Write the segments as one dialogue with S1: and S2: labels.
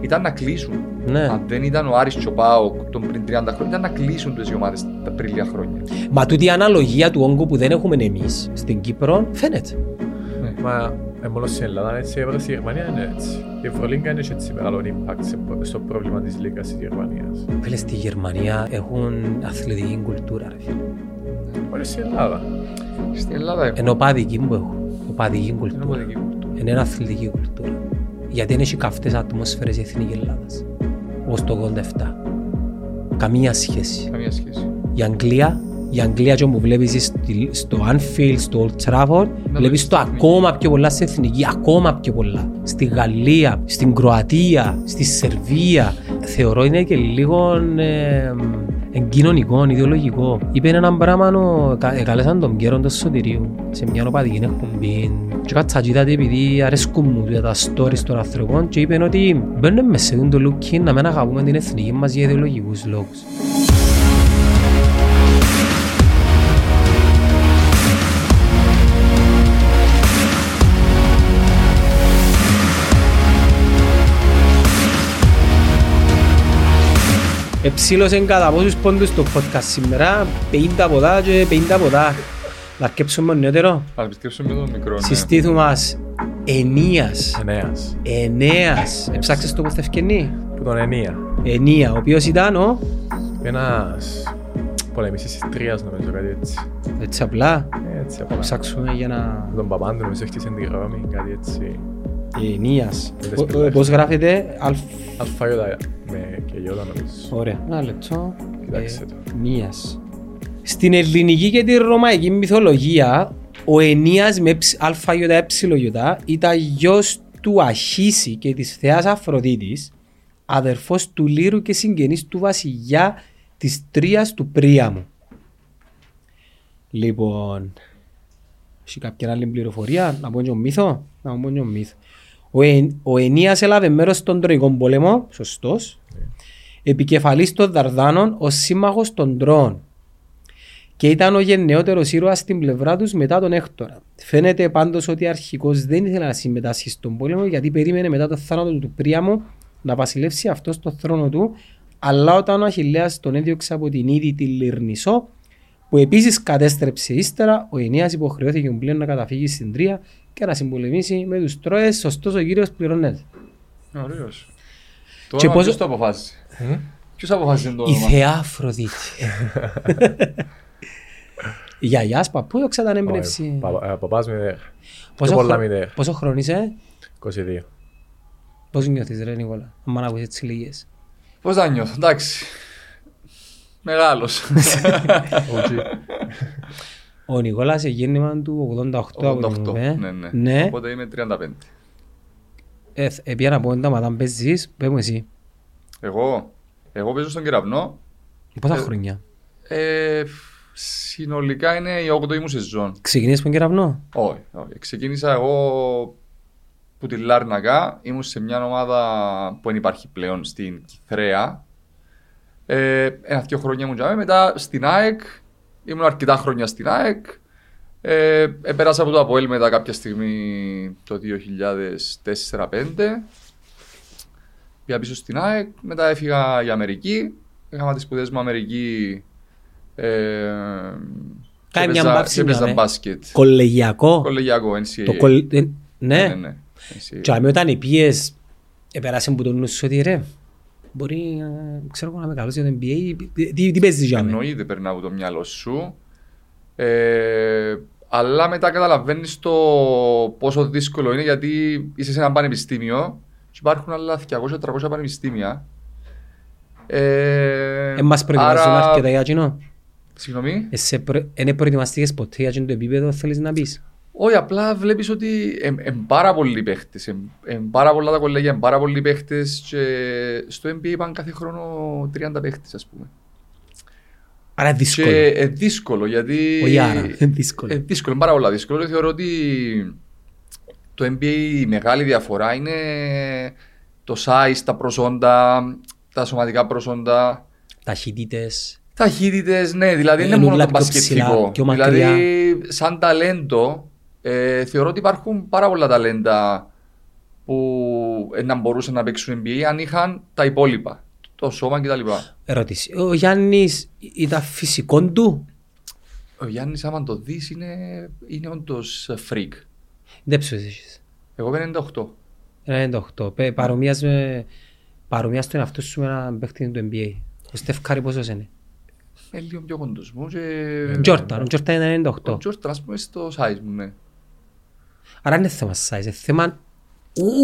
S1: ήταν να κλείσουν.
S2: Ναι.
S1: Αν δεν ήταν ο Άρης και ο ΠΑΟΚ των πριν 30 χρόνια, ήταν να κλείσουν τις οι ομάδες τα πριν λίγα χρόνια.
S2: Μα τούτη η αναλογία του όγκου που δεν έχουμε εμείς στην Κύπρο φαίνεται.
S3: Μα ε, μόνο στην Ελλάδα είναι έτσι, έπρεπε στη Γερμανία είναι έτσι. Η Ευρωλίγκα είναι έτσι μεγάλο impact σε- στο πρόβλημα της Λίγκας της Γερμανίας.
S2: Φίλε, στη Γερμανία έχουν αθλητική κουλτούρα. Ρε. φίλε.
S3: Μόνο στην Ελλάδα.
S1: Στην Ελλάδα έχουμε
S2: Ενώ παδική μου έχω. Οπαδική
S1: την
S2: κουλτούρα.
S1: ομαδική κουλτούρα.
S2: Είναι ένα αθλητική κουλτούρα. Γιατί δεν έχει καυτές ατμόσφαιρες η Εθνική Ελλάδας. Όπω το 87. Καμία σχέση.
S1: Καμία σχέση.
S2: η Αγγλία, η Αγγλία και όπου βλέπεις στη- στο Anfield, στο Old Trafford, βλέπεις το
S1: εθνική.
S2: ακόμα πιο πολλά στην εθνική, ακόμα πιο πολλά. Στη Γαλλία, στην Κροατία, στη Σερβία. Θεωρώ είναι και λίγο ε, εγκοινωνικό, ιδεολογικό. Είπε έναν πράγμα, ο- κα- ε, κάλεσαν τον Κέρον τον Σωτηρίου σε μια οπαδική εκπομπή και κατσακίτατε επειδή αρέσκουν μου τούτα τα stories των ανθρώπων και είπε ότι μπαίνουν μέσα σε τον look in να μην αγαπούμε την εθνική μας για ιδεολογικούς λόγους. Εψήλωσε κατά πόσους πόντους το podcast σήμερα, 50 ποδά και 50 ποδά. Να αρκέψουμε νεότερο.
S1: Αλλά πιστέψουμε με τον μικρό. ναι.
S2: Συστήθου μας ενίας,
S3: Ενέας.
S2: ενέας. Εψάξες το που θα ευκαινεί.
S3: Που τον ενία.
S2: Ενία, ο οποίος ήταν ο,
S3: Ένας πολεμιστής της Τρίας νομίζω κάτι έτσι.
S2: έτσι απλά,
S3: Έτσι
S2: να
S3: απλά.
S2: ψάξουμε για να...
S3: Με τον Παπάντου νομίζω χτίσαν τη Ρώμη, κάτι έτσι.
S2: Ενίας.
S3: Δες
S2: Πο-
S3: πελάρες.
S2: Πώς γράφεται, αλφ...
S3: Αλφαγιώτα με και γιώτα νομίζω.
S2: Ωραία. Ένα λεπτό.
S3: Κοιτάξτε το.
S2: Ενίας. Στην ελληνική και τη ρωμαϊκή μυθολογία, ο Ενίας με ψ- α, ιωτα, ε, ιωτα, ήταν γιος του Αχίση και της θεάς Αφροδίτης, αδερφός του Λύρου και συγγενής του βασιλιά της Τρίας του Πρίαμου. Λοιπόν, έχει κάποια άλλη πληροφορία, να πω και ο μύθο, να πω και ο μύθο. Ο, Εν, ο Ενίας έλαβε μέρος στον Τροϊκό Πόλεμο, σωστός, επικεφαλής των Δαρδάνων ο σύμμαχος των Τρώων και ήταν ο γενναιότερος ήρωας στην πλευρά τους μετά τον Έκτορα. Φαίνεται πάντως ότι αρχικώς δεν ήθελε να συμμετάσχει στον πόλεμο γιατί περίμενε μετά τον θάνατο του Πρίαμου να βασιλεύσει αυτός τον θρόνο του αλλά όταν ο Αχιλέας τον έδιωξε από την είδη τη Λυρνησό που επίσης κατέστρεψε ύστερα, ο Ενίας υποχρεώθηκε πλέον να καταφύγει στην Τρία και να συμπολεμήσει με τους Τρώες, ωστόσο ο κύριος πληρώνεται.
S1: Ναι, Ωραίος.
S2: Και
S1: Τώρα
S2: πώς-
S1: ποιος το αποφάσισε.
S3: Hm?
S1: Ποιος αποφάσισε το
S2: Η
S1: όνομα.
S2: θεά Αφροδίτη. Η γιαγιάς σου παππού ήταν έμπνευση.
S3: Ο παπα- ε, ο Παπάς με
S2: Πόσο
S3: πολλά
S2: χρο-
S3: μηδέν.
S2: Πόσο χρόνο είσαι,
S3: 22.
S2: πώς νιώθεις ρε Νικόλα, άμα να ακούσεις τις λίγες.
S1: Πώς θα νιώθω, εντάξει. Μεγάλος.
S2: Ο Νικόλας είναι γέννημα του 88 από ό,τι μου
S1: 88,
S2: είπε.
S1: ναι, ναι.
S2: Ναι,
S1: Οπότε είμαι 35.
S2: Ε, θ- ε, πήγα να πω εντάξει, μα αν παίζεις, πες μου εσύ.
S1: Εγώ, εγώ παίζω στον κεραυνό.
S2: Πόσα
S1: Ε,
S2: χρόνια.
S1: Ε, συνολικά είναι η 8η μου σεζόν.
S2: Ξεκινήσεις με κεραυνό.
S1: Όχι, όχι. Ξεκίνησα εγώ που τη Λάρνακα. Ήμουν σε μια ομάδα που δεν υπάρχει πλέον στην Κυθρέα. Ε, Ένα-δυο χρόνια ήμουν τζάμε. Μετά στην ΑΕΚ. Ήμουν αρκετά χρόνια στην ΑΕΚ. Ε, επέρασα από το Αποέλ μετά κάποια στιγμή το 2004-2005. Πήγα πίσω στην ΑΕΚ. Μετά έφυγα για Αμερική. Είχαμε τις σπουδές μου Αμερική. Ε, και
S2: Κάνε μια
S1: παίζα-
S2: μπαύση
S1: και παίζα
S2: τζάμε.
S1: μπάσκετ.
S2: Κολεγιακό.
S1: Κολεγιακό, NCAA.
S2: Το κολ... ε,
S1: Ναι,
S2: Ναι,
S1: ναι. NCAA.
S2: και αμέ όταν επίες, επέρασε που τον νου σου ότι ρε, μπορεί, ε, ξέρω εγώ να είμαι καλός για το NBA, τι- τι τι παίζεις για μένα.
S1: Εννοείται περνά από το μυαλό σου. Ε, αλλά μετά καταλαβαίνεις το πόσο δύσκολο είναι γιατί είσαι σε ένα πανεπιστήμιο και υπάρχουν άλλα 200-300 πανεπιστήμια. Ε,
S2: Δεν μας προετοιμάζουν
S1: άρα-
S2: αρκετά για κοινό.
S1: Συγγνώμη.
S2: Είναι προετοιμαστικές ποτέ για κοινό το επίπεδο θέλεις να πεις.
S1: Όχι, απλά βλέπεις ότι είναι πάρα πολλοί παίχτες. Εν πάρα πολλά τα κολέγια, εν πάρα πολλοί παίχτες. Και στο NBA είπαν κάθε χρόνο 30 παίχτες, ας πούμε.
S2: Άρα δύσκολο.
S1: Και ε, δύσκολο γιατί.
S2: Όχι άρα, είναι δύσκολο.
S1: Ε, δύσκολο, είναι πάρα πολύ δύσκολο. Θεωρώ ότι το NBA η μεγάλη διαφορά είναι το size, τα προσόντα, τα σωματικά προσόντα.
S2: Ταχύτητες.
S1: Ταχύτητες, ναι, δηλαδή
S2: Ε,
S1: είναι μόνο
S2: νουλά
S1: το
S2: πιο ψηλά,
S1: μπασκετικό.
S2: πιο μακριά.
S1: Δηλαδή, σαν ταλέντο, ε, θεωρώ ότι υπάρχουν πάρα πολλά ταλέντα που που ε, να μπορούσαν να παίξουν NBA αν είχαν τα υπόλοιπα. Το σώμα κτλ.
S2: Ερώτηση. Ο Γιάννης ήταν φυσικό του.
S1: Ο Γιάννης, άμα το δεις, είναι, είναι όντως freak.
S2: Δεν ψηφίζεις.
S1: Εγώ είμαι 98.
S2: 98. Πε- Παρομοίας με... Παρομοίας τον εαυτό σου με έναν παίκτη του NBA. Ο Στεφ Κάρη πόσος είναι.
S1: Είναι λίγο πιο κοντός μου. Και...
S2: Τζόρταν. Ο Τζόρταν είναι
S1: Ε, Ο
S2: 98.
S1: Τζόρταν, ας πούμε, στο size μου, ναι.
S2: Άρα είναι θέμα size. Είναι θέμα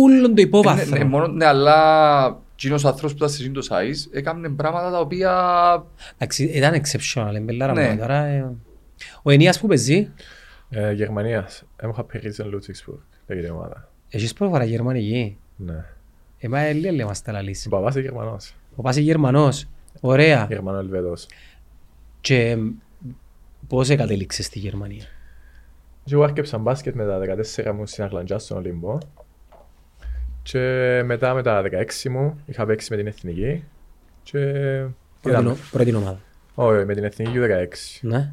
S2: ούλων το
S1: Ε, ναι, ναι,
S2: υπόβαθρο.
S1: μόνο, ναι, αλλά κοινός άνθρωπος που ήταν σε εκείνο το size έκανε πράγματα τα οποία
S2: Εντάξει, Ήταν exceptional. Είναι μπελάρα
S1: Ναι.
S2: μου τώρα. ε. Ο Ενίας που παίζει.
S3: Ε, Γερμανίας. Έμχα Περίζεν Λούτσιξπουργκ. Λέγεται η ομάδα.
S2: Έχεις προφορά γερμανική.
S3: Ναι.
S2: Εμάς Ελλήνια λέμε στα
S3: Ο
S2: λαλείς.
S3: παπάς είναι Γερμανός.
S2: Ο Πας είναι Γερμανός. Ωραία.
S3: Γερμανό-Ελβετός.
S2: Και μ, πώς εγκατέληξες στη Γερμανία.
S3: Και εγώ άρχισα μπάσκετ με τα 14 μου στην Αγλαντζά στον Ολύμπο. Και μετά με τα 16 μου είχα παίξει με την Εθνική. Και...
S2: Πρώτη,
S3: ήταν-
S2: νο- πρώτη ομάδα.
S3: Όχι, με την Εθνική U16.
S2: Ναι.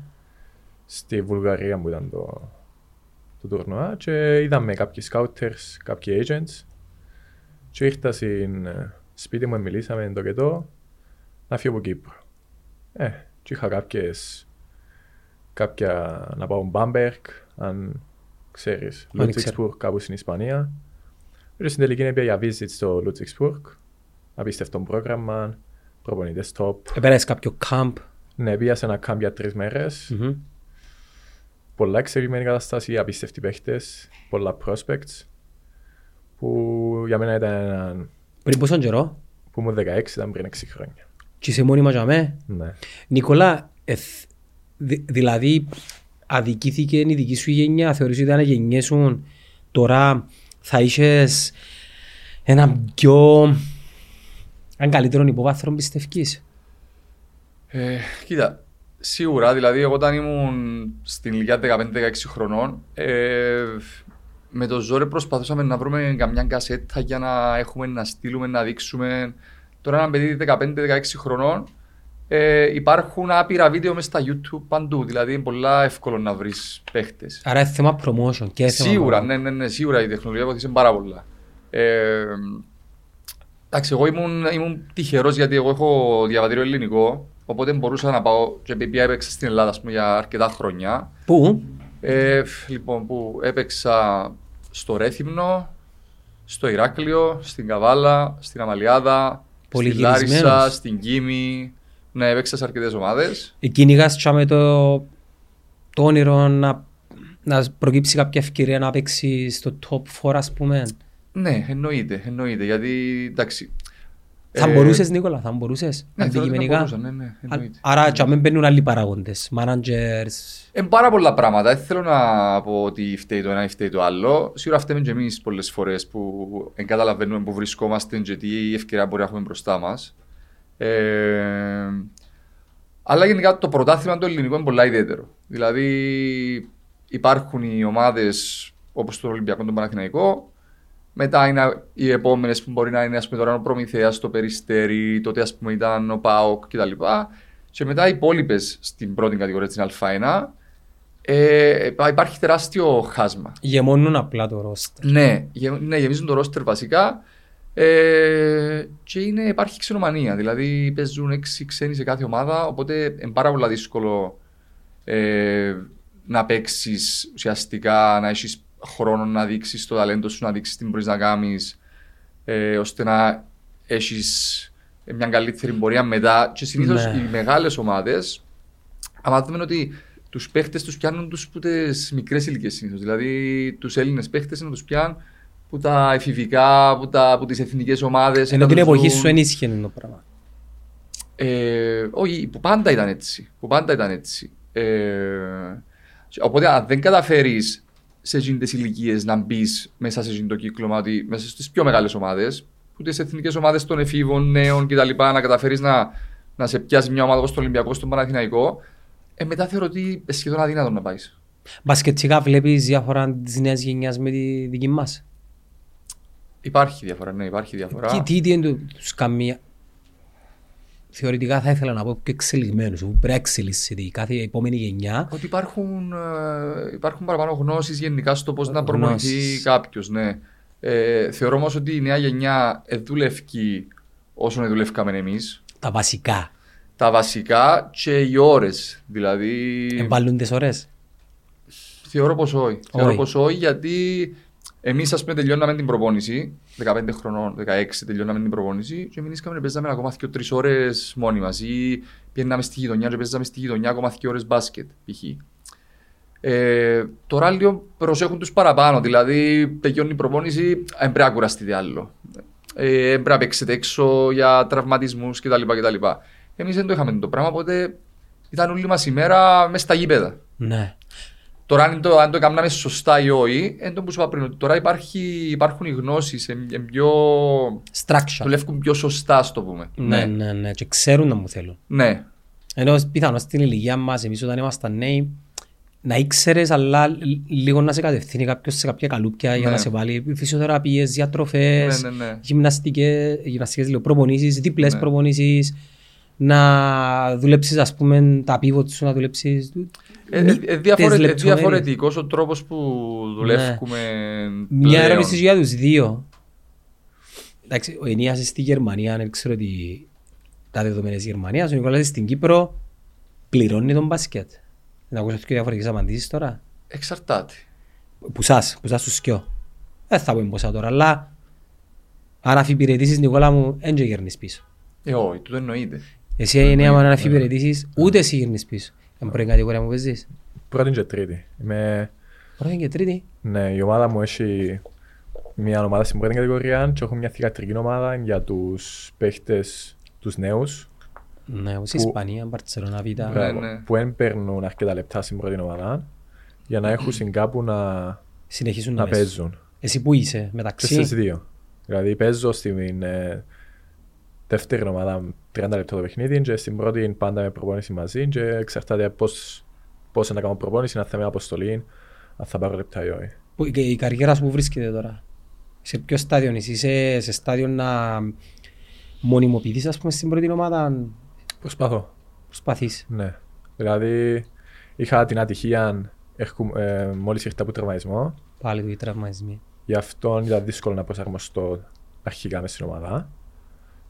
S3: Στη Βουλγαρία που ήταν το, το τουρνουά. Και είδαμε κάποιοι scouters, κάποιοι agents. Και ήρθα στην ε, σπίτι μου, μιλήσαμε το και το. Να φύγω από Κύπρο. Ε, και είχα κάποιες... Κάποια να πάω Μπάμπερκ, αν ξέρεις,
S2: ξέρω.
S3: Λούτσιξπουργκ κάπου στην Ισπανία. Και στην τελική έπια για visit στο Λούτσιξπουργκ. Απίστευτο πρόγραμμα, προπονητές top.
S2: Επέρασες κάποιο camp.
S3: Ναι, πήγα σε ένα κάμπ για τρεις μέρες.
S2: Μμμ.
S3: πολλά εξελιγμένη κατάσταση, απίστευτοι παίχτες, πολλά prospects που για μένα ήταν ένα,
S2: Πριν πόσον καιρό.
S3: που ήμουν 16 ήταν πριν 6 χρόνια.
S2: Και είσαι μόνιμα για μέ.
S3: Ναι.
S2: Νικολά, εθ- δη- δηλαδή αδικήθηκε η δική σου γενιά. Θεωρείς ότι ήταν γενιέσουν. Τώρα θα είχες ένα πιο... Αν καλύτερον υποβάθρο πιστεύεις.
S1: Ε, κοίτα, σίγουρα, δηλαδή, εγώ όταν ήμουν στην ηλικία 15-16 χρονών, ε, με το ζόρι προσπαθούσαμε να βρούμε καμιά κασέτα για να έχουμε να στείλουμε, να δείξουμε. Τώρα, ένα παιδί 15-16 χρονών, ε, υπάρχουν άπειρα βίντεο μέσα στα YouTube παντού. Δηλαδή, είναι πολύ εύκολο να βρεις παίχτες.
S2: Άρα είναι θέμα promotion και Ε, θέμα
S1: Σίγουρα,
S2: promotion.
S1: ναι, ναι, ναι, σίγουρα η τεχνολογία βοήθησε πάρα πολλά. Ε, εντάξει, εγώ ήμουν, ήμουν τυχερός γιατί εγώ έχω διαβατήριο ελληνικό, οπότε μπορούσα να πάω και επειδή έπαιξα στην Ελλάδα ας πούμε, για αρκετά χρόνια.
S2: Πού?
S1: Ε, φ, λοιπόν, που έπαιξα στο Ρέθυμνο, στο Ηράκλειο, στην Καβάλα, στην Αμαλιάδα, στην
S2: Πολυγυρισμένος.
S1: Λάρισα, στην Κίμη. Ναι, έπαιξα σε αρκετές ομάδες.
S2: κυνηγάς τσα με το, το όνειρο να, να προκύψει κάποια ευκαιρία να παίξει στο top 4 ας πούμε.
S1: Ναι, εννοείται, εννοείται. Γιατί εντάξει.
S2: θα
S1: ε,
S2: μπορούσες Νίκολα, θα μπορούσες
S1: Ναι, θεωρώ ότι θα
S2: αντικειμενικά.
S1: μπορούσα, ναι, ναι,
S2: Α-
S1: εννοείται.
S2: Άρα τσα μην μπαίνουν άλλοι παράγοντες, managers.
S1: Ε, πάρα πολλά πράγματα. Δεν θέλω να πω ότι φταίει το ένα ή φταίει το άλλο. Σίγουρα φταίμε και εμείς πολλές φορές που δεν καταλαβαίνουμε που βρισκόμαστε και τι ευκαιρία μπορεί να έχουμε μπροστά μας. Ε, αλλά γενικά το πρωτάθλημα το ελληνικό είναι πολλά ιδιαίτερο. Δηλαδή υπάρχουν οι ομάδες όπως το Ολυμπιακό, τον Παναθηναϊκό. Μετά είναι οι επόμενες που μπορεί να είναι ας πούμε, τώρα ο Προμηθέας, το Περιστέρι, τότε ας πούμε, ήταν ο Πάοκ κτλ. Και μετά οι υπόλοιπες στην πρώτη κατηγορία στην Α1. Ε, υπάρχει τεράστιο χάσμα.
S2: Γεμώνουν απλά το roster.
S1: Ναι, γε- ναι, γεμίζουν το ρόστερ βασικά. Ε, και είναι, υπάρχει ξενομανία. Δηλαδή παίζουν έξι ξένοι σε κάθε ομάδα. Οπότε είναι πάρα πολύ δύσκολο ε, να παίξεις ουσιαστικά, να έχεις χρόνο να δείξεις το ταλέντο σου, να δείξεις τι μπορείς να κάνεις, ε, ώστε να έχεις μια καλύτερη πορεία μετά. Και συνήθως
S2: Ναι.
S1: οι μεγάλες ομάδες αλλά δούμε ότι τους παίχτες τους πιάνουν τους που τις μικρές ηλικίες συνήθως. Δηλαδή τους Έλληνες παίχτες να τους πιάνουν που τα εφηβικά, που, τα, που τις εθνικές ομάδες.
S2: Ενώ
S1: να
S2: την
S1: τους
S2: εποχή
S1: δουν.
S2: σου ενίσχυε το πράγμα.
S1: Ε, όχι, που πάντα ήταν έτσι. Που πάντα ήταν έτσι. Ε, οπότε, αν δεν καταφέρεις σε εκείνες τις ηλικίες να μπεις μέσα σε εκείνο το κύκλωμα, ότι μέσα στις πιο μεγάλες ομάδες, που τις εθνικές ομάδες των εφήβων, νέων κτλ., να καταφέρεις να, να σε πιάσει μια ομάδα όπως τον Ολυμπιακό, στον Παναθηναϊκό, ε, μετά θεωρώ ότι σχεδόν αδύνατο να πάεις.
S2: Μπασκετσικά βλέπεις διάφορα της νέας γενιάς με τη δική μας.
S1: Υπάρχει διαφορά, ναι, υπάρχει διαφορά.
S2: Τι, τι, τι είναι το- τους καμία. Θεωρητικά θα ήθελα να πω πιο εξελιγμένους, που πρέπει να εξελίσσεται η κάθε επόμενη γενιά.
S1: Ότι υπάρχουν, ε, υπάρχουν παραπάνω γνώσεις γενικά στο πώς να
S2: Γνώσεις.
S1: προμονηθεί κάποιος, ναι. Ε, θεωρώ όμως ότι η νέα γενιά ε, δουλεύει όσο δουλεύκαμε εμείς.
S2: Τα βασικά.
S1: Τα βασικά και οι ώρες. Δηλαδή.
S2: Εμπαλούν τις ώρες.
S1: Θεωρώ πως όχι. Θεωρώ
S2: Όχι.
S1: πως όχι γιατί εμείς, ας πούμε, τελειώναμε την προπόνηση. 15 χρονών, 16 τελειώναμε την προπόνηση και μείναμε να παίζαμε ακόμα 2-3 ώρες μόνοι μας. Ή πήγαμε στη γειτονιά και παίζαμε στη γειτονιά ακόμα 2 ώρες μπάσκετ, π.χ. Ε, τώρα λίγο προσέχουν τους παραπάνω. Δηλαδή, τελειώνει η προπόνηση, δεν πρέπει να κουραστείτε άλλο. Ε, εν πρέπει να παίξετε έξω για τραυματισμούς κτλ. κτλ. Εμείς δεν το είχαμε το πράγμα, οπότε ήταν όλη μας ημέρα μέσα στα γήπεδα.
S2: Ναι.
S1: Τώρα, αν το, αν το έκαναμε σωστά ή όχι, εν το που σου είπα πριν, ότι τώρα υπάρχει, υπάρχουν οι γνώσεις, πιο...
S2: Structure.
S1: δουλεύουν πιο σωστά, ας το πούμε.
S2: Ναι, ναι, ναι. Και ξέρουν να μου θέλουν.
S1: Ναι.
S2: Ενώ πιθανώς στην ηλικία μας, εμείς όταν ήμασταν νέοι, να ήξερες αλλά λι- λίγο να σε κατευθύνει κάποιος σε κάποια καλούπια για
S1: Ναι.
S2: να σε βάλει φυσιοθεραπείες, διατροφές,
S1: Ναι, ναι, ναι.
S2: γυμναστικές, γυμναστικές λέω, προπονήσεις, διπλές
S1: Ναι.
S2: προπονήσεις, να δουλέψεις ας πούμε τα πίβοτ σου, να δουλέψεις
S1: Ε,
S2: μη-
S1: ε, ε, διαφορε,
S2: τις
S1: ε,
S2: λεπτομέρειες. Ναι.
S1: διαφορετικός ο τρόπος που δουλεύουμε
S2: Μια
S1: πλέον.
S2: ερώτηση για τους δύο. Εντάξει, ο Ενίας στη Γερμανία, αν ξέρω ότι τα δεδομένα της Γερμανίας, ο Νικόλας στην Κύπρο πληρώνει τον μπάσκετ. Να ακούσω πιο διαφορετικές απαντήσεις τώρα.
S1: Εξαρτάται.
S2: Που σας, που σας τους σκιώ. Δεν θα πούμε πόσα τώρα, αλλά αν αφιπηρετήσεις Νικόλα μου, δεν και γέρνεις πίσω.
S1: Ε, όχι, τούτο εννοείται.
S2: Εσύ εννέα μου αν αφιπηρετήσεις, ούτε εσύ γέρνεις πίσω. Εν πρώτη κατηγορία μου παίζεις.
S3: Πρώτη και τρίτη. Είμαι...
S2: Πρώτη και τρίτη.
S3: Ναι, η ομάδα μου έχει μια ομάδα στην πρώτη κατηγορία και έχω μια θηγατρική ομάδα για τους παίχτες τους νέους
S2: Ναι, όπως η
S3: Που-
S2: Ισπανία, Μπαρτσελώνα, Β.
S1: Μπράβο. ναι.
S3: που δεν παίρνουν αρκετά λεπτά στην πρώτη ομάδα για να
S1: Ναι.
S3: έχουν στην κάπου να,
S2: Συνεχίζουν
S3: να
S2: να παίζουν.
S3: παίζουν.
S2: Εσύ που είσαι,
S3: Και στις
S2: μεταξύ.
S3: δύο. Δηλαδή παίζω στην ε, δεύτερη ομάδα 30 λεπτά το παιχνίδι και στην πρώτη πάντα με προπόνηση μαζί και εξαρτάται πώς, πώς να κάνω προπόνηση, αν θα είμαι αποστολή, αν θα πάρω λεπτά ή όχι.
S2: Που- και η καριέρας σου που βρίσκεται τώρα. Σε ποιο στάδιο είσαι, είσαι σε στάδιο να μονιμοποιηθείς ας πούμε στην πρώτη ομάδα,
S3: Προσπαθώ.
S2: προσπαθείς.
S3: Ναι. Δηλαδή, είχα την ατυχία έρχομαι- ε, μόλις ήρθα από τραυματισμό.
S2: Πάλι του οι τραυματισμοί.
S3: Γι' αυτό ήταν δύσκολο να προσαρμοστώ αρχικά μες στην ομάδα.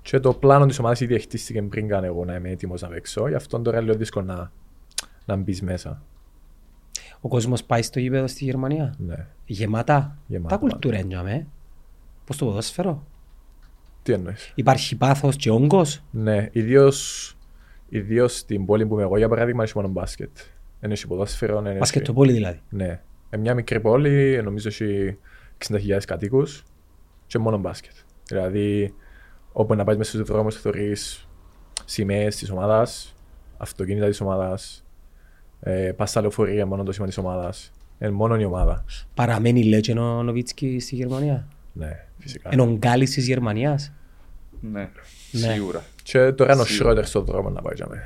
S3: Και το πλάνο της ομάδας ήδη χτίστηκε πριν καν εγώ να είμαι έτοιμος να παίξω. Γι' αυτό τώρα είναι λίγο δύσκολο να, να μπεις μέσα.
S2: Ο κόσμος πάει στο γήπεδο στη Γερμανία.
S3: Ναι.
S2: Γεμάτα.
S3: Γεμάτα,
S2: Τα κουλτούρα είναι τζαμέ. Πώς το ποδόσφαιρο.
S3: Τι εννοείς.
S2: Υπάρχει πάθος και όγκος.
S3: Ναι, ιδίως ιδίως στην πόλη που είμαι εγώ, για παράδειγμα, έχει μόνο μπάσκετ. Ένα ποδόσφαιρο, ένα
S2: Μπασκετοπόλη δηλαδή.
S3: Ναι. Ε, μια μικρή πόλη, ε, νομίζω έχει 60.000 κατοίκους και μόνο μπάσκετ. Δηλαδή, όπου να πάει μέσα στους δρόμους, θεωρείς σημαίες της ομάδας, αυτοκίνητα της ομάδας, ε, πας στα λεωφορεία μόνο το σήμα της ομάδας. Ε, μόνο η ομάδα.
S2: Παραμένει legend ο Νοβίτσκι στη Γερμανία.
S3: Ναι, φυσικά.
S2: Εν ογκάλης της Γερμανίας.
S1: Ναι.
S2: Ναι.
S1: Σίγουρα.
S3: Και τώρα είναι ο
S1: Σίγουρα.
S3: Σρότερ στον δρόμο να πάει. Τζαμε.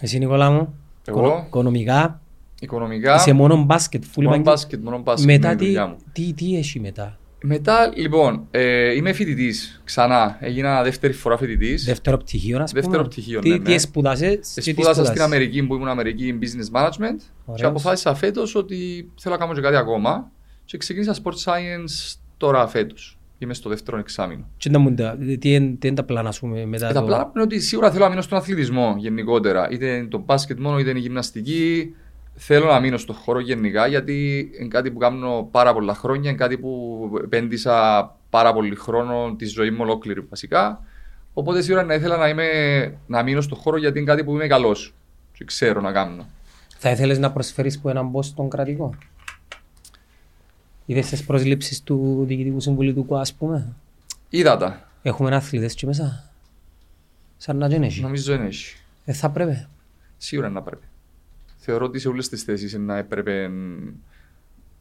S2: Εσύ Νικόλα μου.
S1: Εγώ.
S2: οικονο- Οικονομικά.
S1: Οικονομικά,
S2: Είσαι μόνο μπάσκετ. full
S1: μόνο
S2: επαγγε-
S1: μπάσκετ, μόνο μπάσκετ.
S2: Μετά
S1: είναι η
S2: τι,
S1: δουλειά μου.
S2: τι, τι έχει μετά.
S1: Μετά, λοιπόν, ε, είμαι φοιτητής ξανά. Έγινα δεύτερη φορά φοιτητής.
S2: Δεύτερο πτυχίο, να πούμε.
S1: Δεύτερο πτυχίο,
S2: τι,
S1: ναι, ναι.
S2: Τι σπούδασες και τι
S1: Σπούδασα στην
S2: σπούδασες.
S1: Αμερική που ήμουν Αμερική Business Management και
S2: Ωραίος.
S1: αποφάσισα φέτος ότι θέλω να κάνω και κάτι ακόμα και ξεκίνησα Sport Science τώρα φέτος. Είμαι στο δεύτερο εξάμεινο.
S2: Τι να μου τα- τι είναι- τι είναι τα πλάνα σου με- μετά
S1: Και τα
S2: το-
S1: πλάνα μου είναι ότι σίγουρα θέλω να μείνω στον αθλητισμό γενικότερα. Είτε είναι το μπάσκετ μόνο, είτε είναι η γυμναστική. Θέλω να μείνω στον χώρο γενικά γιατί είναι κάτι που κάνω πάρα πολλά χρόνια, είναι κάτι που επένδυσα πάρα πολύ χρόνο τη ζωή μου ολόκληρη βασικά. Οπότε σίγουρα να ήθελα να, είμαι, να μείνω στον χώρο γιατί είναι κάτι που είμαι καλός και ξέρω να κάνω.
S2: Θα ήθελες να προσφέρεις που έναν boss στον κρατικό. Είδες τις προσλήψεις του Διοικητικού Συμβουλίου του ΚΟΑ, ας πούμε.
S1: Είδα τα.
S2: Έχουμε αθλητές και μέσα. Σαν να δεν έχει.
S1: Νομίζω δεν έχει.
S2: Ε, θα πρέπει.
S1: Σίγουρα να πρέπει. Θεωρώ ότι σε όλες τις θέσεις να έπρεπε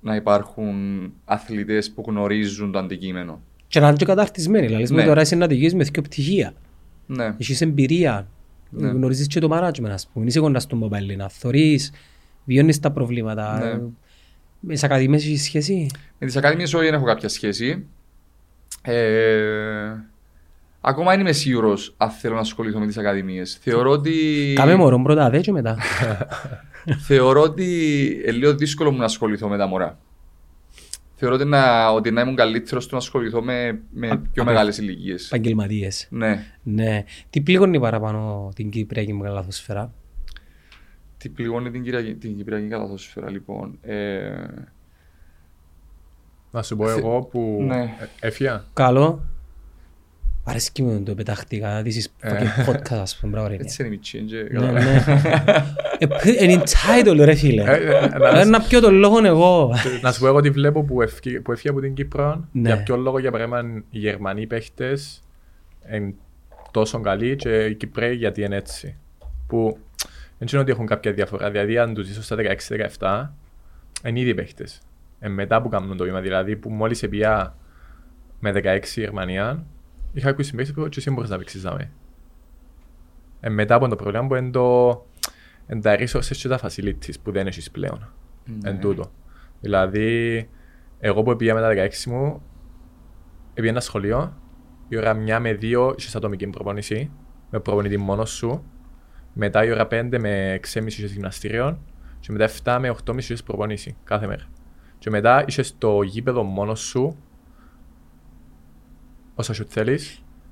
S1: να υπάρχουν αθλητές που γνωρίζουν το αντικείμενο.
S2: Και να είναι και καταρτισμένοι. Δηλαδή,
S1: Ναι.
S2: μου τώρα είσαι να διηγείς με δύο πτυχία.
S1: Ναι.
S2: Έχεις εμπειρία.
S1: Ναι.
S2: Γνωρίζεις και το management, ας πούμε. Είσαι κοντά στον mobile, να θωρείς, βιώνεις τα προβλήματα.
S1: Ναι.
S2: Ε, Με τις ακαδημίες έχεις σχέση.
S1: Με τις ακαδημίες όχι δεν έχω κάποια σχέση. Ε, ακόμα δεν είμαι σίγουρος αν θέλω να ασχοληθώ με τις ακαδημίες. Θεωρώ ότι.
S2: Κάμε μωρό πρώτα, δε και μετά.
S1: Θεωρώ ότι ε, λίγο δύσκολο μου να ασχοληθώ με τα μωρά. Θεωρώ ότι να, ότι να ήμουν καλύτερος στο να ασχοληθώ με, με
S2: Α-
S1: πιο
S2: α-
S1: μεγάλες ηλικίες.
S2: Επαγγελματίες.
S1: Ναι.
S2: Ναι. Τι πλήγωνει παραπάνω την Κυπριακή μεγαλαθόσφαιρα.
S1: Τι πληγώνει την, Κυριακή- την Κυπριακή Καλαθόσφαιρα, λοιπόν. Ε,
S3: Να σου πω
S1: Θε-
S3: εγώ που
S1: Ναι.
S3: ε, έφυγα.
S2: Καλό. Αρέσκει μου το πεταχτήκα. This is
S1: Ε.
S2: fucking podcast, ας πούμε. Μπράβο, ρε.
S1: έτσι είναι η Μιτσίντζε.
S2: Ναι, ναι. Ε, π- Εν entitled, ρε φίλε.
S3: Ε, ε,
S2: Ε,
S3: να-
S2: Να πιω τον λόγο εγώ.
S3: Να σου πω εγώ τι βλέπω που ευκαι- που έφυγε από την Κύπρο.
S2: Ναι.
S3: Για ποιο λόγο, για παράδειγμα, οι Γερμανοί παίχτες είναι τόσο καλοί και οι Κυπρέοι γιατί είναι έτσι. Που δεν ξέρω ότι έχουν κάποια διαφορά. Δηλαδή, αν τους ζήσω στα 16-17, είναι ήδη παίχτες. Ε, μετά που κάνουν το βήμα, δηλαδή που μόλις επιά με 16 η Γερμανία, είχα ακούσει παίχτε που και εσύ μπορείς να παίξεις δάμε. Ε, μετά από το πρόγραμμα που είναι το. εν τα resources και τα facilities που δεν έχεις πλέον εν τούτο. Δηλαδή, εγώ που πήγα με τα 16 μου, πήγα ένα σχολείο, η ώρα 1 με 2 είσαι ατομική προπονήση, με προπονητή μόνος σου. Μετά η ώρα 5 με 6,5 είσαι γυμναστήριων και μετά 7 με 8,5 είσαι προπονήση κάθε μέρα. Και μετά είσαι στο γήπεδο μόνος σου, όσα σουτ θέλει,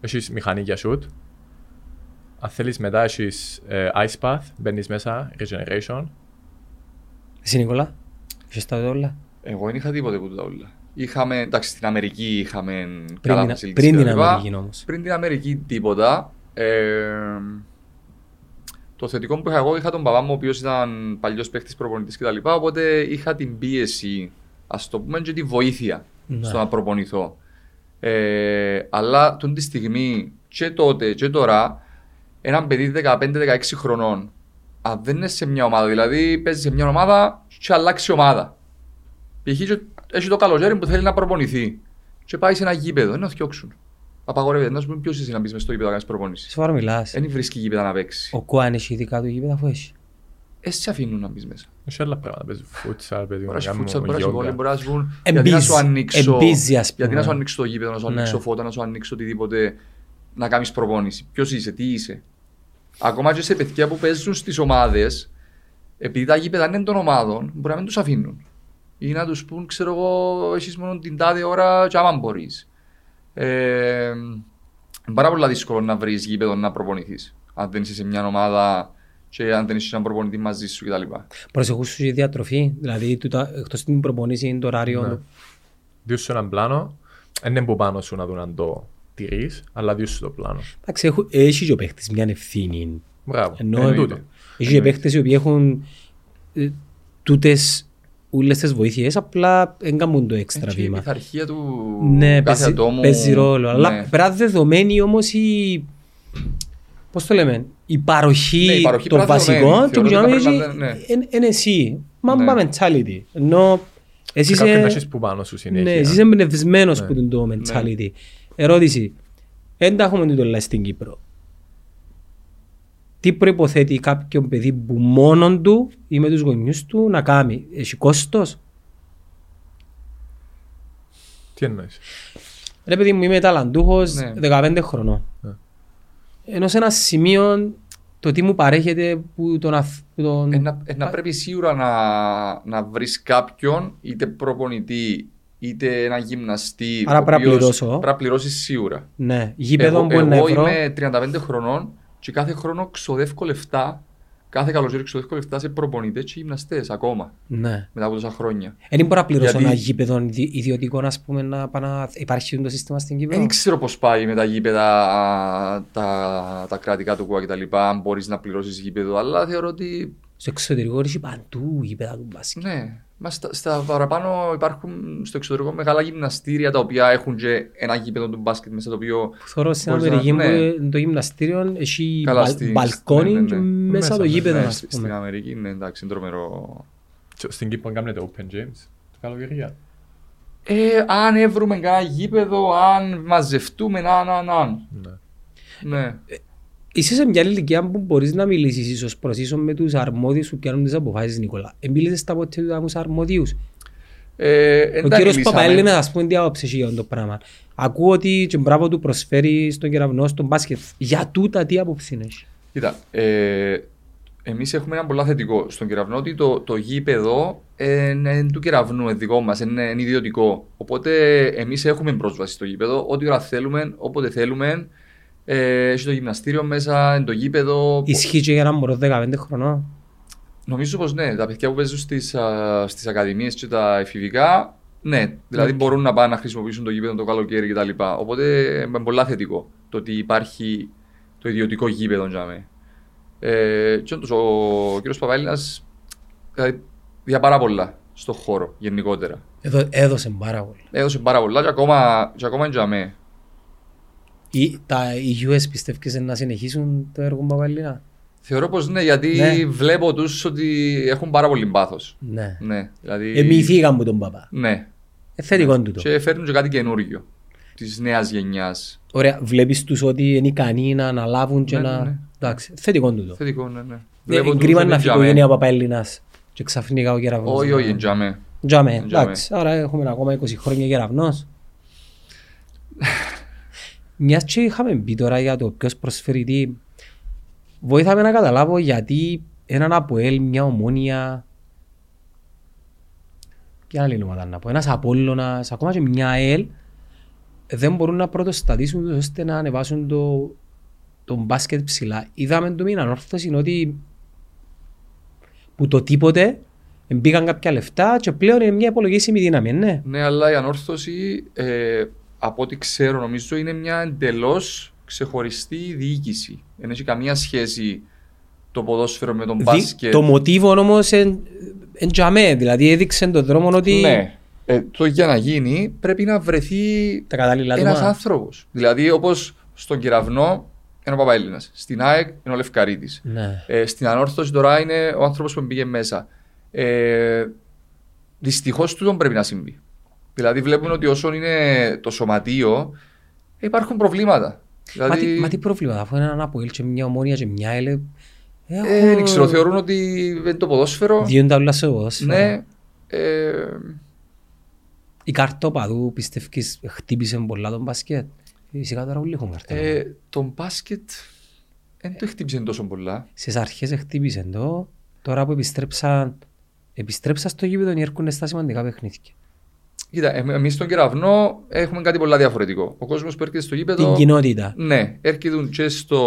S3: έχεις μηχανή για σουτ. Αν θέλεις μετά, έχεις ε, ice path, μπαίνεις μέσα, regeneration.
S2: Εσύ Νικόλα, είχες τα όλα.
S1: Εγώ δεν είχα τίποτε που τα όλα. Είχαμε, εντάξει, στην Αμερική είχαμε
S2: Πριν,
S1: καλά
S2: την-
S1: facilities
S2: πριν
S1: και
S2: την
S1: τα λοιπά.
S2: Αμερική όμως.
S1: Πριν την Αμερική τίποτα. Ε, το θετικό που είχα εγώ, είχα τον παπά μου, ο οποίος ήταν παλιός παίχτη προπονητή κτλ. Οπότε είχα την πίεση, ας το πούμε, και τη βοήθεια
S2: Ναι.
S1: στο να προπονηθώ. Ε, αλλά τον τη στιγμή, και τότε και τώρα, έναν παιδί 15-16 χρονών, αν δεν είναι σε μια ομάδα, δηλαδή παίζει σε μια ομάδα, και αλλάξει ομάδα. Π.χ. και έχει το καλοκαίρι που θέλει να προπονηθεί. Και πάει σε ένα γήπεδο, είναι να θιώξουν. Απαγορεύεται. Να σου πούμε ποιος είσαι να μπεις μες στο γήπεδο να κάνεις προπονήσει.
S2: Σοβαρά μιλάς.
S1: Δεν βρίσκει γήπεδα να παίξει.
S2: Ο Κουάν έχει δικά του γήπεδα αφού έχει.
S1: Έτσι σε αφήνουν να μπεις μέσα.
S3: Έχει άλλα πράγματα. Παίζει φούτσαλ, παιδί μου.
S1: Μπορεί να σου
S3: κάνουμε
S1: φούτσαλ, μπορεί να σου
S3: γιόγκα.
S1: βόλεϊ, μπορεί να σου βγουν.
S2: Εμπίζει-
S1: Γιατί να σου ανοίξω.
S2: εμπίζει, ας
S1: Γιατί να
S2: πούμε.
S1: σου ανοίξω το γήπεδο, να σου
S2: Ναι.
S1: ανοίξω φώτα, να σου ανοίξω οτιδήποτε. Να κάνεις προπόνηση. Ποιος είσαι, τι είσαι. Ακόμα και σε παιδιά που παίζουν στις ομάδες, επειδή τα γήπεδα είναι των ομάδων, μπορεί να μην τους αφήνουν. Ή να τους πούν, ξέρω εγώ, εσύ μόνο την τάδε ώρα, και άμα μπορείς. Ε, είναι πάρα πολύ δύσκολο να βρεις γήπεδο να προπονηθείς. Αν δεν είσαι σε μια ομάδα και αν δεν είσαι έναν προπονητή μαζί σου κτλ.
S2: Προσεχούσου η διατροφή, δηλαδή τούτα, εκτός την προπονήση είναι το ωράριο.
S3: Ναι.
S2: του.
S3: Διούς σου έναν πλάνο, δεν είναι που πάνω σου να δουν αν το τηρείς, αλλά διούς σου το πλάνο.
S2: Εντάξει, έχω- έχει και ο παίχτης μια ευθύνη.
S3: Μπράβο.
S2: Ενώ
S3: Εν
S1: Ε,
S3: τούτο.
S2: έχει και παίχτες οι οποίοι έχουν ε, τούτες όλες τις βοήθειες, απλά δεν κάνουν το έξτρα
S1: Έτσι, Η
S2: βήμα.
S1: πειθαρχία του
S2: Ναι,
S1: κάθε
S2: παίζει,
S1: ατόμου.
S2: παίζει ρόλο.
S1: ναι.
S2: Αλλά πέρα δεδομένη όμως η. Πώς το λέμε, η παροχή,
S1: Ναι, η παροχή
S2: των
S1: πέρα δεδομένη.
S2: βασικών του
S1: Θεωρώ ότι τα
S2: κοινωνικού
S1: πράγματα, ναι.
S2: είναι εσύ. Μάμπα
S1: Ναι.
S2: mentality. Ενώ εσύ
S3: Και κάποιον να
S2: είσαι.
S3: έχεις που πάνω σου
S2: Ναι, εσύ
S3: συνέχεια.
S2: είσαι εμπνευσμένος
S3: Ναι.
S2: που τον το mentality. Ερώτηση. Δεν τα έχουμε τούτο όλα στην Κύπρο. Τι προποθέτει κάποιον παιδί που μόνον του ή με τους γονιούς του να κάνει, Έχει κόστος.
S3: Τι εννοείς.
S2: Ρε παιδί μου, είμαι ταλαντούχος
S1: Ναι.
S2: 15 χρονών.
S3: Ναι.
S2: Ενώ σε ένα σημείο το τι μου παρέχεται που τον. αθ- που τον...
S1: Ε, να, ε, να πρέπει σίγουρα να, να βρεις κάποιον, είτε προπονητή, είτε ένα γυμναστή.
S2: Άρα
S1: ο
S2: πρέπει να
S1: οποίος
S2: πληρώσω.
S1: Πρέπει να πληρώσεις σίγουρα.
S2: Ναι, γήπεδο που
S1: εγώ,
S2: είναι
S1: εγώ
S2: ευρώ.
S1: είμαι 35 χρονών και κάθε χρόνο ξοδεύω λεφτά. Κάθε καλοκαίρι ξοδεύω λεφτά σε προπονητές και γυμναστές ακόμα
S2: Ναι.
S1: μετά από τόσα χρόνια.
S2: Ε, Δεν μπορώ να πληρώσω
S1: Γιατί-
S2: ένα γήπεδο ιδι- ιδιωτικό, να πούμε, να πάω να- Υπάρχει το σύστημα στην Κύπρο.
S1: Δεν ξέρω πώς πάει με τα γήπεδα α, τα, τα κρατικά του ΚΟΑ κτλ. Αν μπορείς να πληρώσεις γήπεδο, αλλά θεωρώ ότι
S2: Στο εξωτερικό έχει παντού γήπεδα του μπάσκετ.
S1: Ναι. Μα στα, στα παραπάνω υπάρχουν στο εξωτερικό μεγάλα γυμναστήρια τα οποία έχουν και ένα γήπεδο του μπάσκετ μέσα το οποίο.
S2: Που Θεωρώ στην
S1: Μπορείς να-
S2: Αμερική
S1: ναι.
S2: μου το γυμναστήριο έχει
S1: Καλά,
S2: μπαλ-
S1: στη-
S2: μπαλκόνι
S1: ναι, ναι, ναι.
S2: και μέσα
S3: Μέσα,
S2: το
S3: ναι,
S2: γήπεδο,
S1: ναι,
S2: ας
S1: στη- στην
S2: πούμε.
S1: Αμερική είναι εντάξει, είναι τρομερό.
S3: Και Στην Κύπρο κάνετε open gyms. Το καλοκαιρία.
S1: Ε, αν έβρουμε κανένα γήπεδο, αν μαζευτούμε, να, να, να.
S3: Ναι.
S1: Ναι.
S2: Είσαι σε μια ηλικία που μπορείς να μιλήσεις ίσως προ ίσω με τους αρμόδιους που πιάνουν τις αποφάσεις, Νικόλα. Ε, Εμίλησε τα ποτέ του άμου αρμόδιου.
S1: Ε,
S2: Ο
S1: εντάξει,
S2: κύριος
S1: μιλήσαμε.
S2: Παπαέλληνα, ας πούμε, τι άποψη έχει για το πράγμα. Ακούω ότι τον μπράβο του προσφέρει στον κεραυνό, στον μπάσκετ. Για τούτα τι άποψη είναι.
S1: Κοίτα, ε, Εμείς έχουμε ένα πολύ θετικό στον κεραυνό ότι το, το γήπεδο ε, είναι του κεραυνού, είναι δικό μας, είναι, είναι ιδιωτικό. Οπότε εμείς έχουμε πρόσβαση στο γήπεδο, ό,τι ώρα θέλουμε, όποτε θέλουμε. Ε, έχει το γυμναστήριο μέσα, είναι το γήπεδο.
S2: Ισχύει και για ένα μωρό 15 χρονών.
S1: Νομίζω πως ναι, τα παιδιά που παίζουν στις στις ακαδημίες και τα εφηβικά, ναι, δηλαδή
S2: Ναι.
S1: μπορούν να πάνε να χρησιμοποιήσουν το γήπεδο το καλοκαίρι κτλ. Οπότε ε, είναι πολύ θετικό το ότι υπάρχει το ιδιωτικό γήπεδο για μέ. Ε, και όντως ο κ. Παπαέλληνας δηλαδή, δια πάρα πολλά στον χώρο γενικότερα.
S2: Εδώ, έδωσε πάρα πολύ.
S1: Έδωσε πάρα πολλά και ακόμα, και ακόμα είναι για μέ.
S2: Οι, τα, οι US πιστεύεις να συνεχίσουν το έργο Παπαλίνα.
S1: Θεωρώ πως ναι, γιατί
S2: Ναι.
S1: βλέπω τους ότι έχουν πάρα πολύ πάθος.
S2: Ναι.
S1: Ναι, δηλαδή...
S2: Εμοιηθήκαν μου τον παπά.
S1: Ναι,
S2: Ε, θετικό τούτο.
S1: και φέρνουν και κάτι καινούργιο της νέας γενιάς.
S2: Ωραία, βλέπεις τους ότι είναι ικανοί να αναλάβουν και
S1: Ναι,
S2: να...
S1: ναι, ναι.
S2: Εντάξει, θετικό τούτο.
S1: Θετικό, ναι, ναι.
S2: Ναι,
S1: Βλέπω
S2: είναι
S1: τους
S2: κρίμα
S1: ότι
S2: να
S1: είναι
S2: φύγει η
S1: για μέ.
S2: οικογένεια Παπαέλληνας και ξαφνικά ο κεραυνός.
S1: Όχι,
S2: να-
S1: όχι, είναι για μέ.
S2: Τζάμε,
S1: Τζάμε.
S2: εντάξει. Άρα έχουμε ακόμα 20 χρόνια κεραυνός. Μιας και είχαμε μπει τώρα για το ποιος προσφέρει τι, βοήθαμε να καταλάβω γιατί έναν Αποέλ, μια ομόνια, ποια άλλη ομάδα να πω, ένας Απόλλωνας, ακόμα και μια ΑΕΛ, δεν μπορούν να πρωτοστατήσουν τους ώστε να ανεβάσουν το, το μπάσκετ ψηλά. Είδαμε το μήνα ανόρθωση είναι ότι που το τίποτε μπήκαν κάποια λεφτά και πλέον είναι μια υπολογίσιμη δύναμη, ναι.
S1: Ναι, αλλά η ανόρθωση, ε, από ό,τι ξέρω, νομίζω είναι μια εντελώς ξεχωριστή διοίκηση. Δεν έχει καμία σχέση το ποδόσφαιρο με τον
S2: Δι-
S1: μπάσκετ.
S2: Το μοτίβο όμως εν τζαμέ, δηλαδή έδειξε τον δρόμο ότι
S1: Ναι. Ε, το για να γίνει πρέπει να βρεθεί
S2: τα κατάλληλα
S1: ένα
S2: άτομα.
S1: άνθρωπος. Δηλαδή, όπως στον κεραυνό είναι ο Παπαέλληνας. Στην ΑΕΚ είναι ο Λευκαρίτης.
S2: Ναι.
S1: Ε, στην ανόρθωση τώρα είναι ο άνθρωπος που μπήκε μέσα. Ε, Δυστυχώς τούτο πρέπει να συμβεί. Δηλαδή, βλέπουμε ότι όσον είναι το σωματείο, ε, υπάρχουν προβλήματα.
S2: Μα, τι,
S1: Δηλαδή,
S2: μα τι πρόβλημα, αφού είναι έναν Αποέλ και μια ομόνια και μια ΕΛΕ.
S1: ε, δεν ξέρω, θεωρούν ότι είναι το ποδόσφαιρο.
S2: Διούν τα όλα σε ποδόσφαιρο.
S1: Ναι. Ε,
S2: Η κάρτα παδού πιστεύεις χτύπησε πολλά τον μπασκετ. Φυσικά τώρα όλοι έχουν κάρτα.
S1: ε, το μπάσκετ δεν το χτύπησε τόσο πολλά.
S2: Στις αρχές χτύπησε το, τώρα που επιστρέψαν, επιστρέψαν στο γήπεδο και έρχονται στα σημαντικά παιχνίδια.
S1: Κοίτα, εμείς στον κεραυνό έχουμε κάτι πολλά διαφορετικό. Ο κόσμος που έρχεται στο γήπεδο.
S2: Την κοινότητα.
S1: Ναι, έρχεται και, στο,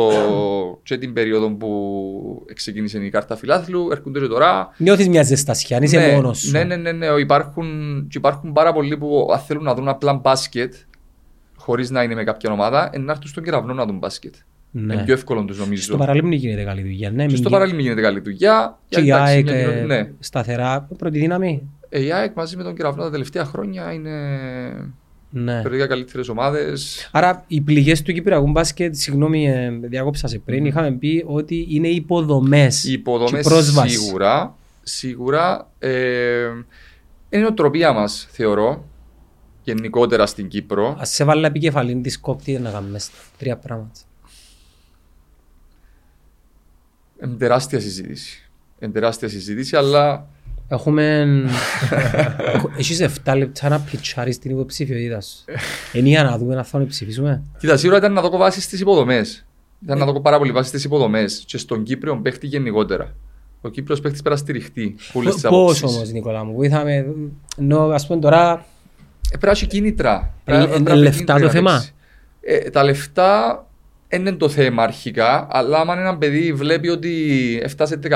S1: και την περίοδο που ξεκίνησε η κάρτα φιλάθλου, έρχονται και τώρα.
S2: Νιώθεις μια ζεστασιά, είσαι
S1: ναι,
S2: μόνος σου.
S1: ναι, ναι, ναι, ναι, υπάρχουν, και υπάρχουν πάρα πολλοί που αν θέλουν να δουν απλά μπάσκετ, χωρίς να είναι με κάποια ομάδα, ε, να έρθουν στον κεραυνό να δουν μπάσκετ.
S2: Ναι.
S1: Είναι πιο εύκολο του νομίζω.
S2: Στο παραλίμνη γίνεται καλή δουλειά. Ναι,
S1: και
S2: μην
S1: στο
S2: γι-
S1: παραλίμνη γίνεται καλή δουλειά.
S2: Και η
S1: για εντάξει,
S2: ΑΕΚ
S1: μια
S2: ε,
S1: κοινότητα- ναι.
S2: σταθερά πρώτη δύναμη. Ναι.
S1: Ε, Η ΑΕΚ μαζί με τον κεραυνό τα τελευταία χρόνια είναι
S2: Ναι.
S1: θεωρητικά καλύτερες ομάδες.
S2: Άρα οι πληγές του Κυπριακού μπάσκετ, συγγνώμη, ε, διακόψα σε πριν, είχαμε πει ότι είναι υποδομές.
S1: Οι υποδομές
S2: πρόσβαση.
S1: σίγουρα, σίγουρα ε, είναι οτροπία μας, θεωρώ, γενικότερα στην Κύπρο.
S2: Ας σε βάλει επικεφαλή της κόπτη να κάνουμε στα τρία πράγματα.
S1: Είναι τεράστια συζήτηση. Είναι τεράστια συζήτηση, αλλά
S2: Έχουμε. Έχεις 7 λεπτά να πιτσάρεις την υποψηφιότητα σου. Είναι για να δούμε να θα τον ψηφίσουμε.
S1: κοίτα, σίγουρα ήταν να δω βάση στις υποδομές. Ήταν να δω πάρα πολύ βάση στις υποδομές και στον Κύπριο παίχτη γενικότερα. Ο Κύπριος παίχτης πέρα στηριχτή. Πολλέ τι
S2: Πώ
S1: απόψει.
S2: όμως, Νικόλα μου, βοήθαμε. Ενώ ας πούμε τώρα
S1: Ε, πρέπει να έχει κίνητρα.
S2: Ε,
S1: Πρέπει να-
S2: ε,
S1: πρέπει να
S2: λεφτά
S1: έχει κίνητρα
S2: το
S1: να
S2: θέμα.
S1: παίξει. Ε, τα λεφτά δεν είναι το θέμα αρχικά, αλλά άμα ένα παιδί βλέπει ότι έφτασε 15-16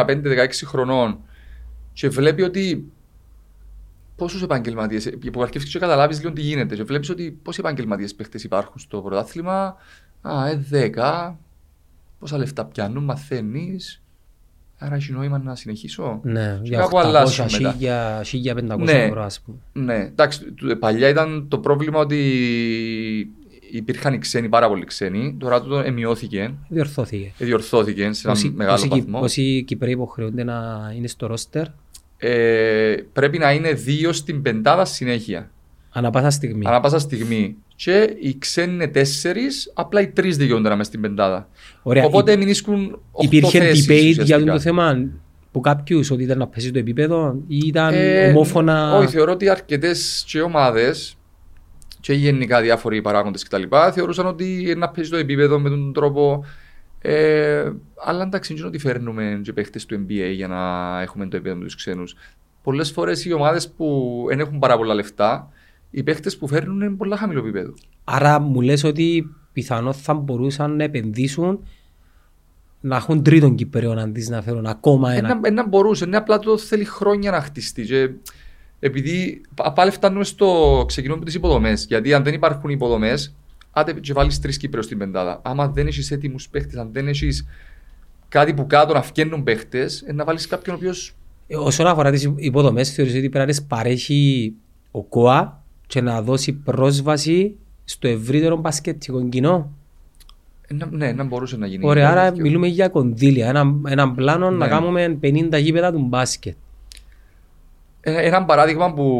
S1: χρονών και βλέπει ότι πόσους επαγγελματίες. που αρκεύει και καταλάβεις λίγο τι γίνεται. Και βλέπεις ότι πόσοι επαγγελματίες παίχτες υπάρχουν στο πρωτάθλημα. Α, ε, 10. Πόσα λεφτά πιάνουν, μαθαίνεις. Άρα έχει νόημα να συνεχίσω.
S2: Ναι,
S1: Και
S2: για
S1: κάπου
S2: 800,
S1: αλλάζουν μετά.
S2: 1000, 1500
S1: Ναι.
S2: ευρώ, ας πούμε.
S1: Ναι, εντάξει, του- παλιά ήταν το πρόβλημα ότι υπήρχαν οι ξένοι, πάρα πολλοί ξένοι. Τώρα τούτο εμειώθηκε,
S2: Διορθώθηκε.
S1: ε, διορθώθηκε σε ένα
S2: Όσοι-
S1: μεγάλο
S2: όσοι Κυ-
S1: βαθμό.
S2: Όσοι Κυπρέοι υποχρεούνται να είναι στο ρόστερ,
S1: Ε, πρέπει να είναι δύο στην πεντάδα συνέχεια.
S2: ανά πάσα στιγμή.
S1: Ανά πάσα στιγμή. Και οι ξένοι είναι τέσσερις, απλά οι τρεις δικαιούνται να είμαι στην πεντάδα.
S2: Ωραία,
S1: Οπότε
S2: υ-
S1: μην ίσκουν οχτώ
S2: υπήρχε
S1: θέσεις,
S2: debate για
S1: ουσιαστικά.
S2: το θέμα που κάποιους ότι ήταν να πέσει το επίπεδο ή ήταν
S1: Ε,
S2: ομόφωνα.
S1: Όχι, θεωρώ ότι αρκετές και ομάδες και γενικά διάφοροι παράγοντες κτλ. θεωρούσαν ότι να παίζει το επίπεδο με τον τρόπο Ε, αλλά εντάξει, είναι ότι φέρνουμε και παίχτες του NBA για να έχουμε το επίπεδο με τους ξένους. Πολλές φορές οι ομάδες που δεν έχουν πάρα πολλά λεφτά, οι παίχτες που φέρνουν είναι πολλά χαμηλό επίπεδο.
S2: Άρα μου λες ότι πιθανόν θα μπορούσαν να επενδύσουν να έχουν τρίτον Κυπρέων αντί να φέρουν ακόμα ένα.
S1: Ένα, ένα μπορούσε, ναι, απλά το θέλει χρόνια να χτιστεί. Και επειδή πα- πάλι φτάνουμε στο ξεκινούμε από τις υποδομές. Γιατί αν δεν υπάρχουν υποδομές, άντε και βάλεις τρεις Κύπρου στην πεντάδα. Άμα δεν έχεις έτοιμους παίχτες, αν δεν έχεις κάτι που κάτω να φγαίνουν παίχτε, να βάλεις κάποιον ο οποίος.
S2: Ε, Όσον αφορά τις υποδομές, θεωρείς ότι πρέπει να τις παρέχει ο ΚΟΑ και να δώσει πρόσβαση στο ευρύτερο μπασκετικό κοινό.
S1: Ναι, να μπορούσε να γίνει.
S2: Ωραία, άρα
S1: Δίκαιο.
S2: μιλούμε για κονδύλια. Ένα, έναν πλάνο να
S1: Ναι.
S2: κάνουμε 50 γήπεδα του μπάσκετ.
S1: Ένα ένα Ε, παράδειγμα που,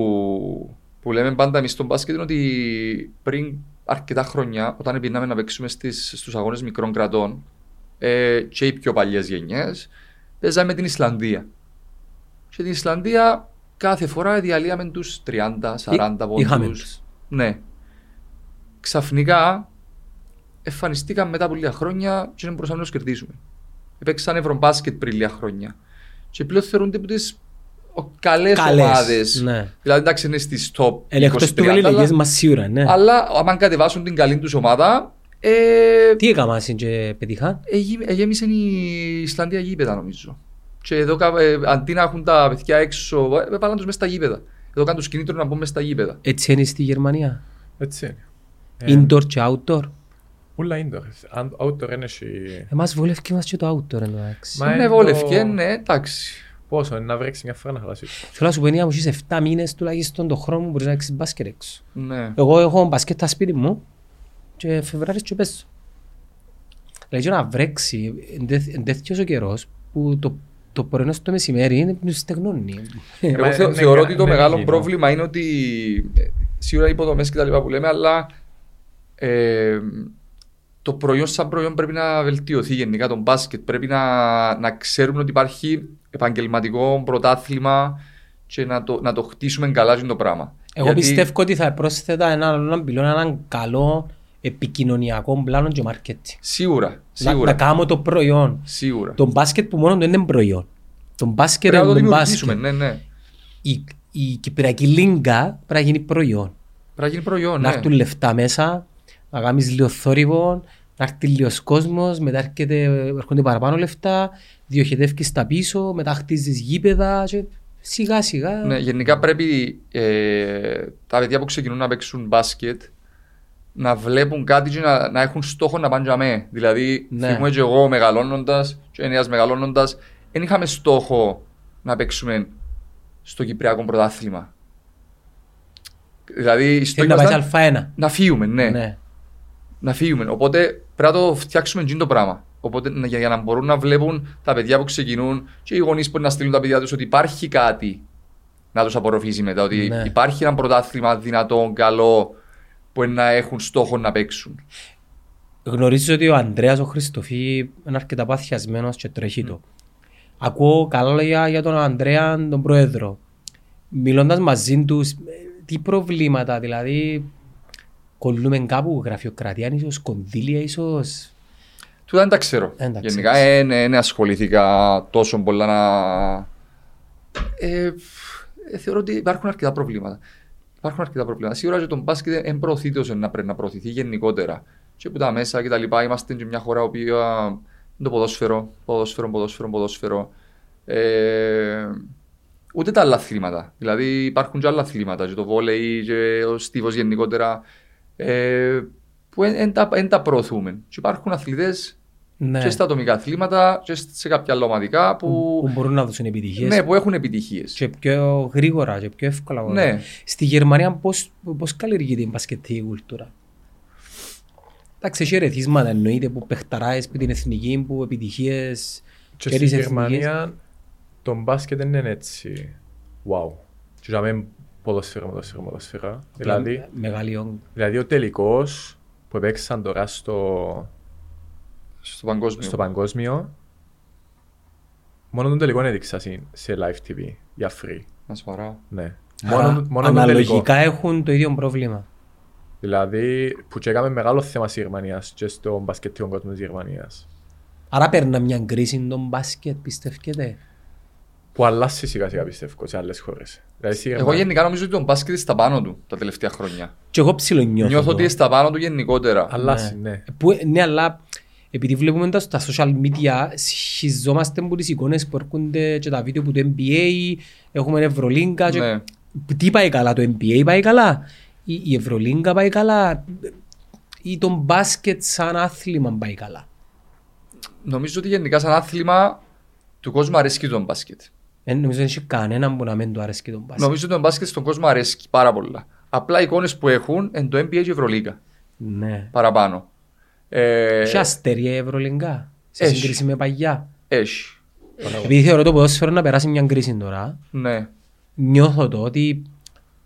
S1: που λέμε πάντα εμείς στον μπάσκετ είναι ότι πριν αρκετά χρόνια, όταν πηγαίναμε να παίξουμε στις, στους αγώνες μικρών κρατών ε, και οι πιο παλιές γενιές, παίζαμε την Ισλανδία. Και την Ισλανδία κάθε φορά διαλύαμε τους 30-40
S2: Ή- είχαμε
S1: πόντους.
S2: τους.
S1: Ναι. Ξαφνικά εμφανιστήκαμε μετά από λίγα χρόνια και δεν μπορούσαμε να τους κερδίσουμε. Επέξαν ευρωμπάσκετ πριν λίγα χρόνια. Και πλέον θεωρούνται από τις καλές
S2: Καλές,
S1: ομάδες.
S2: ναι.
S1: Δηλαδή, εντάξει, είναι στις top.
S2: Ελεκτός
S1: 20-30,
S2: του Βελιλεγές μας σίγουρα, ναι.
S1: Αλλά, αλλά αν κατεβάσουν την καλή τους ομάδα, ε,
S2: Τι έκανα εσύ και πετύχα.
S1: εγι- εγέμισε η Ισλανδία γήπεδα, νομίζω. Και εδώ, κα- ε, αντί να έχουν τα παιδιά έξω, ε, βάλαν τους μέσα στα γήπεδα. Εδώ κάνουν τους κινήτρους να μπουν μέσα στα γήπεδα.
S2: Έτσι είναι στη Γερμανία.
S3: Έτσι είναι. Ε,
S2: Indoor και outdoor.
S3: Ούλα indoor. Αν- Outdoor είναι εσύ-
S2: Εμάς βολεύει μας και το outdoor εντάξει.
S3: Μα
S1: ναι,
S3: είναι το-
S1: βόλευκε, ναι, εντάξει.
S3: Πόσο είναι να βρέξεις μια φορά να χαλάσεις.
S2: Θέλω να σου πω ενία μου, είσαι 7 μήνες τουλάχιστον το χρόνο που μπορείς να έχεις μπάσκετ έξω.
S1: Ναι.
S2: Εγώ έχω μπασκετ στα σπίτι μου και Φεβράριο και παίζω. Δηλαδή και να βρέξει, εντέθιος ο καιρός που το, το πρωινό στο μεσημέρι είναι που στεγνώνει.
S1: Εγώ
S3: μα
S2: Ε,
S1: θεω-
S3: είναι
S1: θεωρώ
S3: κα-
S1: ότι το
S3: ναι,
S1: μεγάλο
S3: είναι.
S1: πρόβλημα είναι ότι ε, σίγουρα οι υποδομές και τα λοιπά που λέμε, αλλά ε, το προϊόν σαν προϊόν πρέπει να βελτιωθεί γενικά. Το μπάσκετ πρέπει να, να ξέρουμε ότι υπάρχει επαγγελματικό πρωτάθλημα και να το, να το χτίσουμε καλά είναι το πράγμα.
S2: Εγώ
S1: Γιατί-
S2: πιστεύω ότι θα πρόσθετα έναν έναν πυλώνα, έναν καλό επικοινωνιακό πλάνο και marketing.
S1: Σίγουρα,
S2: Να,
S1: σίγουρα.
S2: να κάνω το προϊόν.
S1: σίγουρα.
S2: Το μπάσκετ που μόνο του είναι προϊόν. Το μπάσκετ
S1: Πρέπει να το
S2: είναι το
S1: δημιουργήσουμε,
S2: μπάσκετ.
S1: ναι, ναι. Πρέπει
S2: Η, η κυπριακή λίγκα πρέπει να γίνει προϊόν.
S1: να γίνει προϊόν,
S2: να
S1: ναι.
S2: έρθουν λεφτά μέσα, να κάνεις λίγο θόρυβο, να έρθει λίγος κόσμος, μετά έρχεται, έρχονται παραπάνω λεφτά, διοχετεύκεις τα πίσω, μετά χτίζεις γήπεδα και σιγά σιγά.
S1: Ναι, γενικά πρέπει ε, τα παιδιά που ξεκινούν να παίξουν μπάσκετ να βλέπουν κάτι και να, να έχουν στόχο να πάνε για μέ. Δηλαδή,
S2: Ναι.
S1: θυμούμαι και εγώ μεγαλώνοντας, και ενέα μεγαλώνοντα, δεν είχαμε στόχο να παίξουμε στο Κυπριακό πρωτάθλημα. Δηλαδή, η στόχη
S2: Θέλει να
S1: μας
S2: πάει
S1: ήταν
S2: σε Α1.
S1: να φύγουμε, ναι.
S2: Ναι.
S1: Να φύγουμε. Οπότε πρέπει να το φτιάξουμε εκείνο το πράγμα. Οπότε να- για, για να μπορούν να βλέπουν τα παιδιά που ξεκινούν και οι γονείς που να στείλουν τα παιδιά τους ότι υπάρχει κάτι να τους απορροφήσει μετά. Ότι
S2: Ναι.
S1: υπάρχει ένα πρωτάθλημα δυνατό, καλό που να έχουν στόχο να παίξουν.
S2: Γνωρίζω ότι ο Ανδρέας ο Χριστοφή είναι αρκετά παθιασμένος και τρέχει το. Ακούω καλά λόγια για τον Ανδρέα, τον πρόεδρο. Μιλώντας μαζί τους, ε, τι προβλήματα, δηλαδή κολλούμε κάπου, γραφειοκρατία, ίσως κονδύλια, ίσως...
S1: Του δεν τα ξέρω.
S2: Δεν τα
S1: Γενικά
S2: ξέρεις.
S1: δεν ε, ναι, ασχολήθηκα τόσο πολλά να. Ε, ε, θεωρώ ότι υπάρχουν αρκετά προβλήματα. Υπάρχουν αρκετά προβλήματα. Σίγουρα και τον μπάσκετ δεν προωθείται όσο να πρέπει να προωθηθεί γενικότερα. Και που τα μέσα και τα λοιπά. Είμαστε και μια χώρα που το ποδόσφαιρο, ποδόσφαιρο, ποδόσφαιρο, ποδόσφαιρο. Ε, ούτε τα άλλα αθλήματα. Δηλαδή υπάρχουν και άλλα αθλήματα. Και το βόλεϊ, και ο στίβος γενικότερα. Ε, που δεν τα, εν τα προωθούμε. Και υπάρχουν αθλητές
S2: Ναι.
S1: και στα ατομικά αθλήματα και σε κάποια άλλα ομαδικά
S2: που
S1: που,
S2: μπορούν να δώσουν επιτυχίες.
S1: ναι, που έχουν επιτυχίες.
S2: Και πιο γρήγορα και πιο εύκολα.
S1: Ναι.
S2: Στη Γερμανία πώς, πώς καλλιεργείται η μπασκετική κουλτούρα. Εντάξει, έχει ερεθίσματα εννοείται που παιχταράες που την εθνική, που επιτυχίες.
S3: Και
S2: και
S3: στη
S2: τις εθνικές.
S3: Γερμανία το μπάσκετ δεν είναι έτσι. Wow. Και δηλαδή ποδοσφαίρα, ποδοσφαίρα, ποδοσφαίρα. Δηλαδή,
S2: Μεγάλη όγκ.
S3: δηλαδή ο τελικός που παίξαν τώρα στο,
S1: Στο παγκόσμιο.
S3: στο παγκόσμιο, μόνο τον τελικό έδειξα συν- σε live TV για free.
S1: Να σοβαρά.
S3: Ναι.
S2: Άρα,
S3: Μόνο, μόνο τον τελικό.
S2: αναλογικά έχουν το ίδιο πρόβλημα.
S3: Δηλαδή, που και έκαμε μεγάλο θέμα στη Γερμανία και στο μπασκετικό κόσμο της Γερμανίας.
S2: Άρα παίρνα μια κρίση τον μπάσκετ, πιστεύετε.
S3: Που αλλάζει σιγά σιγά πιστεύω σε άλλες χώρες. Δηλαδή, στη
S1: Εγώ
S3: Γερμανία-
S1: γενικά νομίζω ότι το μπάσκετ είναι στα πάνω του τα τελευταία χρόνια.
S2: Και εγώ ψιλονιώθω.
S1: Νιώθω
S2: το.
S1: ότι είναι στα πάνω του γενικότερα.
S3: Αλλάζει, ναι.
S2: Που, ναι, αλλά επειδή βλέπουμε τα στα social media, σχιζόμαστε από τις εικόνες που έρχονται και τα βίντεο που το NBA, έχουμε Ευρωλίγκα. Και...
S1: Ναι.
S2: Τι πάει καλά, το NBA πάει καλά, η, η Ευρωλίγκα πάει καλά, ή το μπάσκετ σαν άθλημα πάει καλά.
S1: Νομίζω ότι γενικά σαν άθλημα του κόσμου αρέσκει το μπάσκετ.
S2: Δεν νομίζω δεν έχει κανέναν που να μην του αρέσει το μπάσκετ.
S1: Νομίζω ότι το μπάσκετ στον κόσμο αρέσκει πάρα πολλά. Απλά οι εικόνες που έχουν είναι το NBA και η Ευρωλίγα
S2: Ναι.
S1: παραπάνω. Ε,
S2: Έχει αστερία η Ευρωλίγκα σε
S1: Έχει.
S2: σύγκριση με παγιά.
S1: έχει.
S2: Επειδή θεωρώ το ποδόσφαιρο να περάσει μια κρίση τώρα,
S1: Ναι.
S2: νιώθω το ότι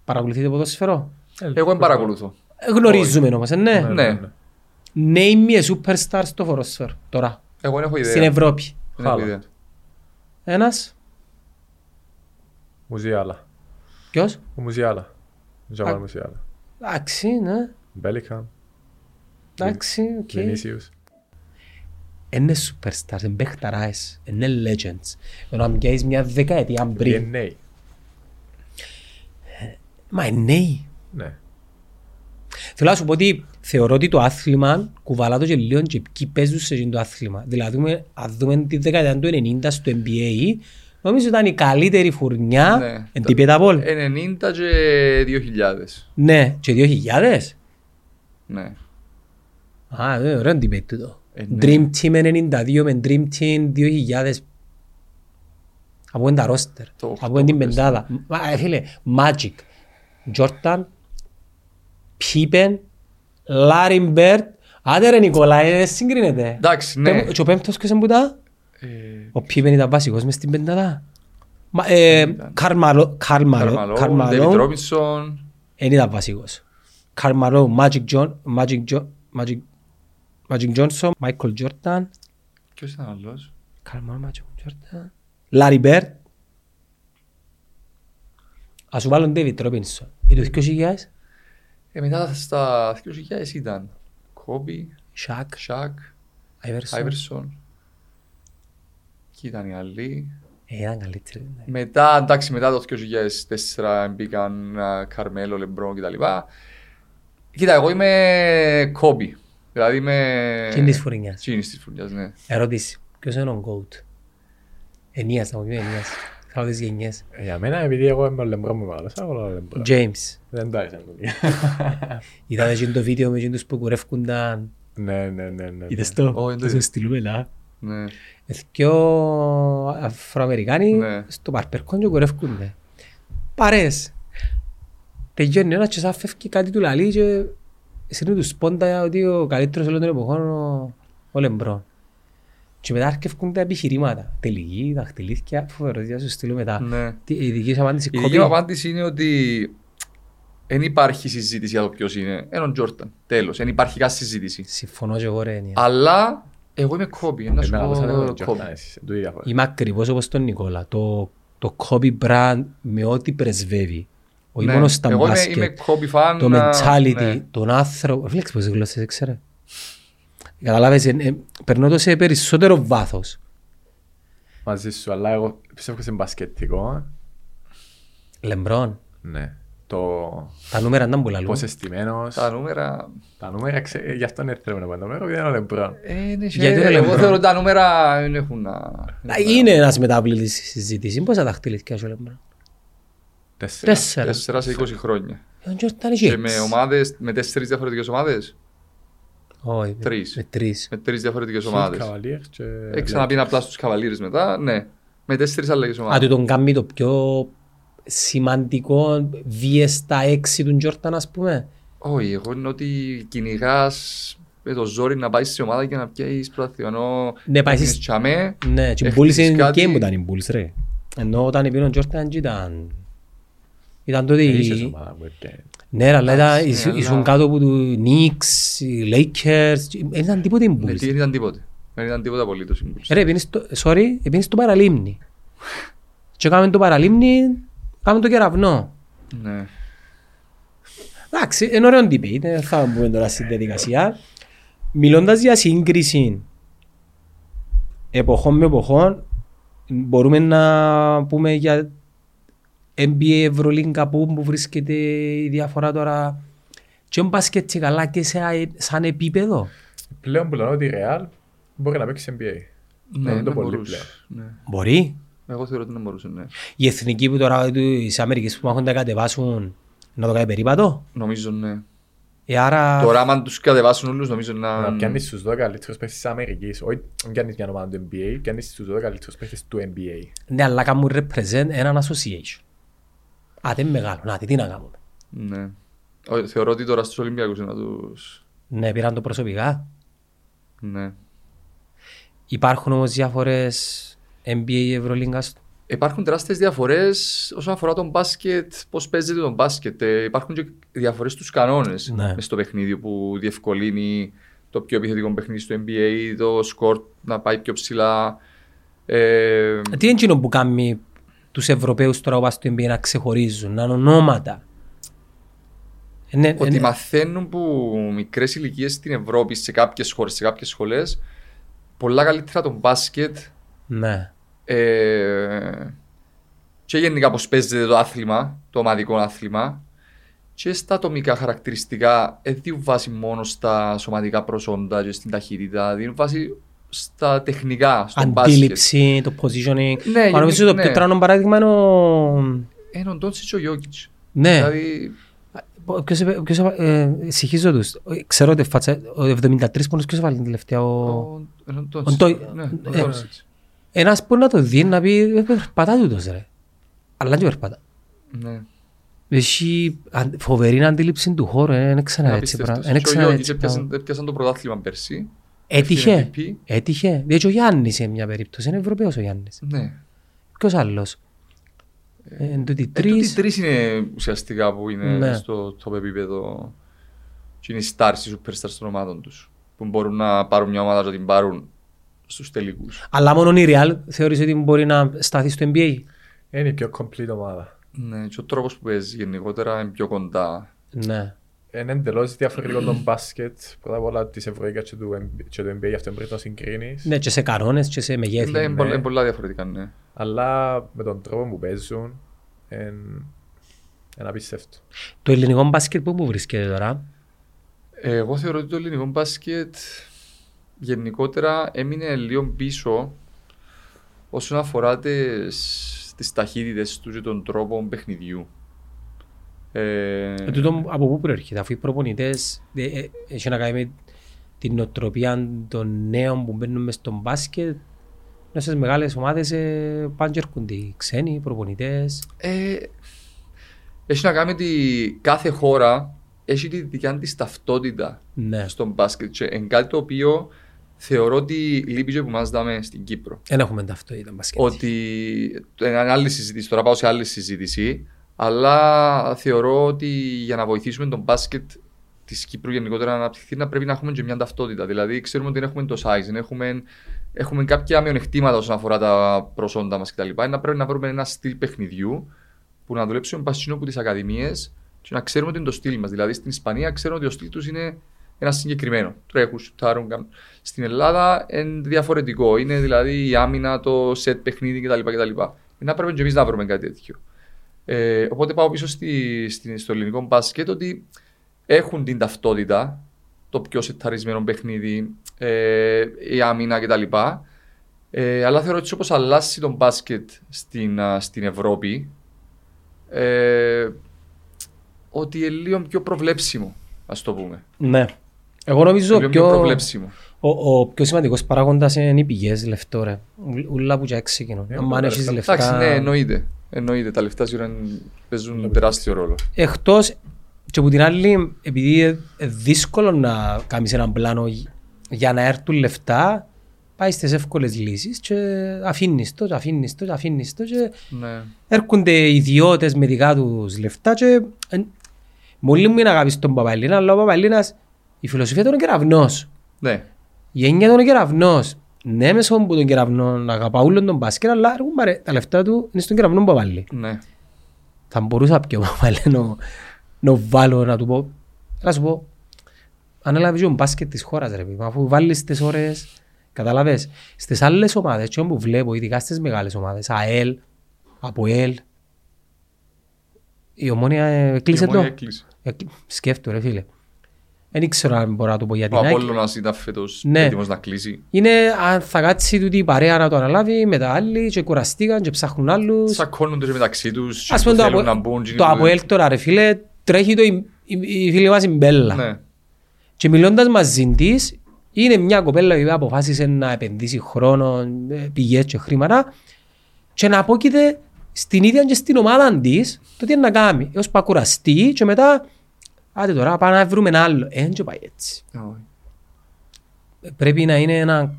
S2: παρακολουθείτε ποδόσφαιρο.
S1: Εγώ δεν παρακολουθώ.
S2: Ε, Γνωρίζουμε όμως, ε, ναι.
S1: Ναι.
S2: Name me a superstar στο ποδόσφαιρο τώρα,
S1: Εγώ δεν έχω ιδέα.
S2: στην Ευρώπη.
S1: Δεν έχω
S3: Χάλα.
S1: ιδέα.
S2: Ένας,
S3: Μουζιάλα.
S2: ποιος,
S3: Ο Μουζιάλα. Τζαμάλ
S2: Α.
S3: Μουζιάλα.
S2: εντάξει, ναι,
S3: Μπέλικαμ.
S2: εντάξει, οκ.
S3: Βινίσιους.
S2: Είναι superstars, είναι παιχταράες, είναι legends. Το να μοιάζεις μια δεκαετία πριν.
S3: DNA.
S2: Μα είναι νέοι.
S3: Ναι.
S2: Θέλω να σου πω ότι θεωρώ ότι το άθλημα κουβαλά το και λίγο και ποιοι παίζουν σε εκείνο το άθλημα. Δηλαδή, με- αν δούμε τη δεκαετία του 90 στο NBA, νομίζω ήταν η καλύτερη φουρνιά
S1: Ναι.
S2: εν την πέτα πόλ.
S1: 90 και 2000.
S2: Ναι, και 2000.
S1: Ναι.
S2: Α, ε, ωραίο debate τούτο.
S1: Ε, ναι.
S2: Dream Team 92 με Dream Team 2000. Από τα ρόστερ,
S1: Το
S2: από την πεντάδα. Μα, ε, φίλε, Magic, Jordan, Pippen, Larry Bird. Άντε ρε Νικόλα, ε, συγκρίνεται.
S1: Εντάξει, ναι.
S2: Και ο πέμπτος ποιος είναι που τα?
S1: Ε,
S2: Ο Pippen ήταν βασικός μες στην πεντάδα. Μα, ε,
S1: ήταν.
S2: Karl Malo- Karl Malo- Karl
S1: Καρμαλό, Ντέβιτ
S2: Malone
S1: Ρόμπινσον.
S2: δεν ήταν βασικός. Karl Malone, Magic John, Magic John, Magic, Magic Johnson, Michael Jordan,
S1: Ποιος ήταν άλλο.
S2: Karl Malone, Magic Jordan, Larry Bird. Ας σου βάλω David Robinson. Ή του 2000,
S1: Ε, μετά στα 2000 ήταν. Κόμπι,
S2: Shaq,
S1: Σακ,
S2: Iverson.
S1: Άιβερσον. Και ήταν οι άλλοι.
S2: Ε, ήταν καλύτεροι. ναι.
S1: Μετά, εντάξει, μετά το 2004 μπήκαν α, Καρμέλο, Λεμπρόν κτλ. Κοίτα, εγώ είμαι Κόμπι. Δηλαδή είμαι.
S2: Εκείνη της φουρνιάς.
S1: Εκείνης της φουρνιάς, ναι.
S2: Ερώτηση. Ποιος είναι ο GOAT. Ενίας, θα μου πει Ενίας. Θα ρωτήσεις γενιές.
S3: Ε, Για μένα, επειδή εγώ είμαι ο Λεμπρό μου μεγάλωσα, εγώ λέω Λεμπρό.
S2: James.
S3: Δεν τα ήθελα.
S2: Είδατε εκείνο το βίντεο με εκείνους που κουρεύκουνταν.
S3: Ναι, ναι, ναι, ναι.
S2: Είδες
S1: Ω,
S2: το.
S1: είναι το
S2: Θα σου
S1: ίδιο.
S2: στείλουμε να.
S1: ναι.
S2: Δυο Αφροαμερικάνοι
S1: Ναι.
S2: στο παρπερκόν και κουρεύκονται. Παρές. Τελειώνει ένας και σαν φεύγει κάτι του λαλί και σύρνει του σπόντα ότι ο καλύτερος όλων των εποχών ο, ο Λεμπρόν. Και μετά έρχευκούν τα επιχειρήματα. Τελική, δαχτυλίδια, φοβερό, θα σου στείλω μετά.
S1: ναι.
S2: Τι- Η δική σου απάντηση
S1: Η
S2: κόπη.
S1: δική μου απάντηση είναι ότι δεν υπάρχει συζήτηση για το ποιος είναι. Έναν Τζόρταν. Τέλο. Δεν υπάρχει καν συζήτηση.
S2: Συμφωνώ και εγώ ρε. Ενία.
S1: Αλλά εγώ είμαι Κόμπι. Να
S3: Ε,
S1: σου
S3: να, σαν τον
S1: πω
S3: Jordan,
S1: Κόμπι.
S3: εσείς, του ίδια φορά.
S2: Είμαι ακριβώς όπως τον Νικόλα. Το, το Kobe Brand με ό,τι πρεσβεύει. Όχι
S1: Ναι.
S2: μόνο στα
S1: Εγώ είμαι-
S2: μπάσκετ.
S1: είμαι Κόμπι φαν.
S2: το
S1: α,
S2: mentality,
S1: ναι.
S2: τον άνθρωπο. Βλέπεις πόσες γλώσσες ήξερε. Καταλάβες, ε, ε, περνώ το σε περισσότερο βάθος.
S3: Μαζί σου, αλλά εγώ πιστεύω σε μπασκετικό.
S2: Λεμπρόν,
S3: Ναι. Το
S2: τα νούμερα ήταν πολλά
S3: πώς
S2: λόγια.
S3: αισθημένος.
S1: Τα νούμερα.
S3: Τα νούμερα, ξέ- γι' αυτό δεν θέλω να πω το νούμερο, γιατί είναι ο Λεμπρόν.
S1: Ε, ναι,
S2: Γιατί
S1: ε,
S2: ρε,
S1: Εγώ
S2: Λεμπρόν.
S1: θεωρώ τα νούμερα δεν έχουν να.
S2: Είναι ένας μεταβλητή τη συζήτηση. Πόσα δαχτυλίδια σου, Λεμπρόν.
S3: Τέσσερα.
S2: Τέσσερα. Ε,
S1: 4 σε 20 χρόνια.
S2: Ο Τζόρταν είχε.
S1: Και με ομάδες, με τέσσερις διαφορετικές ομάδες.
S2: Όχι, με-
S1: τρεις.
S2: Με τρεις.
S1: Με τρεις διαφορετικές
S3: Heat
S1: ομάδες.
S3: Cavaliers και...
S1: Ε, Ξαναπεί απλά στου καβαλίρε μετά, ναι. Με τέσσερις αλλαγές
S2: Α, του
S1: ομάδες.
S2: τον κάνει το πιο σημαντικό βιέστα έξι του Τζόρταν, ας πούμε.
S1: Όχι, εγώ είναι ότι κυνηγάς με το ζόρι να πάεις σε ομάδα και να πιέσεις πρωταθλητικό.
S2: Ναι, πάει στις-
S1: τσαμέ.
S2: Ναι, και η
S1: Έχτισες
S2: Bulls είναι
S1: Ε, κάτι-
S2: και μου ήταν η Bulls, ρε. Ενώ όταν πήγαινε ο Τζόρταν ήταν... Ήταν
S1: Ε,
S2: τότε
S3: Δεν
S2: η-
S3: είχες Ε, ομάδα που έπιανε.
S2: Ναι, ρε, αλλά ήταν,
S1: ναι,
S2: ήσου-
S1: αλλά-
S2: ήσουν κάτω από του Knicks, οι Lakers, δεν ήταν τίποτε οι
S1: Ναι, τι
S2: Bulls.
S1: δεν ήταν τίποτε. Δεν ήταν τίποτα πολύ το
S2: Ρε, πήγαινες στο- sorry, πήγαινες στο παραλίμνη. Και κάμε το παραλίμνη, κάμε το κεραυνό.
S1: Ναι.
S2: Εντάξει, είναι ωραίο debate, δεν θα μπούμε τώρα στη διαδικασία. Μιλώντας για σύγκριση, εποχών με εποχών μπορούμε να πούμε για NBA, Ευρωλίγκα, πού που βρίσκεται η διαφορά τώρα και αν πας και έτσι καλά και σε, αε- σαν επίπεδο.
S3: Πλέον που λέω ότι η Real μπορεί να παίξει NBA.
S1: Ναι,
S3: είναι
S1: δεν
S3: το πολύ
S1: μπορούσε. Ναι.
S2: Μπορεί.
S1: Εγώ θεωρώ ότι δεν μπορούσε, ναι.
S2: Η εθνική που τώρα της Αμερικής που μάχουν να κατεβάσουν να το κάνει περίπατο.
S1: Νομίζω, ναι.
S2: Ε, άρα...
S1: Τώρα, άμα τους κατεβάσουν όλους, νομίζω να...
S3: Να πιάνεις τους 12 καλύτερους παίχτες της Αμερικής. Όχι, να πιάνεις μια ομάδα του NBA, πιάνεις τους 12 καλύτερους παίχτες του NBA.
S2: Ναι, αλλά κάνουν represent έναν association. Α, δεν μεγάλο. Να, τι να κάνουμε.
S1: Ναι. Ω, Θεωρώ ότι τώρα στους Ολυμπιακούς είναι να τους...
S2: Ναι, πήραν το προσωπικά.
S1: Ναι.
S2: Υπάρχουν όμως διάφορες NBA Ευρωλίγκας.
S1: Υπάρχουν τεράστιες διαφορές όσον αφορά τον μπάσκετ, πώς παίζεται τον μπάσκετ. Ε, Υπάρχουν και διαφορές στους κανόνες
S2: Ναι.
S1: μες στο παιχνίδι που διευκολύνει το πιο επιθετικό παιχνίδι στο NBA, το σκορ να πάει πιο ψηλά. Ε,
S2: Τι είναι εκείνο που κάνει τους Ευρωπαίους τώρα που πας στο NBA να ξεχωρίζουν, να είναι ονόματα. Ε, Ναι,
S1: ότι
S2: ε, ναι.
S1: μαθαίνουν που μικρές ηλικίες στην Ευρώπη, σε κάποιες χώρες, σε κάποιες σχολές, πολλά καλύτερα τον μπάσκετ
S2: ναι.
S1: ε, και γενικά πώς παίζεται το άθλημα, το ομαδικό άθλημα και στα ατομικά χαρακτηριστικά δεν δίνουν βάση μόνο στα σωματικά προσόντα και στην ταχύτητα, δίνουν βάση στα τεχνικά, στον μπάσκετ.
S2: Αντίληψη, το positioning.
S1: Ναι,
S2: Μα νομίζω
S1: γενικά,
S2: το πιο
S1: ναι.
S2: τρανό παράδειγμα είναι ο...
S1: Ενώ τον Ε, Τόνσιτς ο Γιώκητς.
S2: Ναι.
S1: Δηλαδή,
S2: Ο- Ποιος, είπε- ποιος, είπα- ε, συγχύζω τους. Ε, Ξέρω ότι φάτσα, ο 73 πόνος ποιος βάλει την τελευταία. Ο...
S1: ο Έντον Τόνσιτς.
S2: Ντόι-
S1: Ναι, ο
S2: ε,
S1: Τόνσιτς.
S2: Ένας που να το δει να πει «Ε, περπατά τούτος ρε. Αλλά δεν περπατά.
S1: Ναι.
S2: Έχει αν- φοβερή αντίληψη του χώρου. ε, Δεν ξανά έτσι
S1: Απίστευτος.
S2: πράγμα. Δεν
S1: Και ο
S2: ξανά
S1: Γιώκητς
S2: έτσι
S1: έπιασε
S2: πράγμα.
S1: έπιασαν το πρωτάθλημα πέρσι.
S2: Έτυχε.
S1: MVP.
S2: Έτυχε. Δηλαδή και ο Γιάννης σε μια περίπτωση. Είναι Ευρωπαίος ο Γιάννης.
S1: Ναι.
S2: Ποιος άλλος. Ε, Εν τούτη
S1: Ε, τούτοι οι
S2: τρεις.
S1: τρεις είναι ουσιαστικά που είναι
S2: Ναι.
S1: στο top επίπεδο και είναι οι stars, οι superstars των ομάδων τους που μπορούν να πάρουν μια ομάδα και να την πάρουν στους τελικούς.
S2: Αλλά μόνο η Real θεωρείς ότι μπορεί να σταθεί στο NBA.
S3: Είναι η πιο complete ομάδα.
S1: Ναι, και ο τρόπος που παίζει γενικότερα είναι πιο κοντά.
S2: Ναι.
S3: Είναι εντελώς διαφορετικό το μπάσκετ, πρώτα απ' όλα της Ευρωίκας και του NBA, και του NBA, γι' αυτό πρέπει να το συγκρίνεις.
S2: Ναι, και σε κανόνες και σε μεγέθη.
S1: Ναι, είναι πολλά- είναι πολλά διαφορετικά, ναι.
S3: Αλλά με τον τρόπο που παίζουν, είναι απίστευτο.
S2: Το ελληνικό μπάσκετ πού που βρίσκεται τώρα.
S1: Ε, Εγώ θεωρώ ότι το ελληνικό μπάσκετ γενικότερα έμεινε λίγο πίσω όσον αφορά τις, τις ταχύτητες του και τον τρόπο παιχνιδιού. Ε,
S2: Ε, τούτο από πού προέρχεται, αφού οι προπονητές έχει να κάνει με την νοοτροπία των νέων που μπαίνουν μέσα στον μπάσκετ. Ενώ στις μεγάλες ομάδες ε, πάνε και έρχονται οι ξένοι, οι προπονητές.
S1: Ε, έχει να κάνει ότι κάθε χώρα έχει τη δικιά της ταυτότητα
S2: Ναι.
S1: στον μπάσκετ και εν κάτι το οποίο θεωρώ ότι λείπει και που μας δάμε στην Κύπρο.
S2: Δεν έχουμε ταυτότητα μπάσκετ.
S1: Ότι ε, είναι άλλη συζήτηση, τώρα πάω σε άλλη συζήτηση, αλλά θεωρώ ότι για να βοηθήσουμε τον μπάσκετ της Κύπρου γενικότερα να αναπτυχθεί, να πρέπει να έχουμε και μια ταυτότητα. Δηλαδή, ξέρουμε ότι δεν έχουμε το size, δεν έχουμε, έχουμε κάποια μειονεκτήματα όσον αφορά τα προσόντα μας κτλ. Είναι Να πρέπει να βρούμε ένα στυλ παιχνιδιού που να δουλέψουμε πασίνο από τις ακαδημίες και να ξέρουμε ότι είναι το στυλ μας. Δηλαδή, στην Ισπανία ξέρω ότι ο στυλ τους είναι ένα συγκεκριμένο. Τρέχουν, σουτάρουν. κάνουν. Στην Ελλάδα είναι διαφορετικό. Είναι δηλαδή η άμυνα, το σετ παιχνίδι κτλ. κτλ. Να πρέπει και εμείς να βρούμε κάτι τέτοιο. Ε, οπότε πάω πίσω στη, στη, στο ελληνικό μπάσκετ ότι έχουν την ταυτότητα, το πιο σεταρισμένο παιχνίδι, ε, η άμυνα κτλ. Ε, αλλά θεωρώ ότι όπως αλλάζει το μπάσκετ στην, α, στην Ευρώπη, ε, ότι είναι λίγο πιο προβλέψιμο, ας το πούμε.
S2: Ναι. Εγώ νομίζω
S1: Λίγο
S2: πιο,
S1: πιο προβλέψιμο.
S2: ο, ο πιο σημαντικός παράγοντας είναι οι πηγές λεφτό. Ρε. Ου- Ούλα που και έξω
S3: Ε,
S2: Αν
S3: τα
S2: έχει
S3: λεφτά.
S2: λεφτά.
S1: Εντάξει, ναι, εννοείται. Εννοείται, τα λεφτά σίγουρα παίζουν τεράστιο ρόλο.
S2: Εκτός και από την άλλη, επειδή είναι δύσκολο να κάνεις έναν πλάνο γι- για να έρθουν λεφτά, πάει στις εύκολες λύσεις και αφήνεις το, αφήνεις το, αφήνεις το. Και
S1: Ναι.
S2: έρχονται ιδιώτες με δικά τους λεφτά. Και... Μόλις μου είναι αγάπη στον Παπαλίνας, αλλά ο Παπαλίνας η φιλοσοφία του είναι κεραυνός.
S1: ναι.
S2: Η έννοια του είναι κεραυνός. Ναι, μέσω από τον κεραυνό να αγαπά όλον τον μπάσκετ, αλλά ρε κουμπάρε, τα λεφτά του είναι στον κεραυνό Παπαλί
S1: ναι.
S2: θα μπορούσα πιο πάλι να, να βάλω να του πω. Να σου πω, ανέλαβε και ο μπάσκετ της χώρας ρε παιδί, μου, αφού βάλεις τις ώρες, Κατάλαβες. Στις άλλες ομάδες, και που βλέπω, ειδικά στις μεγάλες ομάδες, ΑΕΛ, ΑΠΟΕΛ, η ομόνια ε,
S1: Η
S2: κλείσε το.
S1: Ομόνια έκλεισε.
S2: Ε, σκέφτομαι ρε φίλε. Δεν ξέρω αν μπορώ να το πω για την
S1: Ο
S2: ΑΕΚ.
S1: Απόλλωνας ήταν φέτος
S2: Ναι.
S1: έτοιμος να κλείσει.
S2: Είναι αν θα κάτσει τούτη η παρέα να το αναλάβει με τα άλλοι και κουραστήκαν και ψάχνουν άλλους.
S1: Σακώνονται και μεταξύ τους.
S2: Ας
S1: και
S2: πούμε το,
S1: θέλουν
S2: Απο-
S1: να μπουν,
S2: το
S1: γίνονται-
S2: Αποέλ τώρα ρε φίλε τρέχει το η, η, η φίλη μας η Μπέλλα.
S1: Ναι.
S2: Και μιλώντας μαζί της, είναι μια κοπέλα η οποία αποφάσισε να επενδύσει χρόνο, ε, πηγές και χρήματα και να απόκειται στην ίδια και στην ομάδα της το τι να κάνει. Έως που ακουραστεί και μετά, άντε τώρα πάμε να βρούμε ένα άλλο. Ε, και πάει έτσι. Ε, Πρέπει να είναι ένα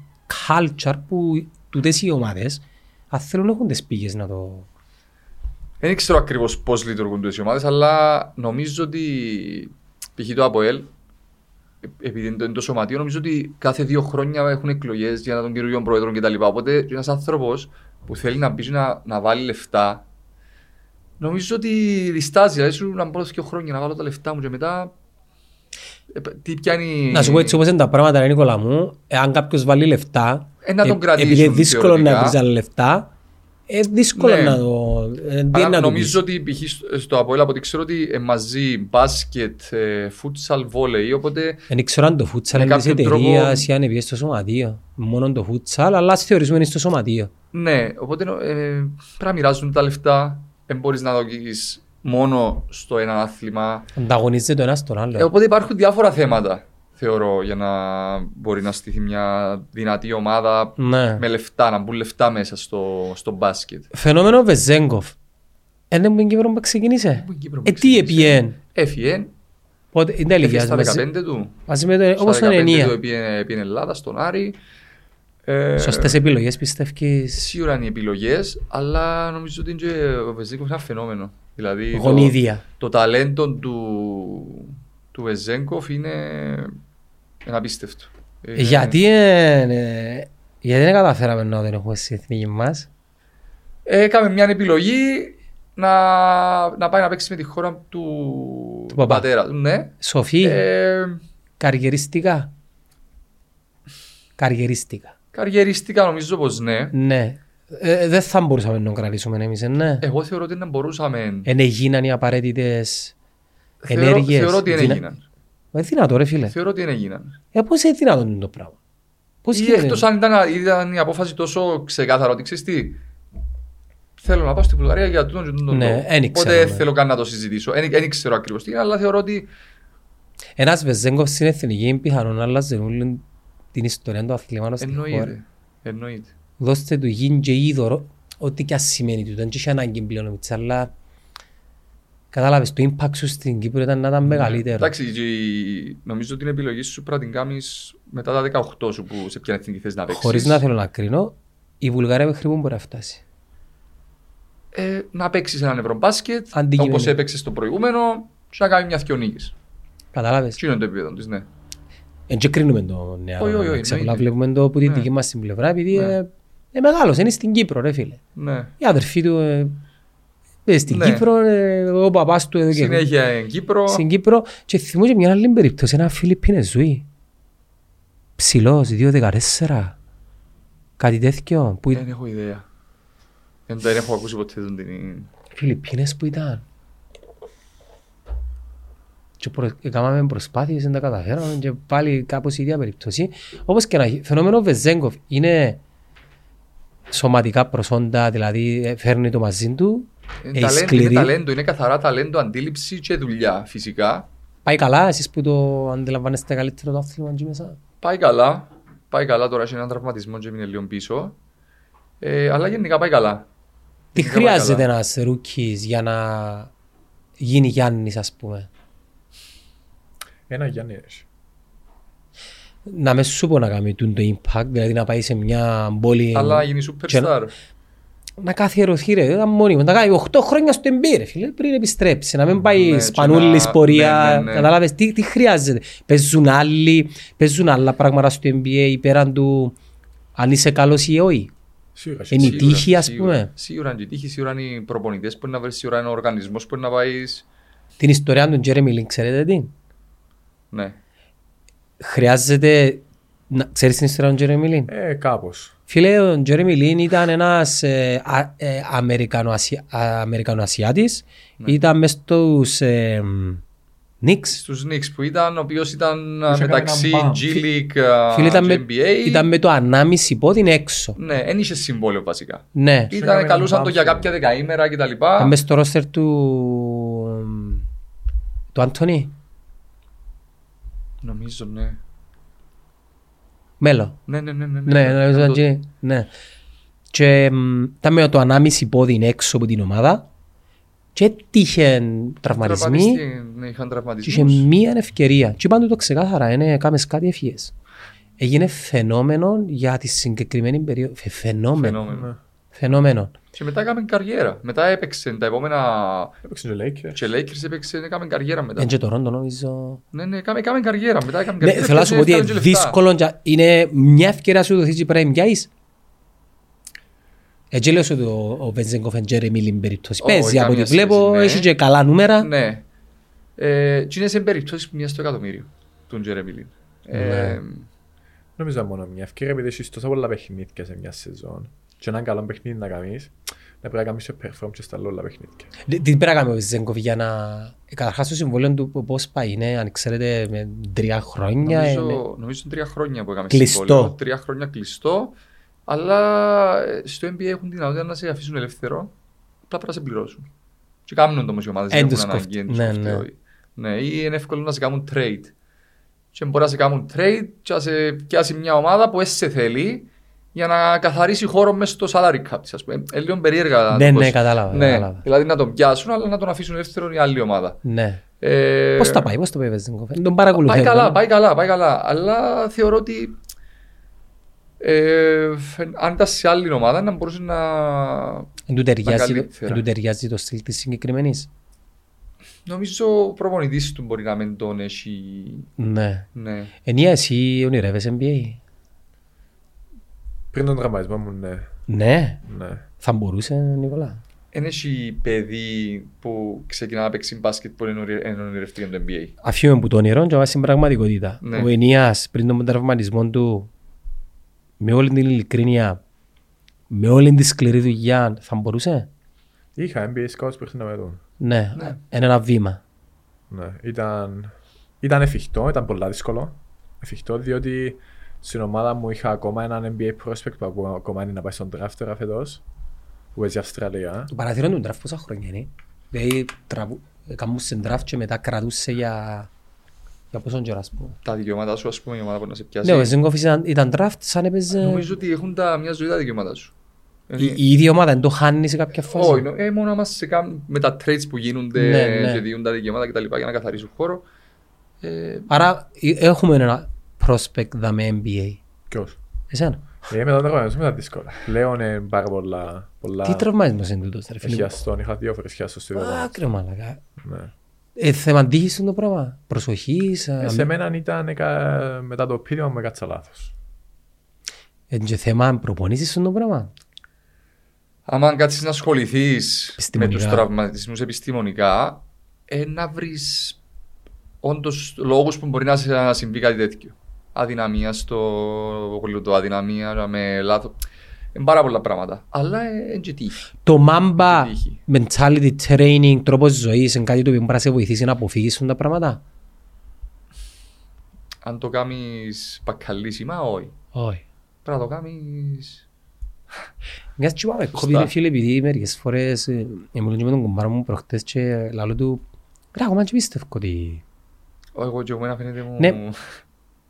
S2: culture που τούτες οι ομάδες αν θέλουν να έχουν τις πήγες να το...
S1: Δεν ξέρω ακριβώς πώς λειτουργούν τούτες οι ομάδες, αλλά νομίζω ότι π.χ. το ΑΠΟΕΛ, ε, επειδή είναι το, είναι το σωματείο, νομίζω ότι κάθε δύο χρόνια έχουν εκλογές για τον κύριο πρόεδρο κτλ. Οπότε ένας άνθρωπος που θέλει να μπει και να, να βάλει λεφτά, νομίζω ότι διστάζει. Δηλαδή σου να μπω δύο χρόνια να βάλω τα λεφτά μου και μετά. ε, π- Τι πιάνει.
S2: Να σου πω έτσι όπως είναι τα πράγματα, ρε Νίκολα μου, εάν κάποιος βάλει λεφτά,
S1: Ε, να τον
S2: ε,
S1: κρατήσουν
S2: επειδή είναι δύσκολο να
S1: θεωρητικά.
S2: βρεις άλλα λεφτά, ε, δύσκολο
S1: Ναι.
S2: να το... Ε, τι
S1: Αλλά
S2: να το
S1: νομίζω ότι π.χ. στο- στο ΑΠΟΕΛ από ό,τι ξέρω ότι ε, μαζί μπάσκετ, ε, φούτσαλ, βόλεϊ, οπότε
S2: Δεν ξέρω αν το φούτσαλ
S1: με
S2: είναι της
S1: κάποιον
S2: εταιρείας
S1: τρόπο-
S2: ή αν είναι στο σωματείο. Μόνο το φούτσαλ, αλλά ας θεωρήσουμε είναι στο σωματείο.
S1: Ναι, οπότε ε, πρέπει να μοιράζουν τα λεφτά. Δεν μπορείς να το αγγίξεις μόνο στο ένα άθλημα.
S2: Ναι. Ανταγωνίζεται το ένα στον άλλο.
S1: Ε, οπότε υπάρχουν διάφορα θέματα, θεωρώ, για να μπορεί να στηθεί μια δυνατή ομάδα
S2: Ναι.
S1: με λεφτά, να μπουν λεφτά μέσα στο, στο μπάσκετ.
S2: Φαινόμενο Βεζέγκοφ. Ε, Είναι που είναι Κύπρο που ξεκίνησε.
S1: Που είναι Κύπρο που
S2: Ε, τι
S1: ξεκίνησε.
S2: επίεν.
S1: Έφυγε,
S2: Πότε, είναι
S1: έφυγε
S2: αλήθεια.
S1: Ε, στα
S2: Μαζί,
S1: 15 του.
S2: μαζί με το, όπως
S1: Στα
S2: τον
S1: 15 του
S2: Ενία.
S1: έπιε, έπιε Ελλάδα, στον Άρη. Ε,
S2: Σωστές επιλογές πιστεύεις.
S1: Σίγουρα είναι οι επιλογές, αλλά νομίζω ότι είναι και ο Βεζέγκοφ είναι ένα φαινόμενο. Δηλαδή, το-
S2: Γονίδια.
S1: το ταλέντο του, του Βεζέγκοφ είναι ένα απίστευτο. Είναι-
S2: Γιατί, ε, ε, γιατί δεν καταφέραμε να δεν έχουμε στην εθνική μας.
S1: Έκαμε μια επιλογή να, να πάει να παίξει με τη χώρα του,
S2: Του παπά.
S1: πατέρα του. Ναι.
S2: Σοφή,
S1: Ε,
S2: καριεριστικά. Καριεριστικά.
S1: καριεριστικά νομίζω πως ναι.
S2: Ναι. Ε, δεν θα μπορούσαμε να το κρατήσουμε εμείς, ε, ναι.
S1: Εγώ θεωρώ ότι δεν μπορούσαμε.
S2: Εν έγιναν οι απαραίτητες
S1: Θεωρώ-
S2: Ε, ενέργειες.
S1: Θεωρώ ότι δεν
S2: Δυνα-
S1: έγιναν.
S2: Ε, δυνατό ρε φίλε.
S1: Θεωρώ ότι δεν έγιναν.
S2: Ε, πώς είναι δυνατόν είναι το πράγμα. Πώς
S1: Ή
S2: γίνεται.
S1: εκτός αν ήταν, ήταν η απόφαση τόσο ξεκάθαρα ότι ξέρεις τι. Θέλω να πάω στη Βουλγαρία για τούτον και τούτον.
S2: Ναι,
S1: λόγο.
S2: εν
S1: Οπότε
S2: ήξερα,
S1: δεν
S2: ναι.
S1: θέλω καν να το συζητήσω. Δεν δεν ξέρω ακριβώς τι είναι, αλλά θεωρώ ότι
S2: Ένας Βεζέγκοφ στην εθνική είναι πιθανόν να αλλάζει όλη την ιστορία του αθλήματος στη χώρα.
S1: Εννοείται. Εννοείται.
S2: Δώστε του γιν και είδωρο, ό,τι και ας σημαίνει του. Δεν είχε ανάγκη πλέον ο Μιτσά, αλλά κατάλαβες, το impact σου στην Κύπρο ήταν να ήταν μεγαλύτερο.
S1: Ναι. Εντάξει, και η- νομίζω ότι την επιλογή σου πρέπει να την κάνεις μετά τα 18 σου που σε ποια εθνική θε να παίξεις.
S2: Χωρίς να θέλω να κρίνω, η Βουλγαρία μέχρι πού μπορεί να φτάσει.
S1: Ε, να παίξεις έναν ευρωμπάσκετ
S2: Αντικειμενικά.
S1: όπως έπαιξες στο προηγούμενο και να κάνεις μια θειονίκη.
S2: Κατάλαβες.
S1: Τι είναι το επίπεδο της, ναι.
S2: Εν και κρίνουμε το νεαρό.
S1: Όχι, όχι, όχι,
S2: εντάξει, απλά
S1: εννοείται.
S2: βλέπουμε το που τη
S1: Ναι.
S2: δική μας την πλευρά, επειδή
S1: Ναι.
S2: ε, ε, μεγάλος, είναι στην Κύπρο ρε φίλε.
S1: ναι.
S2: Η αδερφή του ε, ε, στην
S1: Ναι.
S2: Κύπρο, ε, ο παπάς του εδώ και
S1: Συνέχεια εν Κύπρο.
S2: στην Κύπρο και θυμούμαι και μια άλλη περίπτωση, ένα Φιλιππίνες ζωή. Ψηλός, 2-14, κάτι τέτοιο. Που...
S1: Δεν έχω ιδέα. Δεν δεν έχω ακούσει ποτέ τον την.
S2: Φιλιππίνες που ήταν. Και προ... έκαναμε προσπάθειες, δεν τα καταφέραμε και πάλι κάπως η ίδια περίπτωση. Όπως και να έχει, φαινόμενο Βεζέγκοφ είναι σωματικά προσόντα, δηλαδή ε, φέρνει το μαζί του,
S1: Είναι
S2: ε,
S1: ταλέντο,
S2: σκληρή.
S1: είναι ταλέντο, είναι καθαρά ταλέντο, αντίληψη και δουλειά φυσικά.
S2: Πάει καλά, εσείς που το αντιλαμβάνεστε καλύτερο το άθλημα εκεί μέσα.
S1: Πάει καλά. Πάει καλά τώρα, έχει έναν τραυματισμό και έμεινε λίγο πίσω. Ε, αλλά γενικά πάει καλά.
S2: Τι
S1: Γενικά πάει
S2: χρειάζεται
S1: καλά.
S2: ένας ρούκι για να γίνει Γιάννης, ας πούμε.
S3: Ένα Γιάννη έχει.
S2: Να μες σου πω να κάνει τούτο το impact, δηλαδή να πάει σε μια πόλη.
S1: Αλλά γίνει superstar.
S2: Να καθιερωθεί, ρε, ήταν μόνιμο. Να κάνει 8 χρόνια στο εμπειρία, φίλε, πριν επιστρέψει. Να μην πάει
S1: Ναι,
S2: ναι,
S1: και
S2: σπανούλη
S1: να-
S2: πορεία.
S1: ναι, ναι, ναι.
S2: Κατάλαβες τι, τι χρειάζεται. Παίζουν άλλοι, παίζουν άλλα πράγματα στο NBA πέραν του αν είσαι καλός ή όχι.
S3: Σίγουρα.
S2: Είναι η
S3: σίγουρα.
S1: Σίγουρα,
S2: τύχη, ας
S1: σίγουρα.
S2: πούμε.
S1: Σίγουρα είναι η τύχη, σίγουρα είναι οι προπονητές που είναι να βρεις, σίγουρα είναι ο οργανισμός που είναι να πάεις.
S2: Την ιστορία του Jeremy Lin, ξέρετε τι.
S1: Ναι.
S2: χρειάζεται Να- Ξέρεις την ιστορία των Τζέρεμι Λίν.
S3: Ε, κάπως.
S2: Φίλε, ο Τζέρεμι Λίν ήταν ένας ε, α- ε, Αμερικανοασι- α- Αμερικανοασιάτης. Ήταν μες στους ε, μ, Knicks.
S1: Στους Knicks που ήταν, ο οποίος ήταν α,
S3: Είχε κάνει
S1: μεταξύ
S3: έναν μπαμ.
S1: G League α,
S2: Φίλε, ήταν,
S1: και
S2: με,
S1: NBA.
S2: ήταν με το ανάμιση πόδι έξω.
S1: Ναι, δεν είχε συμβόλαιο βασικά.
S2: Ναι.
S3: Είχε
S1: Ήταν,
S3: κάνει
S1: καλούσαν
S3: έναν
S1: το για
S3: μπαμ.
S1: κάποια δεκαήμερα κτλ.
S2: Ήταν μες στο ρόστερ του... μ, του Αντώνη.
S1: Νομίζω, ναι.
S2: Μέλο.
S1: Ναι, ναι, ναι. ναι,
S2: Ναι, νομίζω
S1: Ήταν
S2: ήταν
S1: το-
S2: και... Ναι. Και μ, ήταν με το ανάμιση πόδι έξω από την ομάδα και έτυχε τραυματισμοί
S1: Τραυματιστή, ναι, είχαν
S2: και είχε
S1: τραυματισμούς.
S2: μία ευκαιρία. Και είπαν του το ξεκάθαρα, είναι κάμες κάτι ευχές. Έγινε φαινόμενο για τη συγκεκριμένη περίοδο. Φε- Φαινόμενο.
S1: Φαινόμενο.
S2: Φαινόμενο.
S1: Και μετά έκαμε καριέρα. Μετά έπαιξε τα επόμενα.
S3: Έπαιξε και Lakers.
S1: Και Lakers έπαιξε, έκαμε καριέρα μετά.
S2: Εν Ε, και το Ρόντο νομίζω...
S1: Ναι, ναι, έκαμε, έκαμε καριέρα. Μετά έκαμε
S2: Ναι,
S1: καριέρα.
S2: θέλω να σου πω ότι
S1: έφτανε
S2: είναι
S1: και λεφτά.
S2: δύσκολο και- είναι μια ευκαιρία σου δοθείς και πρέπει να πιάσεις. Έτσι λέω σου το ο Βενζέγκοφ εν Τζέρεμι Λιν περίπτωση.
S1: Όχι,
S2: Παίζει από
S1: καμία
S2: ό,τι
S1: σχέση,
S2: βλέπω,
S1: ναι.
S2: έχει και καλά νούμερα.
S1: Ναι. Ε, τι είναι σε περιπτώσεις μιας στο εκατομμύριο του Τζερέμι Λιν. Ε,
S2: Ναι.
S3: Νομίζω μόνο μια ευκαιρία επειδή έχεις τόσα πολλά παιχνίδια σε μια σεζόν και έναν καλό παιχνίδι να κάνεις, να πρέπει να κάνεις και perform και στα όλα παιχνίδια.
S2: Τι τι πρέπει να κάνει ο Βενζέγκοφ για να... ε, Καταρχάς το συμβόλαιο του πώς πάει είναι, αν ξέρετε, με τρία χρόνια. είναι-
S1: νομίζω, νομίζω τρία χρόνια που έκαμε
S2: Κλειστό.
S1: συμβόλαιο. Τρία χρόνια κλειστό. Αλλά ε, στο NBA έχουν την δυνατότητα να σε αφήσουν ελεύθερο. Απλά πρέπει να σε πληρώσουν. Και κάνουν όμως οι ομάδες,
S2: Εν
S1: δεν
S2: τους
S1: έχουν
S2: κοφτ-
S1: ανάγκη. εν τους
S2: ναι,
S1: κοφτεί,
S2: ναι.
S1: όχι. Ναι, ή είναι εύκολο να σε κάνουν trade. Και μπορεί να σε κάνουν trade και να σε πιάσει μια ομάδα που εσύ σε θέλει για να καθαρίσει χώρο μέσα στο salary cap της, ας πούμε. Ε, λίγο περίεργα. να
S2: Ναι,
S1: το πω.
S2: ναι, κατάλαβα,
S1: Ναι,
S2: κατάλαβα.
S1: δηλαδή να τον πιάσουν, αλλά να τον αφήσουν ελεύθερο η άλλη ομάδα.
S2: Ναι.
S1: Ε,
S2: Πώς τα πάει, πώς το πάει ο Βενζέγκοφ. Τον παρακολουθώ.
S1: Πάει καλά, πάει καλά, πάει καλά. Αλλά θεωρώ ότι ε, φε- αν ήταν σε άλλη ομάδα να μπορούσε να.
S2: Εν του ταιριάζει το-
S1: καλύτερα.
S2: εν του ταιριάζει το στυλ της συγκεκριμένης.
S1: Νομίζω ο προπονητής του μπορεί να μην τον έχει.
S2: Ναι.
S1: Ναι.
S2: Ενία, εσύ ονειρεύεσαι NBA.
S3: Πριν τον τραυματισμό μου, ναι.
S2: Ναι.
S3: ναι.
S2: Θα μπορούσε, Νικόλα.
S1: Εν έχει παιδί που ξεκινά να παίξει μπάσκετ που είναι ονειρευτή για το NBA.
S2: Αφήνουμε που το όνειρο και πάμε στην πραγματικότητα.
S1: Ναι.
S2: Ο Ενίας πριν τον τραυματισμό του, με όλη την ειλικρίνεια, με όλη τη σκληρή δουλειά, θα μπορούσε.
S3: Είχα NBA scouts που ήρθαν να με δουν.
S2: Ναι, είναι ένα βήμα.
S3: Ναι. Ήταν, ήταν εφικτό, ήταν πολύ δύσκολο. Εφικτό διότι στην ομάδα μου είχα ακόμα έναν NBA prospect που ακόμα- ακόμα είναι να πάει στον draft τώρα φέτος, που παίζει Αυστραλία.
S2: Το παραθυρό του draft πόσα χρόνια είναι. Δηλαδή, τραβού, κάμουσαν draft και μετά κρατούσε για, για πόσον καιρό, ας πούμε.
S1: Τα δικαιώματα σου, ας πούμε, η ομάδα που να σε πιάσει.
S2: Ναι,
S3: Ε,
S2: ο Ζέγκοφ ήταν, ήταν draft σαν έπαιζε...
S1: Νομίζω ότι έχουν τα, μια ζωή τα δικαιώματα σου. Ε,
S3: ε,
S2: Η,
S3: ναι.
S2: η ίδια ομάδα δεν το χάνεις σε κάποια φάση.
S1: Όχι, νο- ε, μόνο άμα σε κάνουν με τα trades που γίνονται
S2: Ναι, ναι.
S1: και διούν τα δικαιώματα κτλ. για να καθαρίσουν χώρο. Ε,
S2: Άρα ε, έχουμε ένα prospect δαμε NBA.
S3: Ποιος.
S2: Εσένα.
S3: Ε, μετά τον τραυματισμό ήταν δύσκολα. Πλέον ε, πάρα πολλά. πολλά...
S2: Τι τραυματισμός είναι τούτος, ρε φίλε. μου.
S3: Χιαστόν, είχα δύο φορές χιαστό στη δουλειά.
S2: Άκρη μαλακά.
S3: Ναι.
S2: Ε, θέμα τύχης είναι το πράγμα. Προσοχής.
S3: Ε, σε μένα ήταν εκα- μετά το πείραμα μου έκατσα λάθος.
S2: Ε, και θέμα προπονήσεις είναι το πράγμα.
S1: άμα κάτσεις να ασχοληθείς με
S2: Επιστημονικά.
S1: τους τραυματισμούς επιστημονικά, ε, να βρεις όντως λόγους που μπορεί να, σε, να συμβεί κάτι τέτοιο. Αδυναμία στο γλουτό, αδυναμία με λάθο. Είναι πάρα πολλά πράγματα. Αλλά είναι και τύχη.
S2: Το Mamba
S1: Έχει τύχη.
S2: mentality training, τρόπος ζωής, είναι κάτι το οποίο μπορεί να σε βοηθήσει να αποφύγεις σου τα πράγματα.
S1: Αν το κάνεις πακαλίσιμα, όχι.
S2: Όχι.
S1: Πρέπει να το κάνεις.
S2: Μιας και πάμε
S1: Σωστά.
S2: κόβει ρε φίλε επειδή μερικές φορές ε, ήμουν και με τον κουμπάρο μου προχτές και λαλό του «Ρε ακόμα και πιστεύω ότι
S1: Εγώ και εμένα φαίνεται μου.
S2: Ναι.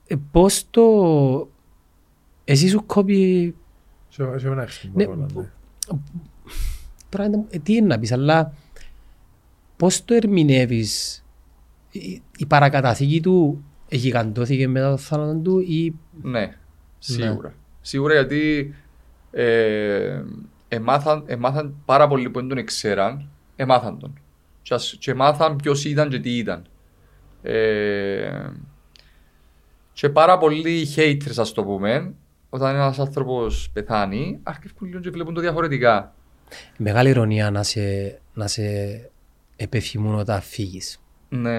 S2: ε, πώς το... Εσύ σου κόβει...
S3: Σε σε μένα άρχισε
S2: Ναι,
S3: ναι, πολλά, ναι.
S2: Τώρα δεν- ε, τι είναι να πεις, αλλά πώς το ερμηνεύεις η, η παρακαταθήκη του ε, γιγαντώθηκε μετά το θάνατο του ή
S1: Ναι, σίγουρα. Σίγουρα γιατί ε, εμάθαν, εμάθαν πάρα πολλοί που δεν τον ξέραν, εμάθαν τον. Και, ας- και εμάθαν ποιος ήταν και τι ήταν. Ε, και πάρα πολλοί haters, ας το πούμε, όταν ένας άνθρωπος πεθάνει, αρκεύουν λίγο και βλέπουν το διαφορετικά.
S2: μεγάλη ηρωνία να σε, να σε επεφημούν όταν φύγεις.
S1: Ναι,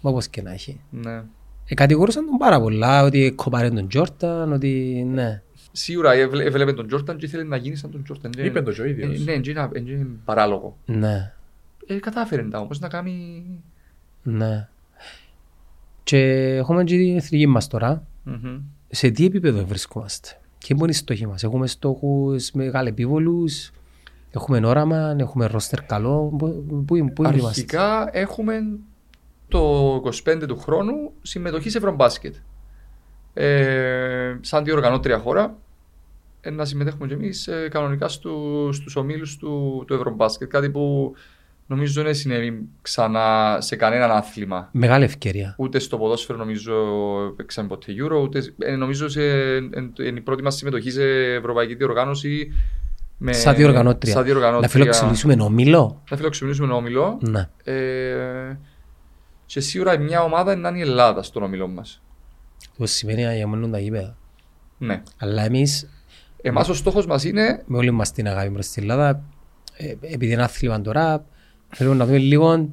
S2: Μα όπως και να έχει.
S1: ναι.
S2: Ε, κατηγορούσαν τον πάρα πολλά, ότι κοπάρε τον Τζόρταν, ότι ναι.
S1: Σίγουρα έβλε- έβλεπε τον Τζόρταν και ήθελε να γίνει σαν τον Τζόρταν. Ε,
S3: Είπε το και ο
S1: ε,
S3: ίδιος.
S1: Ναι, έτσι είναι- έτσι είναι παράλογο.
S2: Ναι,
S1: Ε, κατάφερε τα όμως να κάνει...
S2: ναι. Και έχουμε και την εθνική μας τώρα.
S1: Μμμ.
S2: Σε τι επίπεδο βρισκόμαστε. Και είναι οι στόχοι μας. Έχουμε στόχους μεγάλη επίβολους, έχουμε όραμα, έχουμε ρόστερ καλό. Πού, πού, πού είμαστε.
S1: Αρχικά έχουμε το 25 του χρόνου συμμετοχή σε Ευρωμπάσκετ. Ε, σαν διοργανώτρια χώρα, ε, να συμμετέχουμε κι εμείς ε, κανονικά στου, στους ομίλους του, του Ευρωμπάσκετ. Κάτι που νομίζω δεν συνέβη ξανά σε κανέναν άθλημα.
S2: Μεγάλη ευκαιρία.
S1: Ούτε στο ποδόσφαιρο νομίζω παίξαμε ποτέ Euro, ούτε, σ- ε, νομίζω σε, εν- εν- η πρώτη μας συμμετοχή σε ευρωπαϊκή διοργάνωση. Με,
S2: Σαν διοργανώτρια.
S1: Σαν διοργανώτρια.
S2: Να φιλοξενήσουμε όμιλο.
S1: Να φιλοξενήσουμε ένα όμιλο.
S2: Ναι.
S1: Ε, και σίγουρα μια ομάδα να είναι η Ελλάδα στον ομιλό μας.
S2: Το σημαίνει να γεμώνουν τα γήπεδα.
S1: Ναι.
S2: Αλλά εμείς
S1: Εμάς
S2: Ναι.
S1: ο στόχος μας είναι.
S2: με όλη μας την αγάπη προς την Ελλάδα, ε, επειδή είναι άθλημα τώρα, θέλουμε να δούμε λίγο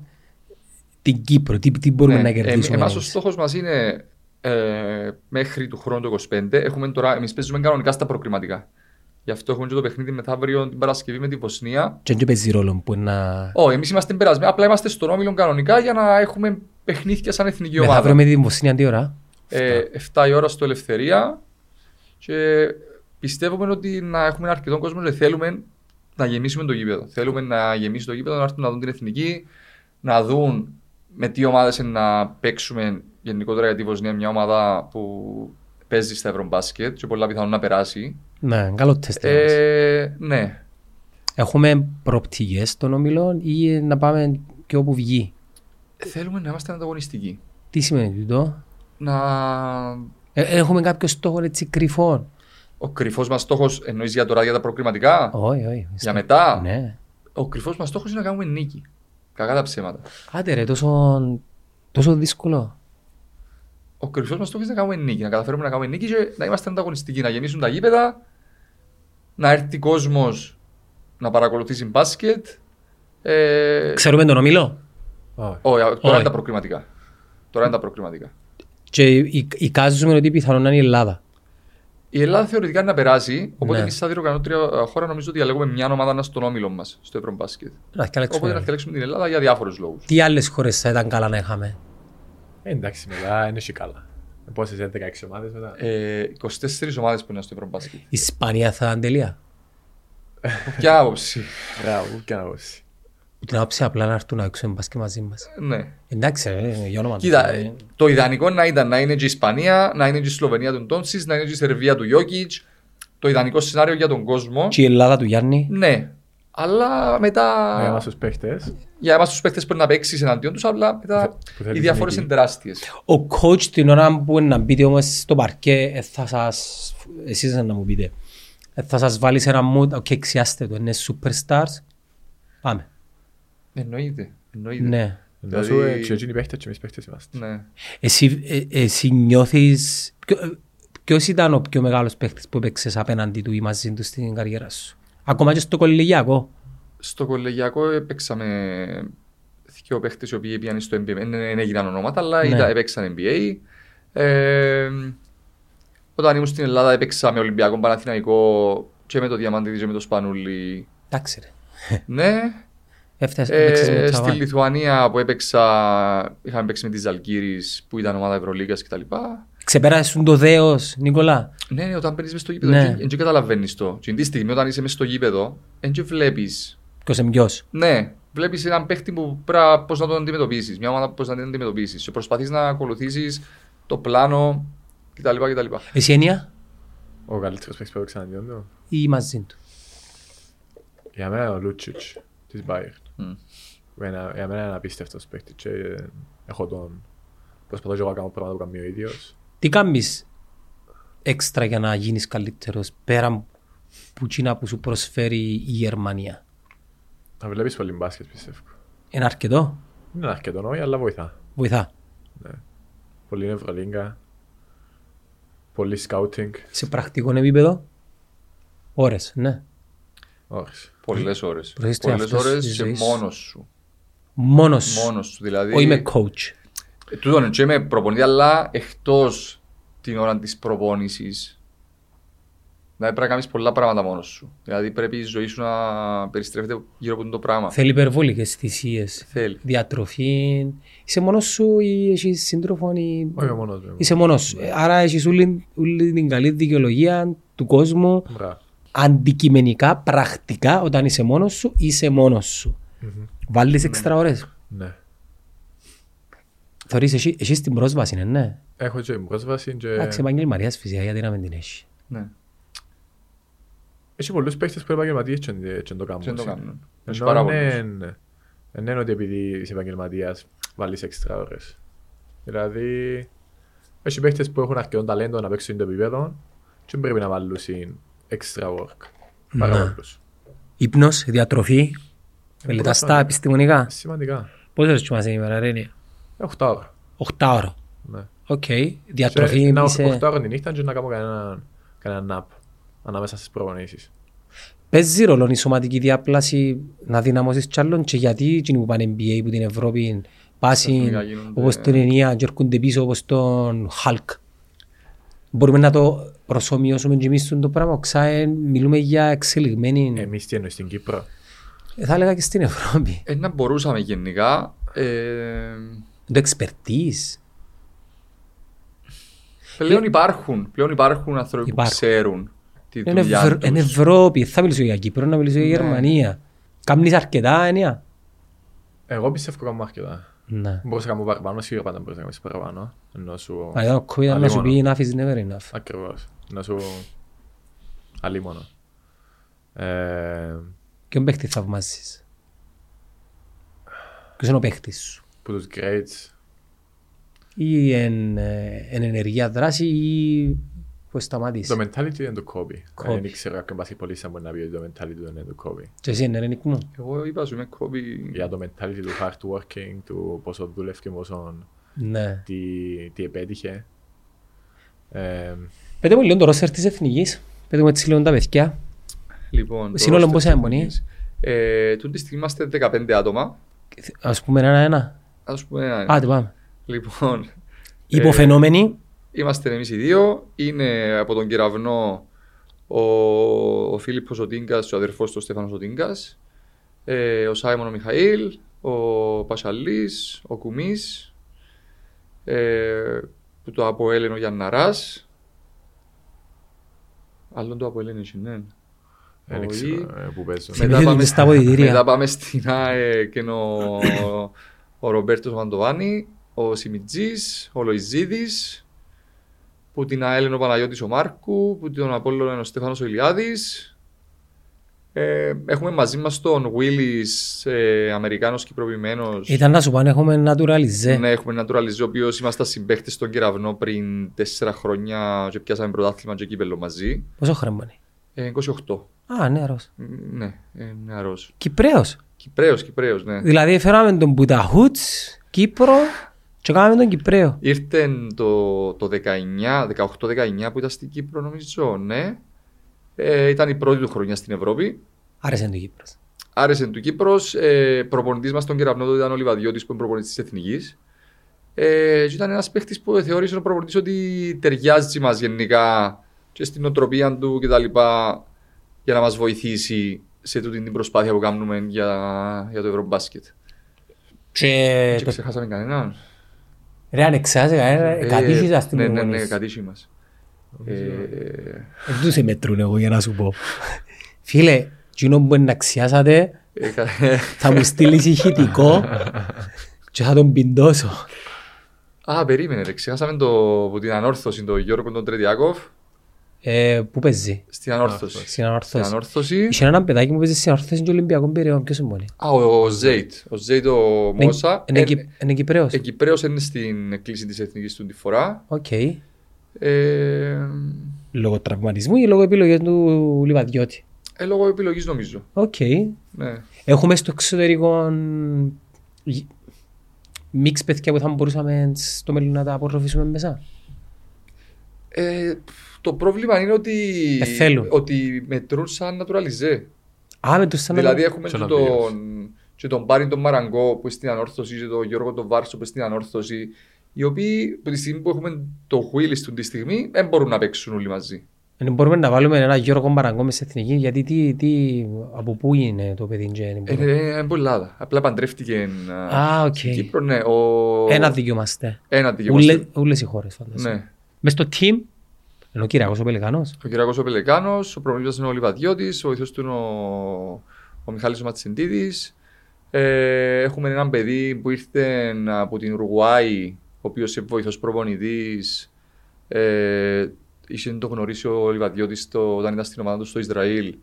S2: την Κύπρο, τι, τι μπορούμε
S1: Ναι, ε,
S2: να κερδίσουμε.
S1: Εμάς ο
S2: εμείς.
S1: στόχος μας είναι ε, μέχρι του χρόνου του 25. Έχουμε τώρα, εμείς παίζουμε κανονικά στα προκριματικά. Γι' αυτό έχουμε και το παιχνίδι μεθαύριο την Παρασκευή με τη Βοσνία.
S2: Και δεν παίζει ρόλο που είναι να...
S1: Ω, εμείς είμαστε περασμένοι. Απλά είμαστε στον όμιλο κανονικά για να έχουμε παιχνίδια σαν εθνική ομάδα.
S2: Μεθαύριο με τη Βοσνία τι ώρα.
S1: Ε, 7 η ώρα στο Ελευθερία και πιστεύουμε ότι να έχουμε ένα αρκετό κόσμο και θέλουμε να γεμίσουμε το γήπεδο. Θέλουμε να γεμίσει το γήπεδο, να έρθουν να δουν την εθνική, να δουν με τι ομάδες να παίξουμε γενικότερα για τη Βοσνία, μια ομάδα που παίζει στα Ευρωμπάσκετ και πολλά πιθανόν να περάσει.
S2: Ναι, καλό τεστ. Ε...
S1: Ε, ναι.
S2: Έχουμε προοπτικές των ομιλών ή να πάμε και όπου βγει.
S1: Θέλουμε να είμαστε ανταγωνιστικοί.
S2: Τι σημαίνει τούτο.
S1: Να...
S2: Ε, έχουμε κάποιο στόχο έτσι κρυφό.
S1: Ο κρυφός μας στόχος εννοείς για τώρα για τα προκριματικά.
S2: Όχι, όχι.
S1: Για μετά.
S2: Ναι.
S1: Ο κρυφός μας στόχος είναι να κάνουμε νίκη. Κακά τα ψέματα.
S2: Άντε ρε, τόσο, τόσο δύσκολο.
S1: Ο κρυφός μας στόχος είναι να κάνουμε νίκη. Να καταφέρουμε να κάνουμε νίκη και να είμαστε ανταγωνιστικοί. Να γεμίσουν τα γήπεδα, να έρθει κόσμος να παρακολουθήσει μπάσκετ. Ε,
S2: Ξέρουμε τον ομιλό.
S3: Α,
S1: όχι, τώρα
S2: Όχι.
S1: είναι τα προκριματικά. Τώρα είναι τα προκριματικά.
S2: Και εικ- εικάζουμε ότι πιθανόν να είναι η Ελλάδα.
S1: Η Ελλάδα θεωρητικά είναι να περάσει, οπότε
S2: Ναι.
S1: εμείς σαν διοργανώτρια ε, χώρα νομίζω ότι διαλέγουμε μια ομάδα να είναι στον όμιλο μας, στο Ευρωμπάσκετ.
S2: Να διαλέξουμε.
S1: Οπότε να διαλέξουμε την Ελλάδα για διάφορους λόγους.
S2: ναι. Τι άλλες χώρες θα ήταν καλά να είχαμε.
S3: ε, Εντάξει, μετά είναι και καλά. Ε, Πόσες, ε, 16 ομάδες μετά.
S1: Ε, 24 ομάδες που είναι στο Ευρωμπάσκετ.
S2: Η Ισπανία θα ήταν τελεία.
S1: Ποια άποψη.
S3: Μπράβο, και να δώσει.
S2: Που την άποψη απλά να έρθουν να έξουν μπάσκετ μαζί μας.
S1: ναι.
S2: Εντάξει, ρε, για όνομα. του
S1: Κοίτα,
S2: Θεού,
S1: ε,
S2: ε.
S1: το ιδανικό να ήταν να είναι και η Ισπανία, να είναι και η Σλοβενία του Ντόντσι, να είναι και η Σερβία του Γιώκητ. Το ιδανικό σενάριο για τον κόσμο.
S2: Και η Ελλάδα του Γιάννη.
S1: Ναι. Αλλά μετά.
S3: Να είμαστε στους παίχτες.
S1: Για εμάς τους παίχτες πρέπει να παίξει εναντίον τους, αλλά μετά
S3: Που θέλει
S1: οι
S3: την
S1: διαφορέ
S3: νίκη.
S1: είναι τεράστιες.
S2: Ο coach την ώρα που να μπείτε όμως στο παρκέ, ε, θα σας. Εσείς να μου πείτε. Ε, Θα σας βάλεις σε ένα mood. Οκ, ξιάστε το. Είναι superstars. Πάμε.
S1: Εννοείται. Εννοείται.
S2: Ναι.
S3: Να σου, ε,
S1: Δηλαδή-
S3: και εκείνοι οι παίχτες και εμείς παίχτες είμαστε.
S1: Ναι.
S2: Εσύ, ε, εσύ νιώθεις. Ποιο ε, ήταν ο πιο μεγάλος παίχτης που έπαιξες απέναντί του ή μαζί του στην καριέρα σου. Ακόμα και στο κολυγιακό.
S1: Στο κολεγιακό έπαιξαμε δύο παίχτες οι οποίοι πήγαν στο NBA. Δεν έγιναν ονόματα, αλλά
S2: Ναι.
S1: ήταν, έπαιξαν NBA. Ε, όταν ήμουν στην Ελλάδα έπαιξα με Ολυμπιακό Παναθηναϊκό και με το Διαμαντίδη και με το Σπανούλη.
S2: Εντάξει, ρε.
S1: ναι.
S2: Έφτασε.
S1: Ε,
S2: έπαιξες με
S1: στη
S2: τσαβά.
S1: Λιθουανία που έπαιξα, είχαμε παίξει με τη Ζαλγκύρης που ήταν ομάδα Ευρωλίγα κτλ.
S2: Ξεπέρασε το δέος, Νικολά.
S1: Ναι, ναι, όταν παίρνεις στο γήπεδο,
S2: Ναι.
S1: δεν καταλαβαίνεις το. Την τη στιγμή, όταν είσαι μέσα στο γήπεδο, δεν βλέπει.
S2: Ποιο είναι ποιο.
S1: Ναι, βλέπεις έναν παίχτη που πρέπει πώς να τον αντιμετωπίσεις, μια ομάδα πώς να την αντιμετωπίσεις. Προσπαθείς να ακολουθήσεις το πλάνο κτλ. κτλ.
S2: Εσύ έννοια
S3: Ο καλύτερος παίχτης που έπαιξε εναντίον του.
S2: ή μαζί του.
S3: Για μένα είναι ο Λούτσιτς της Bayern.
S1: Μμ.
S3: Που είναι- Για μένα είναι ένα απίστευτος παίχτης και ε, έχω τον... Προσπαθώ και εγώ να κάνω πράγματα που κάνει ο ίδιος.
S2: Τι κάνεις έξτρα για να γίνεις καλύτερος πέρα που τσίνα που σου προσφέρει η Γερμανία.
S3: Να βλέπεις πολύ μπάσκετ πιστεύω.
S2: Είναι αρκετό.
S3: Είναι αρκετό νόη, αλλά βοηθά.
S2: Βοηθά.
S3: Πολύ νευραλίγκα. Πολύ σκάουτινγκ.
S2: Σε πρακτικό επίπεδο. Ωρε, ναι.
S3: Όχι.
S1: Πολλές ώρες.
S2: Βρεις την
S1: Πολλέ
S2: εαυτό σου
S1: ώρε
S2: στη
S1: και
S2: ζωή σου.
S1: μόνος σου.
S2: Μόνος σου.
S3: ε.
S1: Μόνος σου. Δηλαδή,
S2: Όχι με coach.
S1: Ε, Τούτον και με προπονητή, αλλά εκτός την ώρα της προπόνησης. Δηλαδή πρέπει να κάνεις πολλά πράγματα μόνος σου. Δηλαδή πρέπει η ζωή σου να περιστρέφεται γύρω από το πράγμα.
S2: Θέλει υπερβολικές θυσίες.
S1: Θέλει.
S2: Διατροφή. Είσαι μόνος σου ή έχεις σύντροφο ή.
S3: Όχι ο μόνος μου.
S2: Είσαι μόνος σου. Ε, Άρα έχεις όλη, όλη την καλή δικαιολογία του κόσμου.
S3: Μπράβο.
S2: Αντικειμενικά, πρακτικά, όταν είσαι μόνος σου, είσαι μόνος σου.
S3: Μμμ.
S2: Βάλεις έξτρα ώρες.
S3: Ναι.
S2: Θεωρεί εσύ, εσύ την πρόσβαση, ναι. ναι.
S3: Έχω και πρόσβαση και...
S2: Εντάξει, επαγγελματίας φυσικά, γιατί να μην την έχεις.
S1: Ναι.
S3: Έχει πολλούς παίχτες που επαγγελματίες και δεν- και δεν το κάνουν.
S1: Δεν το κάνουν. Έχει πάρα
S3: Ενώ
S1: πολλούς.
S3: ναι, ναι, ότι επειδή είσαι επαγγελματίας βάλεις έξτρα ώρες. Δηλαδή, έχει παίχτες που έχουν αρκετό ταλέντο να παίξουν το επίπεδο και δεν πρέπει να βάλουν συν extra work. Πάρα
S2: Ναι.
S3: πολλούς.
S2: Ύπνος, διατροφή.
S3: Ε, πολλά
S2: Μελεταστά επιστημονικά.
S3: Σημαντικά.
S2: Πόσες ώρες κοιμάσαι σήμερα, Ρένι.
S3: 8 ώρα.
S2: 8 ώρα.
S3: Ναι.
S2: Οκ. Διατροφή.
S3: Και Να
S2: Ε, είσαι-
S3: 8 ώρα την νύχτα και να κάνω κανένα, κανένα nap ανάμεσα στις προπονήσεις.
S2: Παίζει ρόλο η σωματική διάπλαση να δυναμώσεις κι άλλον και γιατί εκείνοι που πάνε NBA που την Ευρώπη πάσιν
S1: Ξαφνικά γίνονται-
S2: όπως τον Ενία και έρχονται πίσω όπως τον Hulk. Μπορούμε να το προσωμιώσουμε και εμείς το πράγμα. Ξάε μιλούμε για εξελιγμένη...
S1: Ε,
S3: Εμείς τι εννοείς στην Κύπρο.
S2: Ε, θα έλεγα και στην Ευρώπη.
S1: Ε, να μπορούσαμε γενικά. Ε,
S2: Το εξπερτής.
S1: πλέον υπάρχουν. Πλέον υπάρχουν άνθρωποι
S2: Υπάρχουν.
S1: που ξέρουν τη
S2: Είναι,
S1: δουλειά
S2: Ευρω-
S1: τους.
S2: είναι Ευρώπη. Θα μιλήσω για Κύπρο, να μιλήσω για
S1: Ναι.
S2: Γερμανία. Κάμνεις αρκετά, Ενία.
S3: Εγώ πιστεύω κάνω αρκετά.
S2: Ναι.
S3: Μπορούσα να κάνω παραπάνω, σίγουρα πάντα μπορούσα να κάνω παραπάνω. Ενώ σου...
S2: Αλλά ο COVID να σου
S3: Αλλήμωνο.
S2: πει enough is never enough.
S3: Ακριβώς. Να σου... Αλίμονο. Ε,
S2: Ποιον παίχτη θαυμάζεις. Ποιος είναι ο παίχτης σου.
S3: που τους grades
S2: Ή εν, ε, εν ενεργεία δράση ή που σταμάτησε.
S3: Το mentality είναι του Kobe.
S2: Kobe.
S3: Δεν ξέρω κάποιον πασχυπολίστα μπορεί να πει ότι το mentality του είναι του Kobe.
S2: Και εσύ είναι Νίκ μου.
S1: Εγώ είπα σου είμαι κόμπι.
S3: Για το mentality του hard working, του πόσο δούλευε και πόσο
S2: Ναι.
S3: τι, τι επέτυχε. Ε,
S2: Πέτε μου λίγο το ρόστερ της Εθνικής. Πέτε μου έτσι λίγο τα παιδιά.
S1: Λοιπόν, το
S2: Σύνολο
S1: roster
S2: πόσα
S1: της
S2: εμπονεί?
S1: Εθνικής. Ε, τούτη τη στιγμή είμαστε 15 άτομα.
S2: Ας πούμε ένα-ένα.
S1: Ας πούμε ένα.
S2: Άντε πάμε.
S1: Λοιπόν, Ε,
S2: Υποφαινόμενοι.
S1: είμαστε εμείς οι δύο. Είναι από τον κεραυνό ο, ο Φίλιππος ο Τίνκας, ο αδερφός του ο Στέφανος ο Τίνκας, ε, ο Σάιμον ο Μιχαήλ, ο Πασαλής, ο Κουμής, ε, που το από Έλενο Γιανναράς. Άλλον το από Έλενο είχε, ναι. Ο
S3: δεν
S1: Ή.
S3: ξέρω ε, που παίζω.
S2: Μετά- Θυμηθείτε τους στα αποδητήρια.
S1: μετά πάμε στην ΑΕ και ο, ο Ρομπέρτος Μαντοβάνη, ο Σιμιτζής, ο Λοϊζίδης, που την ΑΕΛ είναι ο Παναγιώτης ο Μάρκου, που τον Απόλλωνα είναι ο Στέφανος ο Ηλιάδης. Ε, έχουμε μαζί μας τον Βίλι, ε, Αμερικάνος κυπροποιημένο.
S2: Ήταν να σου πάνε έχουμε naturalize.
S1: ε, Ναι, έχουμε έναν τουραλιζό, ο οποίος ήμασταν συμπαίχτες στον κεραυνό πριν 4 χρόνια και πιάσαμε πρωτάθλημα και κύπελο μαζί.
S2: Πόσο χρόνο είναι.
S1: Ε, 28.
S2: Α, νεαρός.
S1: Μ, Ναι, ε, νεαρός.
S2: Κυπρέος.
S1: Κυπρέος, Κυπρέος, ναι.
S2: Δηλαδή φέραμε τον Μπουταχούτς, Κύπρο και κάναμε τον Κυπρέο.
S1: Ήρθε το, το 19, 18-19 που ήταν στην Κύπρο, νομίζω, ναι. Ε, ήταν η πρώτη του χρονιά στην Ευρώπη.
S2: Άρεσε τον Κύπρος.
S1: Άρεσε του Κύπρος. Ε, προπονητής μας τον κεραυνό του ήταν ο Λιβαδιώτης που είναι προπονητής της Εθνικής. Ε, και ήταν ένας παίχτη που θεώρησε ο προπονητής ότι ταιριάζει μας γενικά και στην οτροπία του κτλ. για να μας βοηθήσει σε τούτη την προσπάθεια που κάνουμε για, για το Ευρωμπάσκετ.
S2: Και
S1: Και
S2: το Ε,
S1: ξεχάσαμε κανέναν.
S2: Ρε αν εξάζει κανένα, κατήχησα στην
S1: Ναι, ναι, ναι,
S2: προπονήση.
S1: κατήχη μα. Ε,
S2: Ε, Δεν σε μετρούν εγώ για να σου πω. Φίλε, κοινό που μπορεί να ξιάσατε,
S1: Ε, κα- ε,
S2: θα μου στείλεις ηχητικό και θα τον πιντώσω.
S1: Α, περίμενε. Ρε. Ξεχάσαμε το, που την ανόρθωση τον Γιώργο τον Τρετιάκοφ
S2: Ε, Πού παίζει,
S1: στην ανόρθωση.
S2: στην
S1: Στην
S2: ανόρθωση.
S1: ανόρθωση.
S2: Είχε έναν παιδάκι που παίζει στην ανόρθωση και Ολυμπιακών περιοχών, ποιος είναι
S1: Α, ο, ο Ζέιτ. Ο Ζέιτ ο Μόσα.
S2: Ναι, Είναι Κυπ- Είναι Κυπρέος.
S1: Ε, Κυπρέος είναι στην εκκλήση της Εθνικής του τη φορά.
S2: Οκ.
S1: Ε,
S2: Λόγω τραυματισμού ή λόγω επιλογής του Λιβαδιώτη.
S1: ε, λόγω επιλογής νομίζω.
S2: Οκ.
S1: Ναι.
S2: Έχουμε στο εξωτερικό γ- μίξ παιδιά που θα μπορούσαμε στο μέλλον να τα απορροφήσουμε μέσα.
S1: Ε, το πρόβλημα είναι ότι,
S2: Ε, θέλουν.
S1: ότι μετρούν σαν naturalize.
S2: Α, με το σαν
S1: Δηλαδή έχουμε και
S3: Σαν
S1: τον, και τον Πάριν τον Μαραγκό που είναι στην ανόρθωση και τον Γιώργο τον Βάρσο που είναι στην ανόρθωση οι οποίοι από τη στιγμή που έχουμε το Willis τη στιγμή δεν μπορούν να παίξουν όλοι μαζί.
S2: Δεν Ε, μπορούμε να βάλουμε ένα Γιώργο Παραγκό μες στην εθνική, γιατί τι, τι, από πού είναι το παιδί και δεν
S1: Ε,
S2: μπορούμε.
S1: ε, ε, πολλά άλλα. Απλά παντρεύτηκε ε,
S2: Ναι. Α, οκ.
S1: στην Κύπρο, ναι. Ο...
S2: Ένα δικαιούμαστε.
S1: Ένα δικαιούμαστε.
S2: Ούλε- Ούλες οι χώρες φαντάζομαι.
S1: Ναι.
S2: Μες στο team, ενώ ο Κυριακός ο Πελεγανός.
S1: Ο Κυριακός ο Πελεκάνος, ο προμήθειας είναι ο Λιβαδιώτης, ο βοηθός του είναι ο, ο Μιχάλης ο Ματσιντίδης. Ε, έχουμε έναν παιδί που ήρθε από την Ουρουάη, ο οποίος είναι βοηθός προπονητής. Ε, είχε το γνωρίσει ο Λιβαδιώτης το, όταν ήταν στην ομάδα του στο Ισραήλ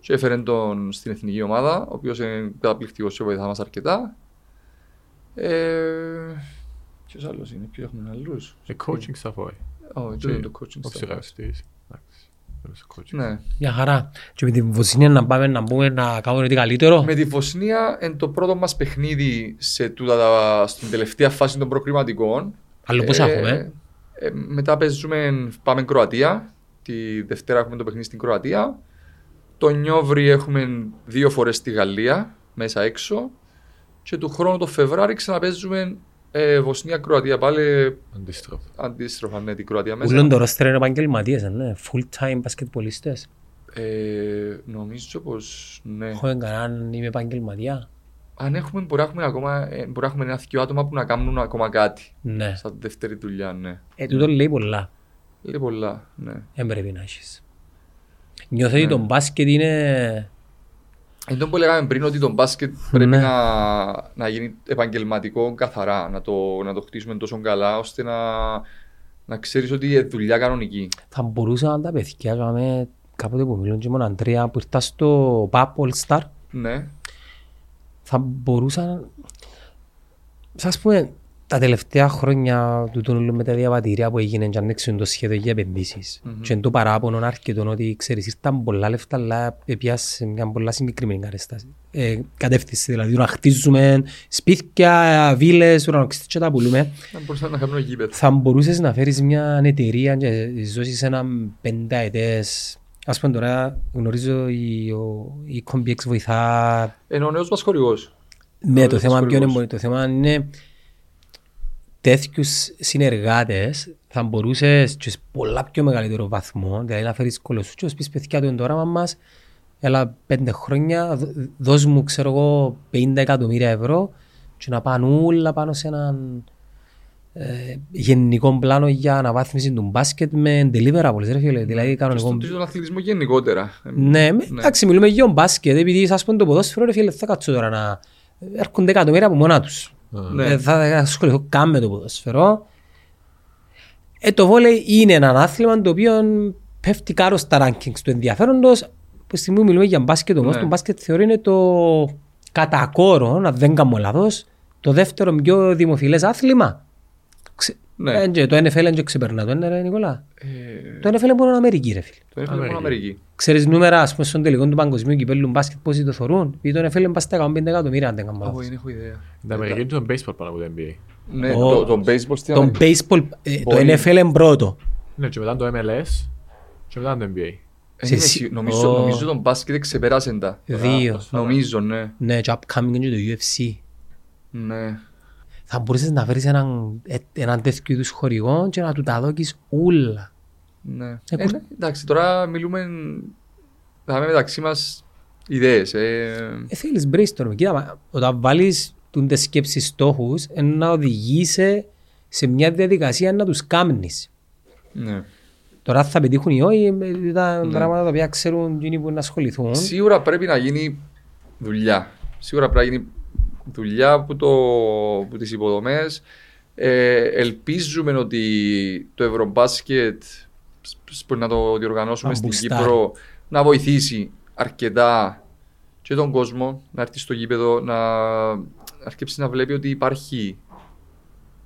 S1: και έφερε τον στην εθνική ομάδα, ο οποίος είναι καταπληκτικός και βοηθά μας αρκετά. Ε, ποιος άλλος είναι, ποιος έχουμε άλλους.
S3: Ε, coaching staff, όχι.
S1: Ω,
S3: Και
S1: τούτο είναι το coaching
S3: Ο
S1: staff.
S3: ψυχαγωγιστής. Εντάξει. Ένας coaching.
S1: Ναι.
S2: Μια χαρά. Και με την Βοσνία να πάμε να πούμε να κάνουμε τι καλύτερο.
S1: Με τη Βοσνία εν το πρώτο μας παιχνίδι σε τούτα, τα- στην τελευταία φάση των προκριματικών.
S2: Αλλά πώς έχουμε.
S1: ε, μετά παίζουμε, πάμε Κροατία. Τη Δευτέρα έχουμε το παιχνίδι στην Κροατία. Το Νιόβρι έχουμε δύο φορές στη Γαλλία, μέσα έξω. Και του χρόνου το Φεβράρι ξαναπαίζουμε ε, Βοσνία-Κροατία. Πάλι
S3: Αντίστροφα.
S1: αντίστροφα, ναι, την Κροατία μέσα.
S2: Ούλον το ρόστερ είναι επαγγελματίες, ε, ναι. Full time μπασκετπολίστες.
S1: Ε, νομίζω πως ναι.
S2: Έχω κανέναν, είμαι επαγγελματία.
S1: Αν έχουμε, μπορεί να έχουμε, ακόμα, ε, μπορεί να έχουμε ένα δυο άτομα που να κάνουν ακόμα κάτι.
S2: Ναι.
S1: Σαν δεύτερη δουλειά, ναι.
S2: Ε, τούτο λέει πολλά.
S1: Λέει πολλά, ναι.
S2: Δεν πρέπει να έχεις. Νιώθω ότι το μπάσκετ είναι...
S1: Εδώ που λέγαμε πριν ότι το μπάσκετ πρέπει
S2: Ναι.
S1: να, να γίνει επαγγελματικό καθαρά, να το, να το χτίσουμε τόσο καλά ώστε να, να ξέρεις ότι είναι δουλειά κανονική.
S2: θα μπορούσαν τα παιδιά κάμε, κάποτε που μιλούν και μόνο Αντρέα που ήρθα στο Pop All Star
S1: Ναι,
S2: θα μπορούσαν σας πούμε τα τελευταία χρόνια του τούνελου με τα διαβατήρια που έγινε και ανοίξουν το σχέδιο για επενδύσεις
S1: Μμμ.
S2: και είναι το παράπονο αρκετό ότι ξέρεις ήρθαν πολλά λεφτά αλλά έπιασε μια πολλά συγκεκριμένη κατάσταση. Ε, κατεύθυνση δηλαδή να χτίζουμε σπίτια, βίλες, ουρανοξύτες και τα πουλούμε
S1: να μπορούσαμε να κάνουμε γήπεδα.
S2: θα μπορούσες να φέρεις μια εταιρεία και ζώσεις ένα πενταετέ. Ας πούμε τώρα, γνωρίζω η, ο, η Combi X βοηθά.
S1: Ενώ ο νέος μας χορηγός.
S2: Ναι, το
S1: Πολύ
S2: θέμα, ποιο
S1: δύσκολος.
S2: είναι, το θέμα είναι τέτοιους συνεργάτες θα μπορούσες σε πολλά πιο μεγαλύτερο βαθμό, δηλαδή να φέρεις κολοσσού και να πεις παιδιά του είναι το όραμα μας, έλα πέντε χρόνια, δ- δώσ' μου ξέρω εγώ 50 εκατομμύρια ευρώ και να πάνε όλα πάνω σε έναν ε, γενικό πλάνο για αναβάθμιση του μπάσκετ με deliverables, ρε φίλε, δηλαδή
S1: Και
S2: κανονικό
S1: στον στον αθλητισμό γενικότερα.
S2: ναι, με- εντάξει, μιλούμε για τον μπάσκετ, επειδή σας πούμε το ποδόσφαιρο, ρε φίλε, θα κάτσω τώρα να... Έρχονται εκατομμύρια από μόνα τους.
S1: Ναι.
S2: Δεν θα ασχοληθώ καν με το ποδόσφαιρο. Ε, το βόλεϊ είναι ένα άθλημα το οποίο πέφτει κάρο στα rankings του ενδιαφέροντος. Που στη στιγμή που μιλούμε για μπάσκετ όμως,
S1: Ναι.
S2: το μπάσκετ θεωρεί είναι το κατά κόρο, να δεν κάνω λάθος, το δεύτερο πιο δημοφιλές άθλημα. Ξε...
S1: Ναι.
S2: Ε, και το NFL δεν ξεπερνά το, ε, ρε, Νικόλα.
S1: Ε,
S2: Το NFL είναι μόνο Αμερική, ρε φίλε.
S1: το έφερε μόνο
S3: Αμερική.
S1: Αμερική.
S2: Ξέρεις νούμερα, ας πούμε, στον τελικό του παγκοσμίου κυπέλλου μπάσκετ πόσοι το θωρούν. Επειδή τον έφελε μπας στα 150 εκατομμύρια, αν δεν κάνω
S1: Εγώ
S2: λάθος.
S1: δεν έχω ιδέα.
S3: Τα Αμερική είναι το baseball πάνω από το NBA.
S1: Ναι,
S2: Ο-
S1: το, το baseball στην
S2: Το
S1: Αμερική.
S2: baseball, ε, το
S1: Μπορεί.
S2: NFL είναι πρώτο.
S3: Ναι, και μετά το MLS και μετά το NBA.
S1: Ε, είμαι
S2: σε-
S1: σίγου- Νομίζω,
S2: ο-
S1: νομίζω το μπάσκετ ξεπεράσαν τα.
S2: Δύο.
S1: Νομίζω, ναι.
S2: Ναι, και upcoming είναι το UFC.
S1: Ναι.
S2: Θα μπορούσες να φέρεις έναν, ε, έναν τέτοιο είδους χορηγό και να του τα δώκεις ούλα.
S1: Ναι.
S2: Ε,
S1: Ε,
S2: κουρ-
S1: ναι, εντάξει, τώρα μιλούμε. Θα λέμε μεταξύ μας ιδέες. Ε,
S2: Ε, θέλεις brainstorm. Κοίτα, μα, όταν βάλεις τούντες σκέψεις στόχους, ε, να οδηγείσαι σε μια διαδικασία να τους κάμνεις.
S1: ναι.
S2: Τώρα θα πετύχουν ή όχι, ε, ήταν πράγματα τα οποία ξέρουν εκείνοι που να ασχοληθούν.
S1: Σίγουρα πρέπει να γίνει δουλειά. Σίγουρα πρέπει να γίνει δουλειά από, το, από τις υποδομές. Ε, ελπίζουμε ότι το Ευρωμπάσκετ σ- σ- μπορεί να το διοργανώσουμε
S2: Να
S1: στην
S2: μπουστάρει.
S1: Κύπρο να βοηθήσει αρκετά και τον κόσμο να έρθει στο γήπεδο να αρκέψει να βλέπει ότι υπάρχει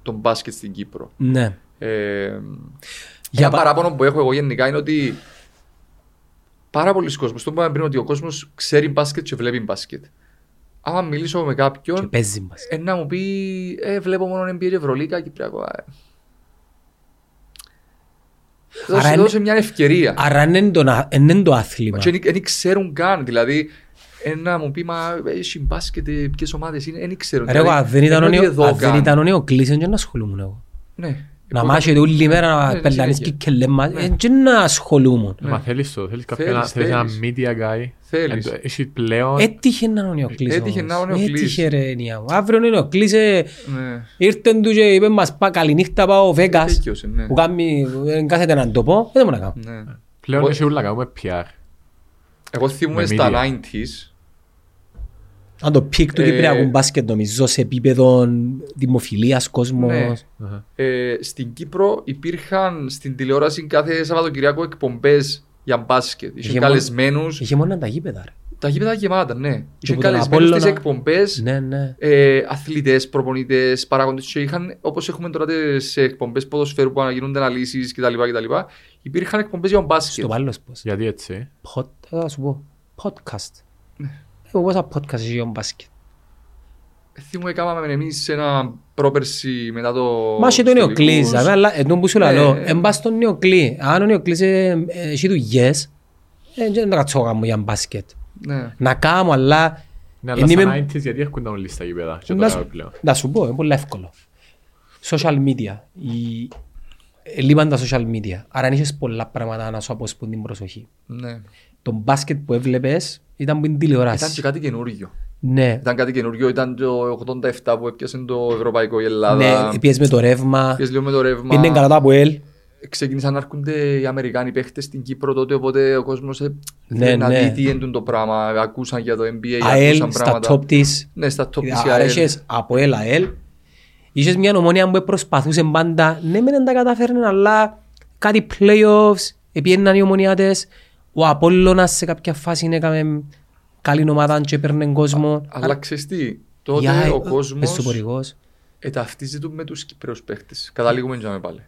S1: το μπάσκετ στην Κύπρο.
S2: Ναι.
S1: Ε,
S2: Για
S1: ένα
S2: πα-
S1: παράπονο που έχω εγώ γενικά είναι ότι πάρα πολλοί κόσμοι, το είπαμε πριν ότι ο κόσμος ξέρει μπάσκετ και βλέπει μπάσκετ. Άμα μιλήσω με
S2: Και
S1: κάποιον,
S2: παίζει μας.
S1: ε, να μου πει ε, βλέπω μόνο NBA και Ευρωλίκα Κυπριακό. Ε.
S2: Άρα
S1: Δώσε,
S2: είναι-
S1: δώσε μια ευκαιρία.
S2: Άρα δεν είναι το, να- εν είναι το άθλημα.
S1: Και δεν- δεν ξέρουν καν. Δηλαδή, ε, να μου πει, μα ε, έχει μπάσκετ, ποιες ομάδες είναι, δεν ξέρουν. Δηλαδή,
S2: Ρε, εγώ, αν δεν ήταν
S1: είναι
S2: ο
S1: ότι
S2: νέο-
S1: εδώ
S2: αν δεν
S1: καν.
S2: ήταν ο νέο κλείσεν και να ασχολούμουν εγώ.
S1: Ναι.
S2: Να μάχεται όλη μέρα να
S1: Ναι,
S2: πελανείς και
S1: συνέχεια. Ναι.
S2: κελέμα. Ε, Και να ασχολούμουν.
S3: Μα θέλεις το, θέλεις κάποιον,
S1: Θέλεις,
S3: να- θέλεις ένα
S1: θέλεις.
S3: media guy.
S1: Θέλεις.
S3: Εν τω- Έχει πλέον...
S2: Έτυχε να είναι ο Νεοκλής
S1: Έτυχε
S2: όμως.
S1: να είναι ο Νεοκλής.
S2: Έτυχε ρε Νιά. Αύριο είναι ο Νεοκλής. ε,
S1: Ναι.
S2: Ήρθε του και είπε μας πά, καληνύχτα πάω Βέγκας.
S1: Τέτοιος, ναι.
S2: Που κάνει, δεν κάθεται να το πω. Δεν μου να κάνω.
S1: Ναι.
S3: Πλέον
S1: Μπορεί-
S3: έχει όλα κάνουμε PR.
S1: Εγώ θυμούμαι
S3: Με
S1: στα
S3: media.
S1: 90s.
S2: Αν το πικ του
S1: Ε,
S2: Κυπριακού μπάσκετ νομίζω σε επίπεδο δημοφιλίας κόσμος.
S3: Αχα.
S1: Ε, στην Κύπρο υπήρχαν στην τηλεόραση κάθε Σαββατοκυριακό εκπομπές για μπάσκετ. Είχε
S2: μόνο-
S1: καλεσμένους.
S2: Είχε μόνο τα γήπεδα ρε.
S1: Τα γήπεδα γεμάτα, ναι. Είχε
S2: που τον
S1: καλεσμένου στι
S2: Απόλλωνα.
S1: εκπομπές.
S2: Ναι, ναι.
S1: Ε, Αθλητές, προπονητές, παράγοντε. Και είχαν, όπως έχουμε τώρα τις εκπομπές ποδοσφαίρου που αναγίνονται αναλύσεις κτλ. κτλ. Υπήρχαν εκπομπές για μπάσκετ.
S2: Στο πάλλος πώς.
S3: Γιατί έτσι.
S2: Pod, θα σου πω, podcast.
S3: Ναι.
S2: Εγώ πόσα podcast για μπάσκετ.
S1: Θυμούμαι κάναμε εμεί ένα πρόπερση μετά το.
S2: Μα και το
S1: τους
S2: Νεοκλής,
S1: τελικούς.
S2: δηλαδή, αλλά εντός που σου
S1: Ναι.
S2: λαλώ, εν πας στον Νεοκλή. Αν ο Νεοκλής ε, ε, έχει δουλειές, ε, δεν θα κάτσω γάμο για μπάσκετ.
S1: Ναι.
S2: Να κάνω, αλλά
S3: Ναι,
S2: Εν
S3: αλλά στα
S2: είμαι-
S3: 90s γιατί έρχονταν όλοι στα γήπεδα και
S2: να
S3: τώρα
S2: σου,
S3: πλέον.
S2: να σου πω, είναι πολύ εύκολο. Social media. Η... ε, Λείπαν τα social media. Άρα αν είχες πολλά πράγματα να σου αποσπούν την προσοχή.
S1: ναι.
S2: Το μπάσκετ που έβλεπες ήταν που είναι τηλεοράσης.
S1: Ήταν και κάτι καινούργιο.
S2: Ναι,
S1: Ήταν κάτι καινούργιο, ήταν το 87 που έπιασε το Ευρωπαϊκό η
S2: ναι
S1: Ελλάδα.
S2: πιες με το ρεύμα,
S1: Πιες λίγο με το ρεύμα.
S2: πήγαινε καλά τα
S1: Ε,
S2: ΠΟΕΛ.
S1: Ξεκίνησαν να έρχονται οι Αμερικάνοι παίχτες στην Κύπρο τότε, οπότε ο κόσμος ε,
S2: Ναι,
S1: θέλει να
S2: ναι.
S1: δει τι έντουν το πράγμα. Ακούσαν για το NBA,
S2: ΑΕΛ
S1: ακούσαν
S2: στα
S1: πράγματα.
S2: top της.
S1: Ναι, στα top της
S2: Άρα
S1: ΑΕΛ.
S2: είχες από ΑΕΛ, ΑΕΛ. Είχες μια ομόνια που προσπαθούσε πάντα, ναι μεν δεν τα κατάφερνε, αλλά κάτι playoffs, επίεναν οι ομονιάτες. Ο Απόλλωνας σε κάποια φάση έκαμε καλή ομάδα και έπαιρνε κόσμο.
S1: Αλλά ξέρεις τι, τότε
S2: Η ΑΕΛ,
S1: ο κόσμος
S2: πεζοπορικός.
S1: ε, ταυτίζει του με τους Κύπρεους παίχτες. Καταλήγουμε και να πάλι.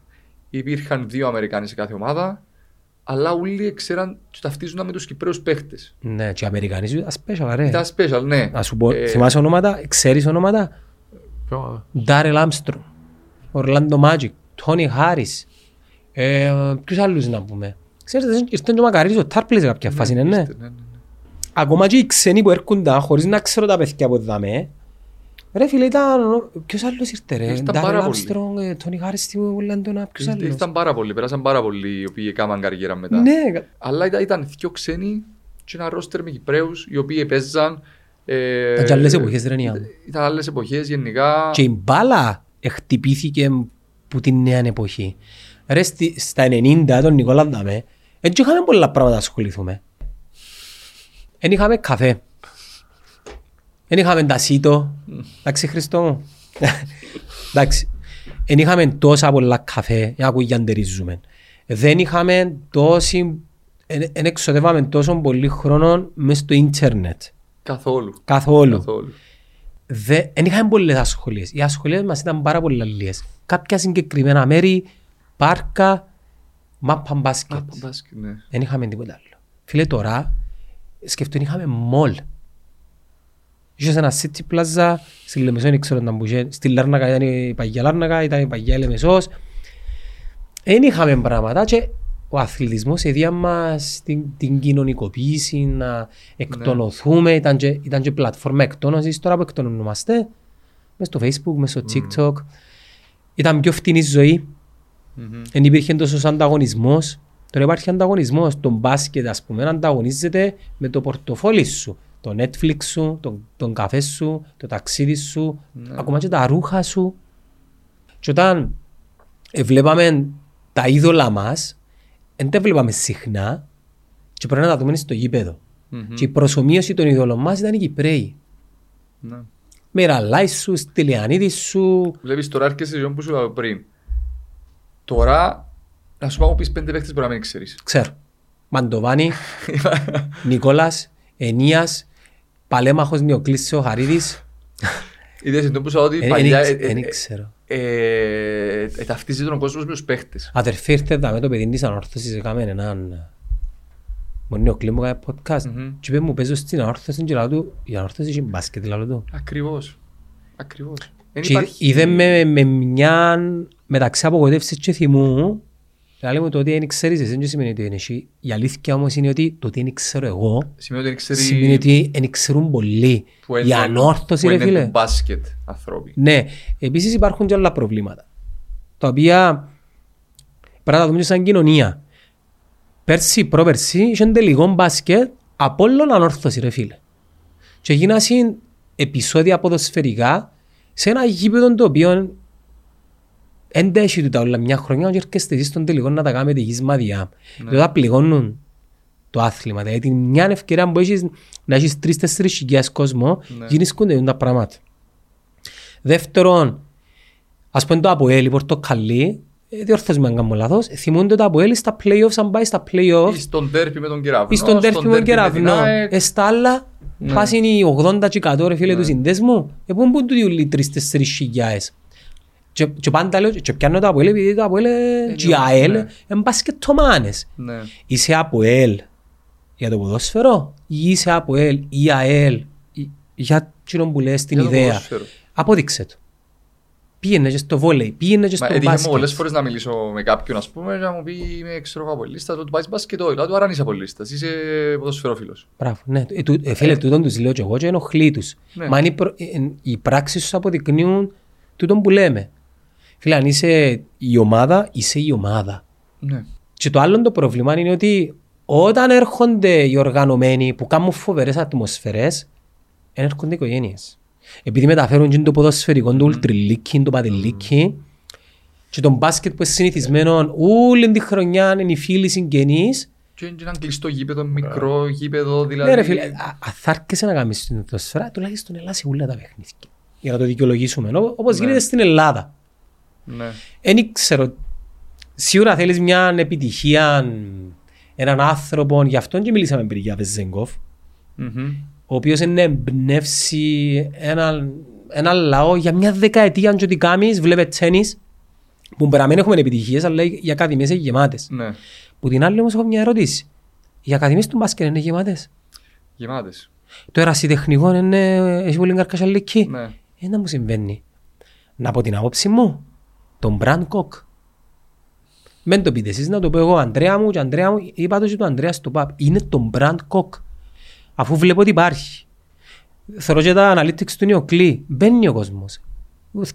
S1: Υπήρχαν δύο Αμερικάνοι σε κάθε ομάδα, αλλά όλοι ξέραν και ταυτίζονταν με τους Κυπρέους παίχτες.
S2: Ναι, και οι Αμερικανοί σου ήταν special, ρε.
S1: Ήταν special, ναι.
S2: Να σου πω,
S1: Ε,
S2: θυμάσαι ονόματα, ξέρεις ονόματα.
S3: Ποιο-
S2: Ντάρελ Άμστρομ, Ορλάντο Μάτζικ, Τόνι Χάρις. Ε, Ποιους άλλους να πούμε. Ξέρετε, ήρθε και ο Μακαρίτης, ο Τάρπλης σε κάποια φάση, ναι, ναι.
S1: είστε, ναι, ναι, ναι.
S2: ακόμα και οι ξένοι που έρχονταν χωρίς να ξέρω τα παιδιά που δάμε, ρε φίλε ήταν, ο- ποιος άλλος ήρθε ρε,
S1: Ήρθαν
S2: Ντάρελ
S1: πάρα πολλοί.
S2: Άμστρονγκ, Τόνι Χάρις, τι μου Ορλάντο, ποιος
S1: Ήρθαν-
S2: άλλος.
S1: Ήρθαν πάρα πολλοί, πέρασαν πάρα πολλοί οι οποίοι έκαναν καριέρα μετά.
S2: Ναι,
S1: Αλλά ήταν, ήταν δυο ξένοι και ένα ρόστερ με Κυπρέους, οι οποίοι παίζαν. Ε,
S2: ήταν και άλλες εποχές ρε Νιά μου.
S1: Ήταν άλλες εποχές γενικά.
S2: Και η μπάλα χτυπήθηκε που την νέα εποχή. Ρε στη- στα 90 τον Νικόλα Νταμέ, δεν είχαμε πολλά πράγματα να ασχοληθούμε. Δεν είχαμε καφέ. Δεν είχαμε τασίτο. Εντάξει Χριστό μου. Εντάξει. Δεν είχαμε τόσα πολλά καφέ για να κουγιαντερίζουμε. Δεν είχαμε τόση... Δεν εξοδεύαμε τόσο πολύ χρόνο μέσα στο ίντερνετ.
S1: Καθόλου.
S2: Καθόλου.
S1: Καθόλου.
S2: Δε- Εν είχαμε πολλές ασχολίες. Οι ασχολίες μας ήταν πάρα πολύ λίγες. Κάποια συγκεκριμένα μέρη, πάρκα, μάπα μπάσκετ.
S1: Από μπάσκετ, ναι.
S2: Δεν είχαμε τίποτα άλλο. Φίλε, τώρα σκεφτούν είχαμε μόλ. Είχες ένα city plaza, στη Λεμεσό δεν ξέρω να μπουζέ, στη Λάρνακα ήταν η παγιά Λάρνακα, ήταν η παγιά Λεμεσός. Δεν είχαμε πράγματα και ο αθλητισμός έδια μας την, την κοινωνικοποίηση, να εκτονωθούμε, ήταν, και, ήταν και πλατφόρμα εκτόνωσης, τώρα που εκτονωνόμαστε, μέσα στο facebook, μέσα στο tiktok. Ήταν πιο φτηνή ζωή,
S1: Μμμ.
S2: δεν υπήρχε τόσος ανταγωνισμός. Τώρα υπάρχει ανταγωνισμός. Το μπάσκετ, ας πούμε, ανταγωνίζεται με το πορτοφόλι σου. Το Netflix σου, τον, τον καφέ σου, το ταξίδι σου, ακόμα και τα ρούχα σου. Και όταν ε, βλέπαμε τα είδωλα μας, δεν τα βλέπαμε συχνά και πρέπει να τα δούμε στο γήπεδο.
S1: Μμμ.
S2: Και η προσωμείωση των είδωλων μας ήταν οι Κυπρέοι.
S1: Ναι.
S2: Με ραλάι σου, στυλιανίδης σου.
S1: Βλέπεις τώρα έρχεσαι ζωή που σου είπα πριν. Τώρα, να σου πάω πεις πέντε παίχτες μπορεί να μην ξέρεις.
S2: Ξέρω. Μαντοβάνη, Νικόλας, Ενίας, Παλέμαχος Νιοκλής ο Χαρίδης.
S1: Είδες εντό που σου είπα ότι
S2: Ε,
S1: παλιά...
S2: εν-
S1: ε,
S2: εν-
S1: ε,
S2: εν- ξέρω.
S1: ε, ε, ε, Ταυτίζει τον κόσμο με τους παίχτες.
S2: Αδερφή ήρθε εδώ με το παιδί της ανόρθωσης, έκαμε έναν... ε, Μου Νιοκλή μου κάνει podcast
S1: Μμμ.
S2: και είπε μου παίζω στην ανόρθωση και λέω του η ανόρθωση είχε μπάσκετ λέω του.
S1: Ακριβώς. Ακριβώς. Εν
S2: Και
S1: υπάρχει-
S2: είδε με, με μια μεταξύ απογοητεύσης και θυμού Λέει μου το ότι δεν ξέρεις εσύ δεν σημαίνει ότι είναι εσύ. Η αλήθεια όμως είναι ότι το ότι δεν ξέρω εγώ
S1: Σημαίνει ότι δεν
S2: σημαίνει
S1: ξέρει
S2: ότι δεν ξέρουν πολλοί.
S1: που είναι-
S2: Η ανόρθωση
S1: που
S2: ρε
S1: είναι
S2: φίλε.
S1: του μπάσκετ ανθρώποι.
S2: Ναι, επίσης υπάρχουν και άλλα προβλήματα. τα οποία πρέπει να τα δούμε σαν κοινωνία. Πέρσι, πρόπερσι, είχε τελικό μπάσκετ από όλον ανόρθωση, ρε φίλε. Και γίνασαν επεισόδια ποδοσφαιρικά σε ένα γήπεδο το οποίο δεν τα έχει τούτα όλα μια χρονιά και έρχεστε εσείς στον τελικό να τα κάνετε γης μαδιά.
S1: Ναι.
S2: Τότε πληγώνουν το άθλημα. Δηλαδή την μια ευκαιρία που έχεις να έχεις τρεις-τέσσερις χιλιάς κόσμο
S1: Ναι.
S2: γίνεις κοντεύουν τα πράγματα. Δεύτερον, ας πούμε το Αποέλ, η Πορτοκαλί, ε, διόρθωση με αν κάνω λάθος, θυμούνται το Αποέλ στα play-offs, αν πάει στα play-offs,
S1: Ή στον τέρπι με τον κεραυνό.
S2: ή στον τέρφι μου
S1: derby με την
S2: κεραυνό.
S1: ΑΕΚ.
S2: Ε, στα άλλα,
S1: Ναι.
S2: πας είναι οι 80 και 100 ρε φίλε του συνδέσμου. Ε, πού μπουν τούτοι όλοι τρεις τέσσερις χιλιάες. Και, και πάντα λέω, και πιάνω το Αποέλ, επειδή το Αποέλ
S1: Ε,
S2: και η ΑΕΛ,
S1: ναι.
S2: εν μπασκετομάνες.
S1: Ναι.
S2: Είσαι Αποέλ για το ποδόσφαιρο ή είσαι Αποέλ ή ΑΕΛ ή- για τσινόν που λες την
S1: Για το
S2: ιδέα.
S1: ποδόσφαιρο.
S2: Απόδειξε το. Πήγαινε και στο βόλεϊ, πήγαινε και
S1: Μα
S2: στο
S1: έτυχε μου πολλές
S2: μπάσκετ.
S1: φορές να μιλήσω με κάποιον, ας πούμε, να μου πει είμαι ξέρω εγώ απολύστας, του πάει μπάσκετ, όχι, λέω του άρα αν είσαι απολύστας, είσαι ποδοσφαιρόφιλος.
S2: Μπράβο, ναι. Ε, του- ε, φίλε, τούτον τους λέω και εγώ και ενοχλεί τους.
S1: Ναι.
S2: Μα αν οι, προ- ε, ε, οι πράξεις τους αποδεικνύουν τούτον που λέμε. Φίλε, αν είσαι η ομάδα, είσαι η ομάδα.
S1: Ναι.
S2: Και το άλλο το πρόβλημα είναι ότι όταν έρχονται οι οργανωμένοι που κάνουν φοβερές ατμοσφαιρές, εν έρχονται οι οικογένειες. Επειδή μεταφέρουν και το ποδοσφαιρικό, το ουλτριλίκι, το πατελίκι, και τον μπάσκετ που είναι συνηθισμένο όλη τη χρονιά είναι οι φίλοι συγγενείς,
S1: Και είναι ένα κλειστό γήπεδο, μικρό γήπεδο, δηλαδή.
S2: ναι, ρε φίλε, α- αν θα έρχεσαι να κάνεις την ατμοσφαίρα, τουλάχιστον ελάσει όλα τα παιχνίδια. Για να το δικαιολογήσουμε. Ό- Όπως
S1: Ναι.
S2: γίνεται στην Ελλάδα.
S1: Ναι.
S2: Δεν ήξερα. Σίγουρα θέλεις μια επιτυχία, έναν άνθρωπο, γι' αυτόν και μιλήσαμε πριν για Βεζέγκοφ,
S1: Μμμ.
S2: ο οποίος είναι εμπνεύσει έναν ένα λαό για μια δεκαετία αν και ό,τι κάνεις, βλέπε τσένις, που μπορεί να μην έχουμε επιτυχίες, αλλά οι ακαδημίες είναι γεμάτες.
S1: Ναι.
S2: Που την άλλη όμως έχω μια ερώτηση. Οι ακαδημίες του μπάσκετ είναι γεμάτες.
S1: Γεμάτες.
S2: Το ερασιτεχνικό είναι, έχει πολύ καρκασιαλική.
S1: Ναι.
S2: Ένα Ε, μου συμβαίνει. Να πω την άποψη μου, τον Μπραν Κοκ. Μεν το πείτε εσείς, να το πω εγώ, Αντρέα μου και Αντρέα μου, είπα το και του Αντρέα στο ΠΑΠ. Είναι τον Μπραν Κοκ. Αφού βλέπω ότι υπάρχει. Θεωρώ και τα analytics του Νιοκλή. Μπαίνει ο κόσμος.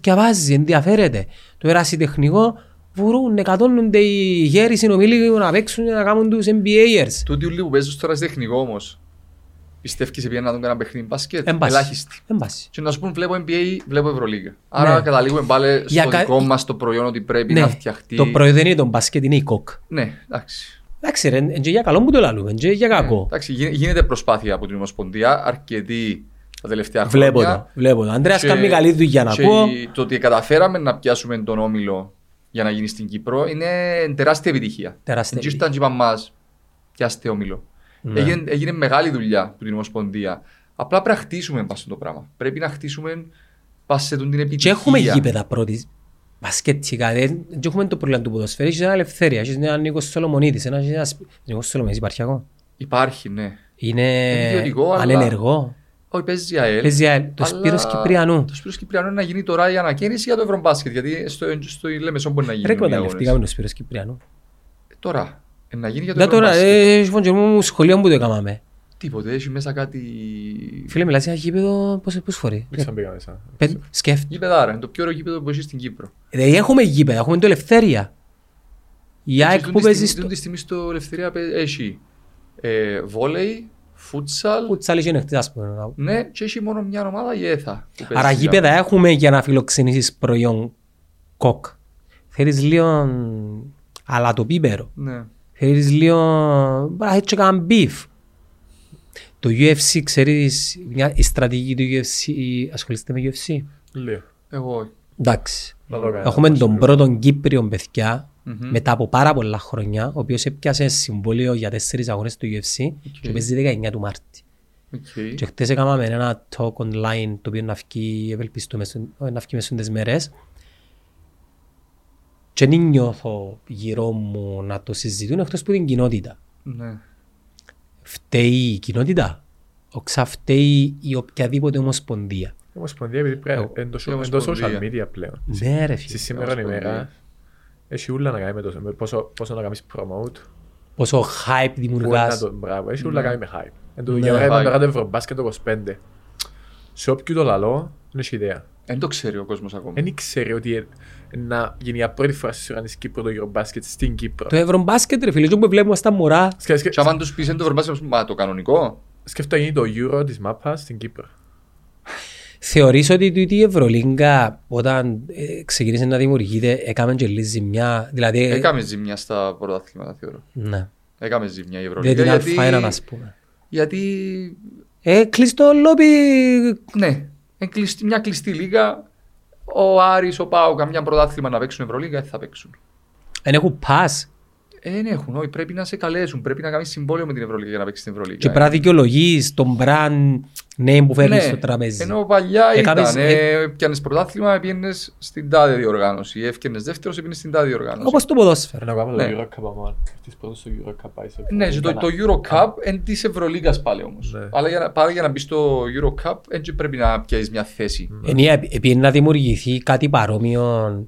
S2: Διαβάζει, ενδιαφέρεται. Το ερασιτεχνικό βουρούν, εκατόνονται οι γέροι συνομιλοί να παίξουν να κάνουν τους NBAers.
S1: Τούτοι ούλοι που παίζουν τώρα τεχνικό όμως, πιστεύεις επειδή να δουν κανένα παιχνίδι μπάσκετ,
S2: Ε, Εν πάση.
S1: ελάχιστοι.
S2: Εν πάση.
S1: Και να σου πούν βλέπω NBA, βλέπω Ευρωλίγα. Άρα
S2: Ναι.
S1: καταλήγουμε πάλι στο
S2: Για κα-
S1: δικό μας το προϊόν ότι πρέπει να
S2: Ναι,
S1: φτιαχτεί.
S2: το προϊόν δεν είναι τον μπάσκετ, είναι η κοκ.
S1: Ναι, εντάξει.
S2: Εντάξει ρε, είναι και για καλό που το λαλούμε, είναι και για
S1: Ναι,
S2: κακό.
S1: εντάξει, γι- γίνεται προσπάθεια από την Ομοσπονδία αρκετή τα τελευταία χρόνια.
S2: Βλέπω το, βλέπω το. Αντρέας
S1: Και-
S2: κάνει καλή δουλειά να
S1: και
S2: πω.
S1: η- Το ότι καταφέραμε να πιάσουμε τον όμιλο για να γίνει στην Κύπρο είναι τεράστια επιτυχία.
S2: Τεράστια
S1: Έτσι ήταν και είπαν μας, πιάστε όμιλο.
S2: Ναι.
S1: Έγινε, έγινε μεγάλη δουλειά από την Ομοσπονδία. Απλά πρέπει να χτίσουμε πάνω το πράγμα. Πρέπει να χτίσουμε πας σε τον την επιτυχία.
S2: Και έχουμε γήπεδα πρώτης μπασκετικά, δεν και έχουμε το πρόβλημα του ποδοσφαίρου, έχεις ένα ελευθερία, έχεις έναν Νίκος Σολομονίδης, ένας- ένας... Νίκος Σολομονίδης υπάρχει ακόμα.
S1: Υπάρχει, ναι.
S2: Είναι
S1: Είναι ιδιωτικό, αλλά-
S2: ανενεργό.
S1: Όχι, παίζει η ΑΕΛ.
S2: Παίζει ΑΕΛ, το
S1: αλλά
S2: Σπύρος Κυπριανού.
S1: Το Σπύρος Κυπριανού είναι να γίνει τώρα η ανακαίνιση για το Ευρωμπάσκετ. Γιατί στο, στο Λέμεσον μπορεί να γίνει.
S2: Ρε εκμεταλλευτήκαμε τον Σπύρος Κυπριανού.
S1: Τώρα. ε, Να γίνει για το
S2: Δεν τώρα,
S1: Ευρωμπάσκετ.
S2: ε, στον καιρό μου σχολείο που το έκαναμε.
S1: Τίποτε, έχει μέσα κάτι.
S2: Φίλε, μιλάς για γήπεδο πόσες πόσες φορές.
S3: Δεν ξαναπήγα μέσα.
S2: Πεν- Σκέφτε.
S1: Γήπεδα, άρα. Είναι το πιο ωραίο γήπεδο που έχει στην Κύπρο.
S2: Δηλαδή έχουμε γήπεδα, έχουμε το ελευθερία. Η
S1: Και
S2: ΑΕΚ
S1: τούτη
S2: που παίζει
S1: στιγμή-
S2: στο...
S1: τούτη στιγμή στο Ελευθερία παί- έχει ε, βόλεϊ, φούτσαλ.
S2: Που τσάλι και νεχτή, ας πούμε.
S1: Ναι, και έχει μόνο μια ομάδα η ΕΘΑ. που παίζει
S2: Άρα
S1: στην
S2: γήπεδα έχουμε για να φιλοξενήσεις προϊόν κοκ. Θέλεις λίγο αλατοπίπερο.
S1: Ναι.
S2: Θέλεις λίγο... Μπρά, έτσι έκαναν μπιφ. Το UFC, ξέρεις, μια, η στρατηγική του UFC, η- ασχολείστε με UFC.
S3: Λίγο.
S1: Εγώ.
S2: Εντάξει.
S3: Να το κάνω.
S2: Έχουμε τον πρώτον Κύπριον παιδιά,
S1: Μμμ.
S2: μετά από πάρα πολλά χρόνια, ο οποίος έπιασε συμβόλαιο για τέσσερις αγώνες του UFC και παίζει 19 του Μάρτη.
S1: Okay.
S2: Και χτες έκαναμε ένα talk online το οποίο να βγει, ευελπιστούμε, στον- ε, να βγει μέσα στις μέρες. Και δεν νιώθω γύρω μου να το συζητούν εκτός που την κοινότητα.
S1: Ναι.
S2: Φταίει η κοινότητα, όξα φταίει η οποιαδήποτε ομοσπονδία.
S3: Η Ομοσπονδία επειδή
S2: Εγώ-
S3: πρέπει εντός
S1: η Ομοσπονδία.
S3: social media πλέον.
S2: Ναι ρε
S3: Στη
S2: φίλε,
S3: σήμερα
S1: Ομοσπονδία.
S3: ημέρα έχει ούλα να κάνει με το... με πόσο- Πόσο να κάνεις promote.
S2: πόσο hype
S3: Πού είναι να
S2: δημιουργάς.
S3: το... Μπράβο, έχει ούλα να κάνει με hype. Εν τω
S2: Ναι.
S3: για παράδειγμα
S1: Hype.
S3: τώρα το Ευρωμπάσκετ το 25. Σε όποιου το λαλό, δεν έχει ιδέα.
S1: Δεν το ξέρει ο κόσμος ακόμα.
S2: ναι.
S3: Δεν ήξερε ότι ε- να γίνει για πρώτη φορά στη σειρά της Κύπρου το Eurobasket στην Κύπρο.
S2: Το ευρωμπάσκετ, ρε φίλε, το που βλέπουμε στα μωρά.
S3: Σκε- σκε-
S1: Και αν τους πεις, δεν το βρεμπάσαι, μα το κανονικό.
S3: Σκέφτομαι να γίνει το Euro της μάπας στην Κύπρο.
S2: Θεωρείς ότι τούτη η Ευρωλίγκα όταν ε, ξεκίνησε να δημιουργείται έκαμε και λίγη ζημιά. Δηλαδή, ε,
S1: Έκαμε ζημιά στα πρωταθλήματα, θεωρώ.
S2: ναι.
S1: Έκαμε ζημιά η
S2: Δεν
S1: Ευρωλίγα.
S2: την
S1: Γιατί,
S2: αλφαέρα να πούμε.
S1: γιατί
S2: Ε, κλείς το λόμπι.
S1: ναι, εν κλεισ- μια κλειστή λίγα. Ο Άρης, ο Πάο, καμιά πρωτάθλημα να παίξουν Ευρωλίγα, δεν θα παίξουν.
S2: Δεν έχουν πας.
S1: Ε, Δεν έχουν, όχι, πρέπει να σε καλέσουν. Πρέπει να κάνεις συμβόλαιο με την Ευρωλίγα για να παίξεις την Ευρωλίγα. ε. Ναι,
S2: Και πρέπει να δικαιολογείς τον brand name που φέρνεις στο τραπέζι.
S1: Ενώ παλιά
S2: Έκαμες-
S1: ήταν, ε, πιάνες πρωτάθλημα, πήγαινε στην τάδε διοργάνωση. Έφτιανε δεύτερο, πήγαινε στην τάδε διοργάνωση.
S2: Όπως το ποδόσφαιρο.
S3: Να πάμε το
S1: Ναι.
S3: Euro Cup αμάν. Της πρώτος το Euro Cup πάει σε
S1: Ναι, και το,
S3: Ήτανα-
S1: το Euro Cup εν της Ευρωλίγα πάλι όμως.
S3: Ναι.
S1: Αλλά για, να- πάλι για να μπεις στο Euro Cup, έτσι πρέπει να πιάσει μια θέση.
S2: Ενία, επί- επί να δημιουργηθεί κάτι παρόμοιο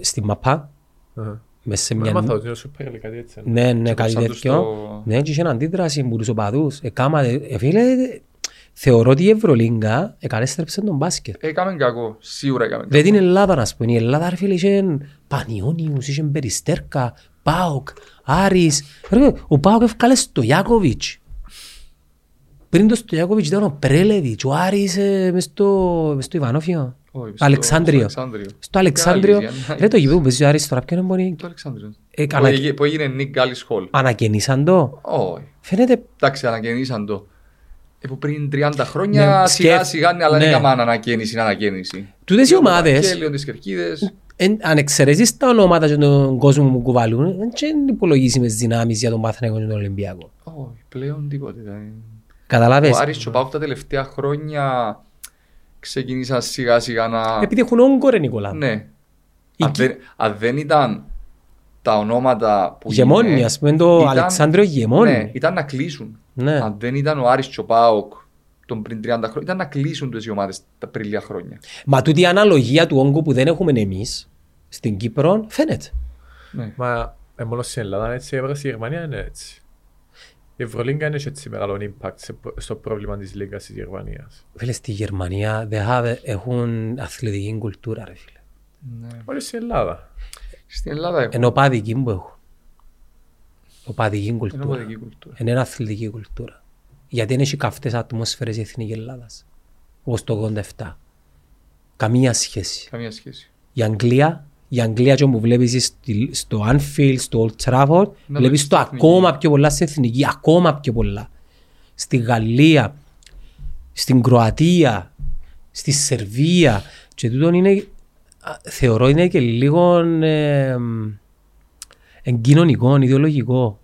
S2: στη ΜΑΠΑ.
S3: Αχα.
S2: Μέσα σε
S3: Δεν
S2: μια...
S3: μάθα ότι είναι Super League, κάτι έτσι. είναι.
S2: Ναι, ναι,
S1: Και
S2: κάτι
S1: κόψαν τους
S2: τέτοιο.
S1: το-
S2: Ναι, και είχε αντίδραση με τους οπαδούς. Εκάμα, ε, φίλε, θεωρώ ότι η Ευρωλίγκα εκανέστρεψε τον μπάσκετ.
S1: Έκαμε κακό, σίγουρα έκαμε κακό.
S2: Δεν την Ελλάδα, να πούμε. Η Ελλάδα, ρε φίλε, είχε Πανιόνιους, είχε Περιστέρκα, Πάοκ, Άρης. Ρε, ο Πάοκ έφκαλε στο Γιάκοβιτς. Πριν το Στοιάκοβιτς ήταν ο Πρέλεβιτς, ο Άρης ε, μες στο, μες στο Ιβανόφιο.
S1: Όχι, στο-
S2: Αλεξάνδριο.
S1: στο Αλεξάνδριο.
S2: Στο Αλεξάνδριο.
S1: Και άλλη,
S2: Ρε το γηπέδο που παίζει ο Άρης τώρα, ποιο είναι μπορεί.
S1: Το Αλεξάνδριο.
S2: Ε,
S1: Που
S2: ανα-
S1: έγινε- Που έγινε Nick Gallis Hall.
S2: Ανακαινήσαν το.
S1: Όχι.
S2: Φαίνεται
S1: Εντάξει, ανακαινήσαν το. Ε, που πριν 30 χρόνια
S2: Ναι,
S1: σιγά
S2: σκέφ-
S1: σιγά ναι, αλλά
S2: ναι.
S1: δεν έκαμε ανακαίνιση, ανακαίνιση.
S2: τούτες οι ομάδες.
S1: Και λίγο τις κερκίδες.
S2: εν- αν εξαιρεζείς τα ονόματα και τον κόσμο που κουβαλούν, δεν είναι υπολογίσιμες δυνάμεις για τον Παθηναϊκό και τον Ολυμπιακό.
S1: Όχι, πλέον τίποτε. δεν-
S2: Καταλάβες.
S1: Ο Άρης και ο Πάουκ τα τελευταία χρόνια ξεκίνησαν σιγά σιγά να...
S2: Επειδή έχουν όγκο ρε Νικόλα.
S1: Ναι.
S2: Η
S1: Αν
S2: Κι-
S1: δεν, αν δεν ήταν τα ονόματα που
S2: Γεμόνι,
S1: είναι,
S2: ας πούμε, το
S1: ήταν-
S2: Αλεξάνδριο
S1: Ναι,
S2: Γεμόνι.
S1: ήταν να κλείσουν.
S2: Ναι.
S1: Αν δεν ήταν ο Άρης και ο ΠΑΟΚ των πριν 30 χρόνια, ήταν να κλείσουν τις ομάδες τα πριν λίγα χρόνια.
S2: Μα τούτη η αναλογία του όγκου που δεν έχουμε εμείς στην Κύπρο φαίνεται.
S1: Ναι.
S3: Μα ε, μόνο στην Ελλάδα είναι έτσι, έβρα στη Γερμανία είναι έτσι. Η Ευρωλίγκα είναι έτσι μεγάλο impact σε- στο πρόβλημα της Λίγκας της Γερμανίας.
S2: Φίλε, στη Γερμανία δεν have- έχουν αθλητική κουλτούρα, ρε φίλε.
S1: Ναι.
S3: Μόνο στην Ελλάδα.
S1: Στην Ελλάδα έχουν
S2: Ενώ παδική που έχουν. Οπαδική
S1: την
S2: κουλτούρα.
S1: ομαδική κουλτούρα.
S2: Είναι ένα αθλητική κουλτούρα. Γιατί δεν έχει καυτές ατμόσφαιρες η Εθνική Ελλάδας. Όπως το 87. Καμία σχέση.
S1: Καμία σχέση.
S2: Η Αγγλία, η Αγγλία και όπου βλέπεις στη- στο Anfield, στο Old
S1: Να
S2: Trafford, βλέπεις
S1: βλέπεις
S2: το
S1: στην εθνική.
S2: ακόμα πιο πολλά στην εθνική, ακόμα πιο πολλά. Στη Γαλλία, στην Κροατία, στη Σερβία. Και τούτον είναι, α, θεωρώ είναι και λίγο ε, μ, εγκοινωνικό, ιδεολογικό.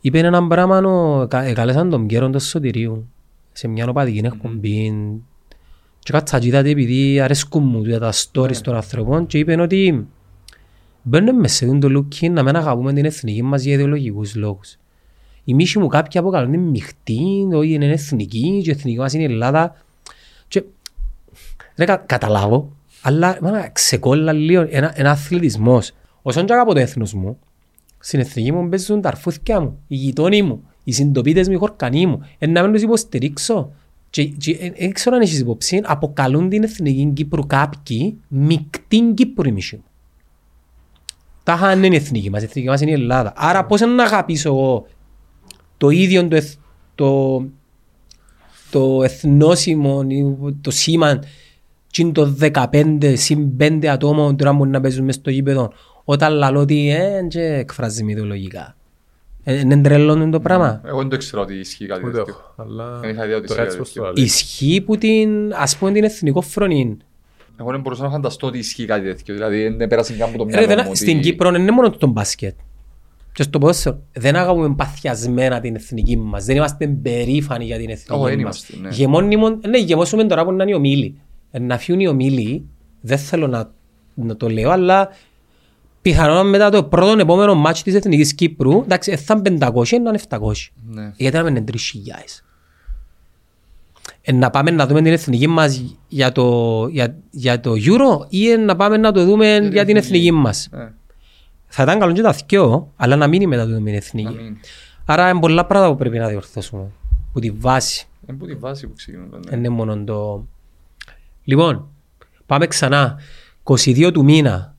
S2: Είπε έναν πράγμα, ο- κα- ε, κάλεσαν τον Κέρον τον Σωτηρίου σε μια οπαδική εκπομπή και κάτσα και είδατε επειδή αρέσκουν μου τούτα τα stories των ανθρώπων και είπε ότι μπαίνουν μέσα σε το look να μην αγαπούμε την εθνική μας για ιδεολογικούς λόγους. Η μίση μου κάποια αποκαλούν είναι μειχτή, ότι είναι εθνική και η εθνική μας είναι η Ελλάδα. Και, ρε, κα, καταλάβω, αλλά μάνα, ξεκόλλα λίγο ένα, ένα αθλητισμός. Όσον και αγαπώ το έθνος μου, στην εθνική μου παίζουν τα αρφούθκια μου, οι γειτόνοι μου, οι συντοπίτες μου, οι χορκανοί μου. Ε, να μην τους υποστηρίξω. Και, και, ε, ε, ξέρω αν έχεις υπόψη, αποκαλούν την εθνική Κύπρου κάποιοι μεικτή Κύπρου η μισή μου. Τα είχαν είναι η εθνική μας, η εθνική μας είναι η Ελλάδα. Άρα πώς να αγαπήσω εγώ το ίδιο το, εθ- το, το εθνόσημο, το σήμα τσιν το 15 συν 5 ατόμων τώρα μπορεί να παίζουν μες στο γήπεδο όταν λαλώ ότι ε, και εκφράζει μυθολογικά. Ε, Είναι τρελό το πράγμα.
S1: Εγώ δεν το ξέρω ότι ισχύει κάτι
S3: Ούτε
S1: τέτοιο.
S3: έχω. Αλλά
S1: Δεν είχα ιδέα ότι
S3: τώρα
S1: ισχύει
S3: έτσι πώς
S1: κάτι
S3: το λέει.
S2: Ισχύει που την, ας πούμε, την εθνικό φρονή.
S1: Εγώ δεν μπορούσα να φανταστώ ότι ισχύει κάτι τέτοιο. Δηλαδή δεν πέρασε κάπου το μυαλό
S2: Ρε, δεν,
S1: μου.
S2: Στην
S1: ότι-
S2: Κύπρο δεν είναι μόνο το μπάσκετ. Και στο ποδόσφαιρο. Δεν αγαπούμε παθιασμένα την εθνική μας. Δεν είμαστε περήφανοι για την εθνική
S1: Όχι, δεν
S2: μας.
S1: είμαστε, ναι.
S2: Γεμόνιμον- ναι, γεμόσουμε τώρα που να είναι οι ομίλοι. Ε, Να φύγουν οι ομίλοι, δεν θέλω να, να το λέω, αλλά πιθανόν μετά το πρώτο επόμενο μάτσο της Εθνικής Κύπρου, εντάξει, ε, θα είναι 500, να είναι 700.
S1: Ναι.
S2: Γιατί να μην είναι 3.000. Ε, να πάμε να δούμε την εθνική μας για το, για, για το Euro ή ε, να πάμε να το δούμε για, την εθνική μας.
S1: Ναι.
S2: Θα ήταν καλό και τα δυο, αλλά να μείνει μετά το δούμε την
S1: Να
S2: εθνική.
S1: μην-
S2: Άρα είναι πολλά πράγματα που πρέπει να διορθώσουμε. Που τη βάση Ε,
S1: Εν που τη βάση που ξεκινούν. ναι.
S2: δεν είναι μόνο το... Λοιπόν, Πάμε ξανά. 22 του μήνα.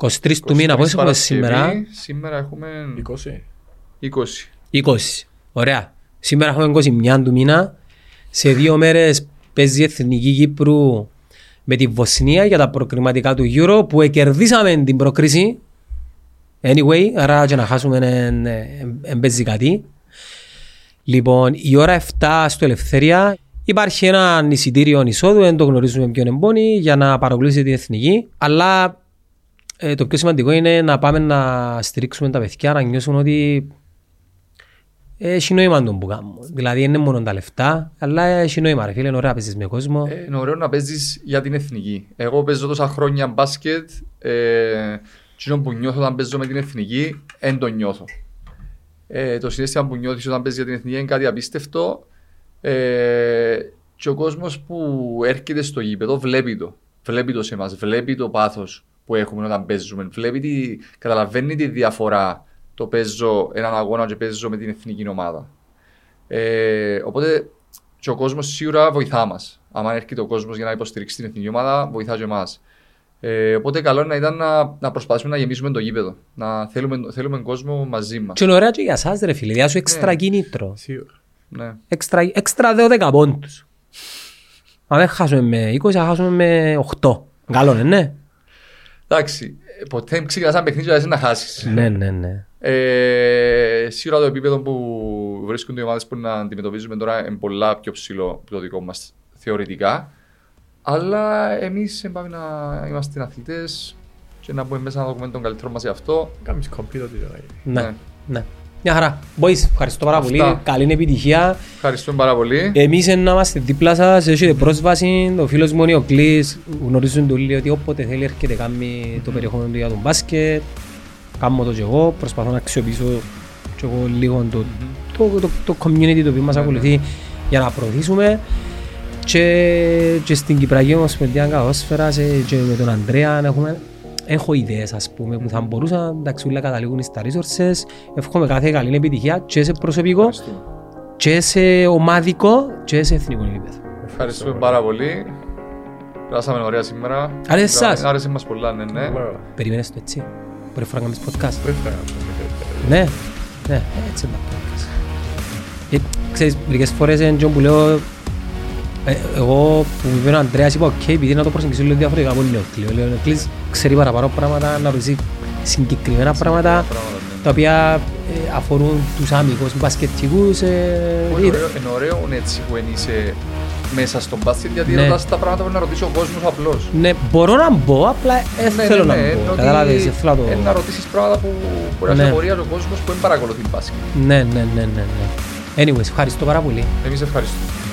S1: 23.
S2: 23 του μήνα.
S1: 23
S2: Πόσο έχουμε
S1: Παρασκευή.
S2: σήμερα.
S1: Σήμερα έχουμε
S3: 20.
S1: 20.
S2: 20. Ωραία. Σήμερα έχουμε 21 του μήνα. Σε δύο μέρες παίζει η Εθνική Κύπρου με τη Βοσνία για τα προκριματικά του Euro που κερδίσαμε την προκρίση. Anyway, άρα και να χάσουμε δεν παίζει κάτι. Λοιπόν, η ώρα 7 στο Ελευθερία υπάρχει ένα εισιτήριο εισόδου, δεν το γνωρίζουμε ποιον εμπόνι, για να παρακολουθήσετε την εθνική. Αλλά ε, το πιο σημαντικό είναι να πάμε να στηρίξουμε τα παιδιά, να νιώσουν ότι ε, έχει νόημα τον που κάνουν. Δηλαδή, είναι μόνο τα λεφτά, αλλά έχει νόημα. Ρε φίλε, είναι ωραία παίζεις με κόσμο.
S1: Ε, είναι ωραίο να παίζεις για την εθνική. Εγώ παίζω τόσα χρόνια μπάσκετ. Ε, εκείνο που νιώθω όταν παίζω με την εθνική, δεν το νιώθω. Ε, το συνέστημα που νιώθεις όταν παίζεις για την εθνική είναι κάτι απίστευτο. Ε, και ο κόσμος που έρχεται στο γήπεδο βλέπει το. Βλέπει το σε εμάς, βλέπει το πάθος που έχουμε όταν παίζουμε. Βλέπει τη, καταλαβαίνει τη διαφορά το παίζω έναν αγώνα και παίζω με την εθνική ομάδα. Ε, οπότε και ο κόσμος σίγουρα βοηθά μας. Αν έρχεται ο κόσμος για να υποστηρίξει την εθνική ομάδα, βοηθά και εμάς. Ε, οπότε καλό να ήταν να, να προσπαθήσουμε να γεμίσουμε το γήπεδο. Να θέλουμε, θέλουμε κόσμο μαζί μας.
S2: Και είναι ωραία και για εσάς ρε φίλε, διάσου έξτρα κίνητρο.
S3: Σίγουρα.
S1: Ναι.
S2: Έξτρα, έξτρα δέω δέκα πόντους. Αν δεν χάσουμε με 20, θα χάσουμε με 8. Καλό είναι, ναι.
S1: Εντάξει, ε, ποτέ δεν ξεκινάς ένα παιχνίδι και να λες να χάσεις.
S2: ναι, ναι, ναι.
S1: Ε, σίγουρα το επίπεδο που βρίσκονται οι ομάδες που να αντιμετωπίζουμε τώρα είναι πολλά πιο ψηλό από το δικό μας θεωρητικά. Αλλά εμείς πάμε να είμαστε αθλητές και να μπούμε μέσα να δούμε τον καλύτερό μας γι' αυτό.
S3: Κάμεις κομπίτο τι τώρα είναι.
S2: Ναι,
S1: Ναι.
S2: ναι. Μια χαρά. Boys, ευχαριστώ πάρα
S1: Αυτά.
S2: πολύ. Καλή επιτυχία.
S1: Ευχαριστούμε πάρα πολύ.
S2: Εμείς ε, να είμαστε δίπλα σας, έχετε πρόσβαση, ο φίλος μου είναι ο Κλής, γνωρίζουν το λίγο ότι όποτε θέλει έρχεται κάνει το περιεχόμενο του για τον μπάσκετ, κάνω το και εγώ, προσπαθώ να αξιοποιήσω και εγώ λίγο το, το, το, το community το οποίο μας
S1: Ναι, ναι.
S2: ακολουθεί για να προωθήσουμε και, και στην Κυπραγή όμως με την Καόσφαιρα σε- και με τον Ανδρέα έχουμε έχω ιδέες ας πούμε που
S1: Ναι.
S2: θα μπορούσαν, εντάξει όλα καταλήγουν στα resources, εύχομαι κάθε καλή επιτυχία και σε προσωπικό
S1: Ευχαριστούμε.
S2: και σε ομάδικο και σε εθνικό επίπεδο.
S1: Ευχαριστούμε πάρα πολύ. Περάσαμε ωραία σήμερα.
S2: Άρεσε σας.
S1: Άρεσε μας πολλά, ναι, ναι.
S3: Ωραία.
S2: Περιμένεις το έτσι. Πρώτη φορά να κάνεις podcast.
S3: Δεν θα κάνουμε τέτοια.
S2: Ναι, ναι, έτσι είναι τα podcast. Ε, Ξέρεις, μερικές φορές είναι τζον που λέω ε, εγώ που μου είπε ο Αντρέας είπα «ΟΚ, επειδή να το προσεγγίσω λίγο διαφορετικά από τον Νεοκλή». Ο Νεοκλής ξέρει παραπάνω πράγματα, να ρωτήσει συγκεκριμένα πράγματα
S1: Πράγματα, ναι.
S2: τα οποία ε, αφορούν τους άμυγους μπασκετικούς. ε,
S1: Πολύ ωραίο- Είναι ωραίο είναι έτσι που εν είσαι μέσα στον μπάσκετ γιατί
S2: Ναι.
S1: ρωτάς τα πράγματα που να ρωτήσει ο κόσμος απλώς.
S2: Ναι, μπορώ να μπω, απλά δεν
S1: Ναι,
S2: θέλω
S1: ναι,
S2: να
S1: ναι,
S2: μπω.
S1: ενώ ότι
S2: Καταλάβεις, δεν θέλω να το...
S1: εν να ρωτήσεις πράγματα που μπορεί να
S2: Ναι.
S1: σε απορία ο κόσμος που δεν παρακολουθεί μπάσκετ.
S2: Ναι, ναι, ναι, ναι. ναι. Anyways, ευχαριστώ πάρα πολύ.
S1: Εμείς ευχαριστούμε.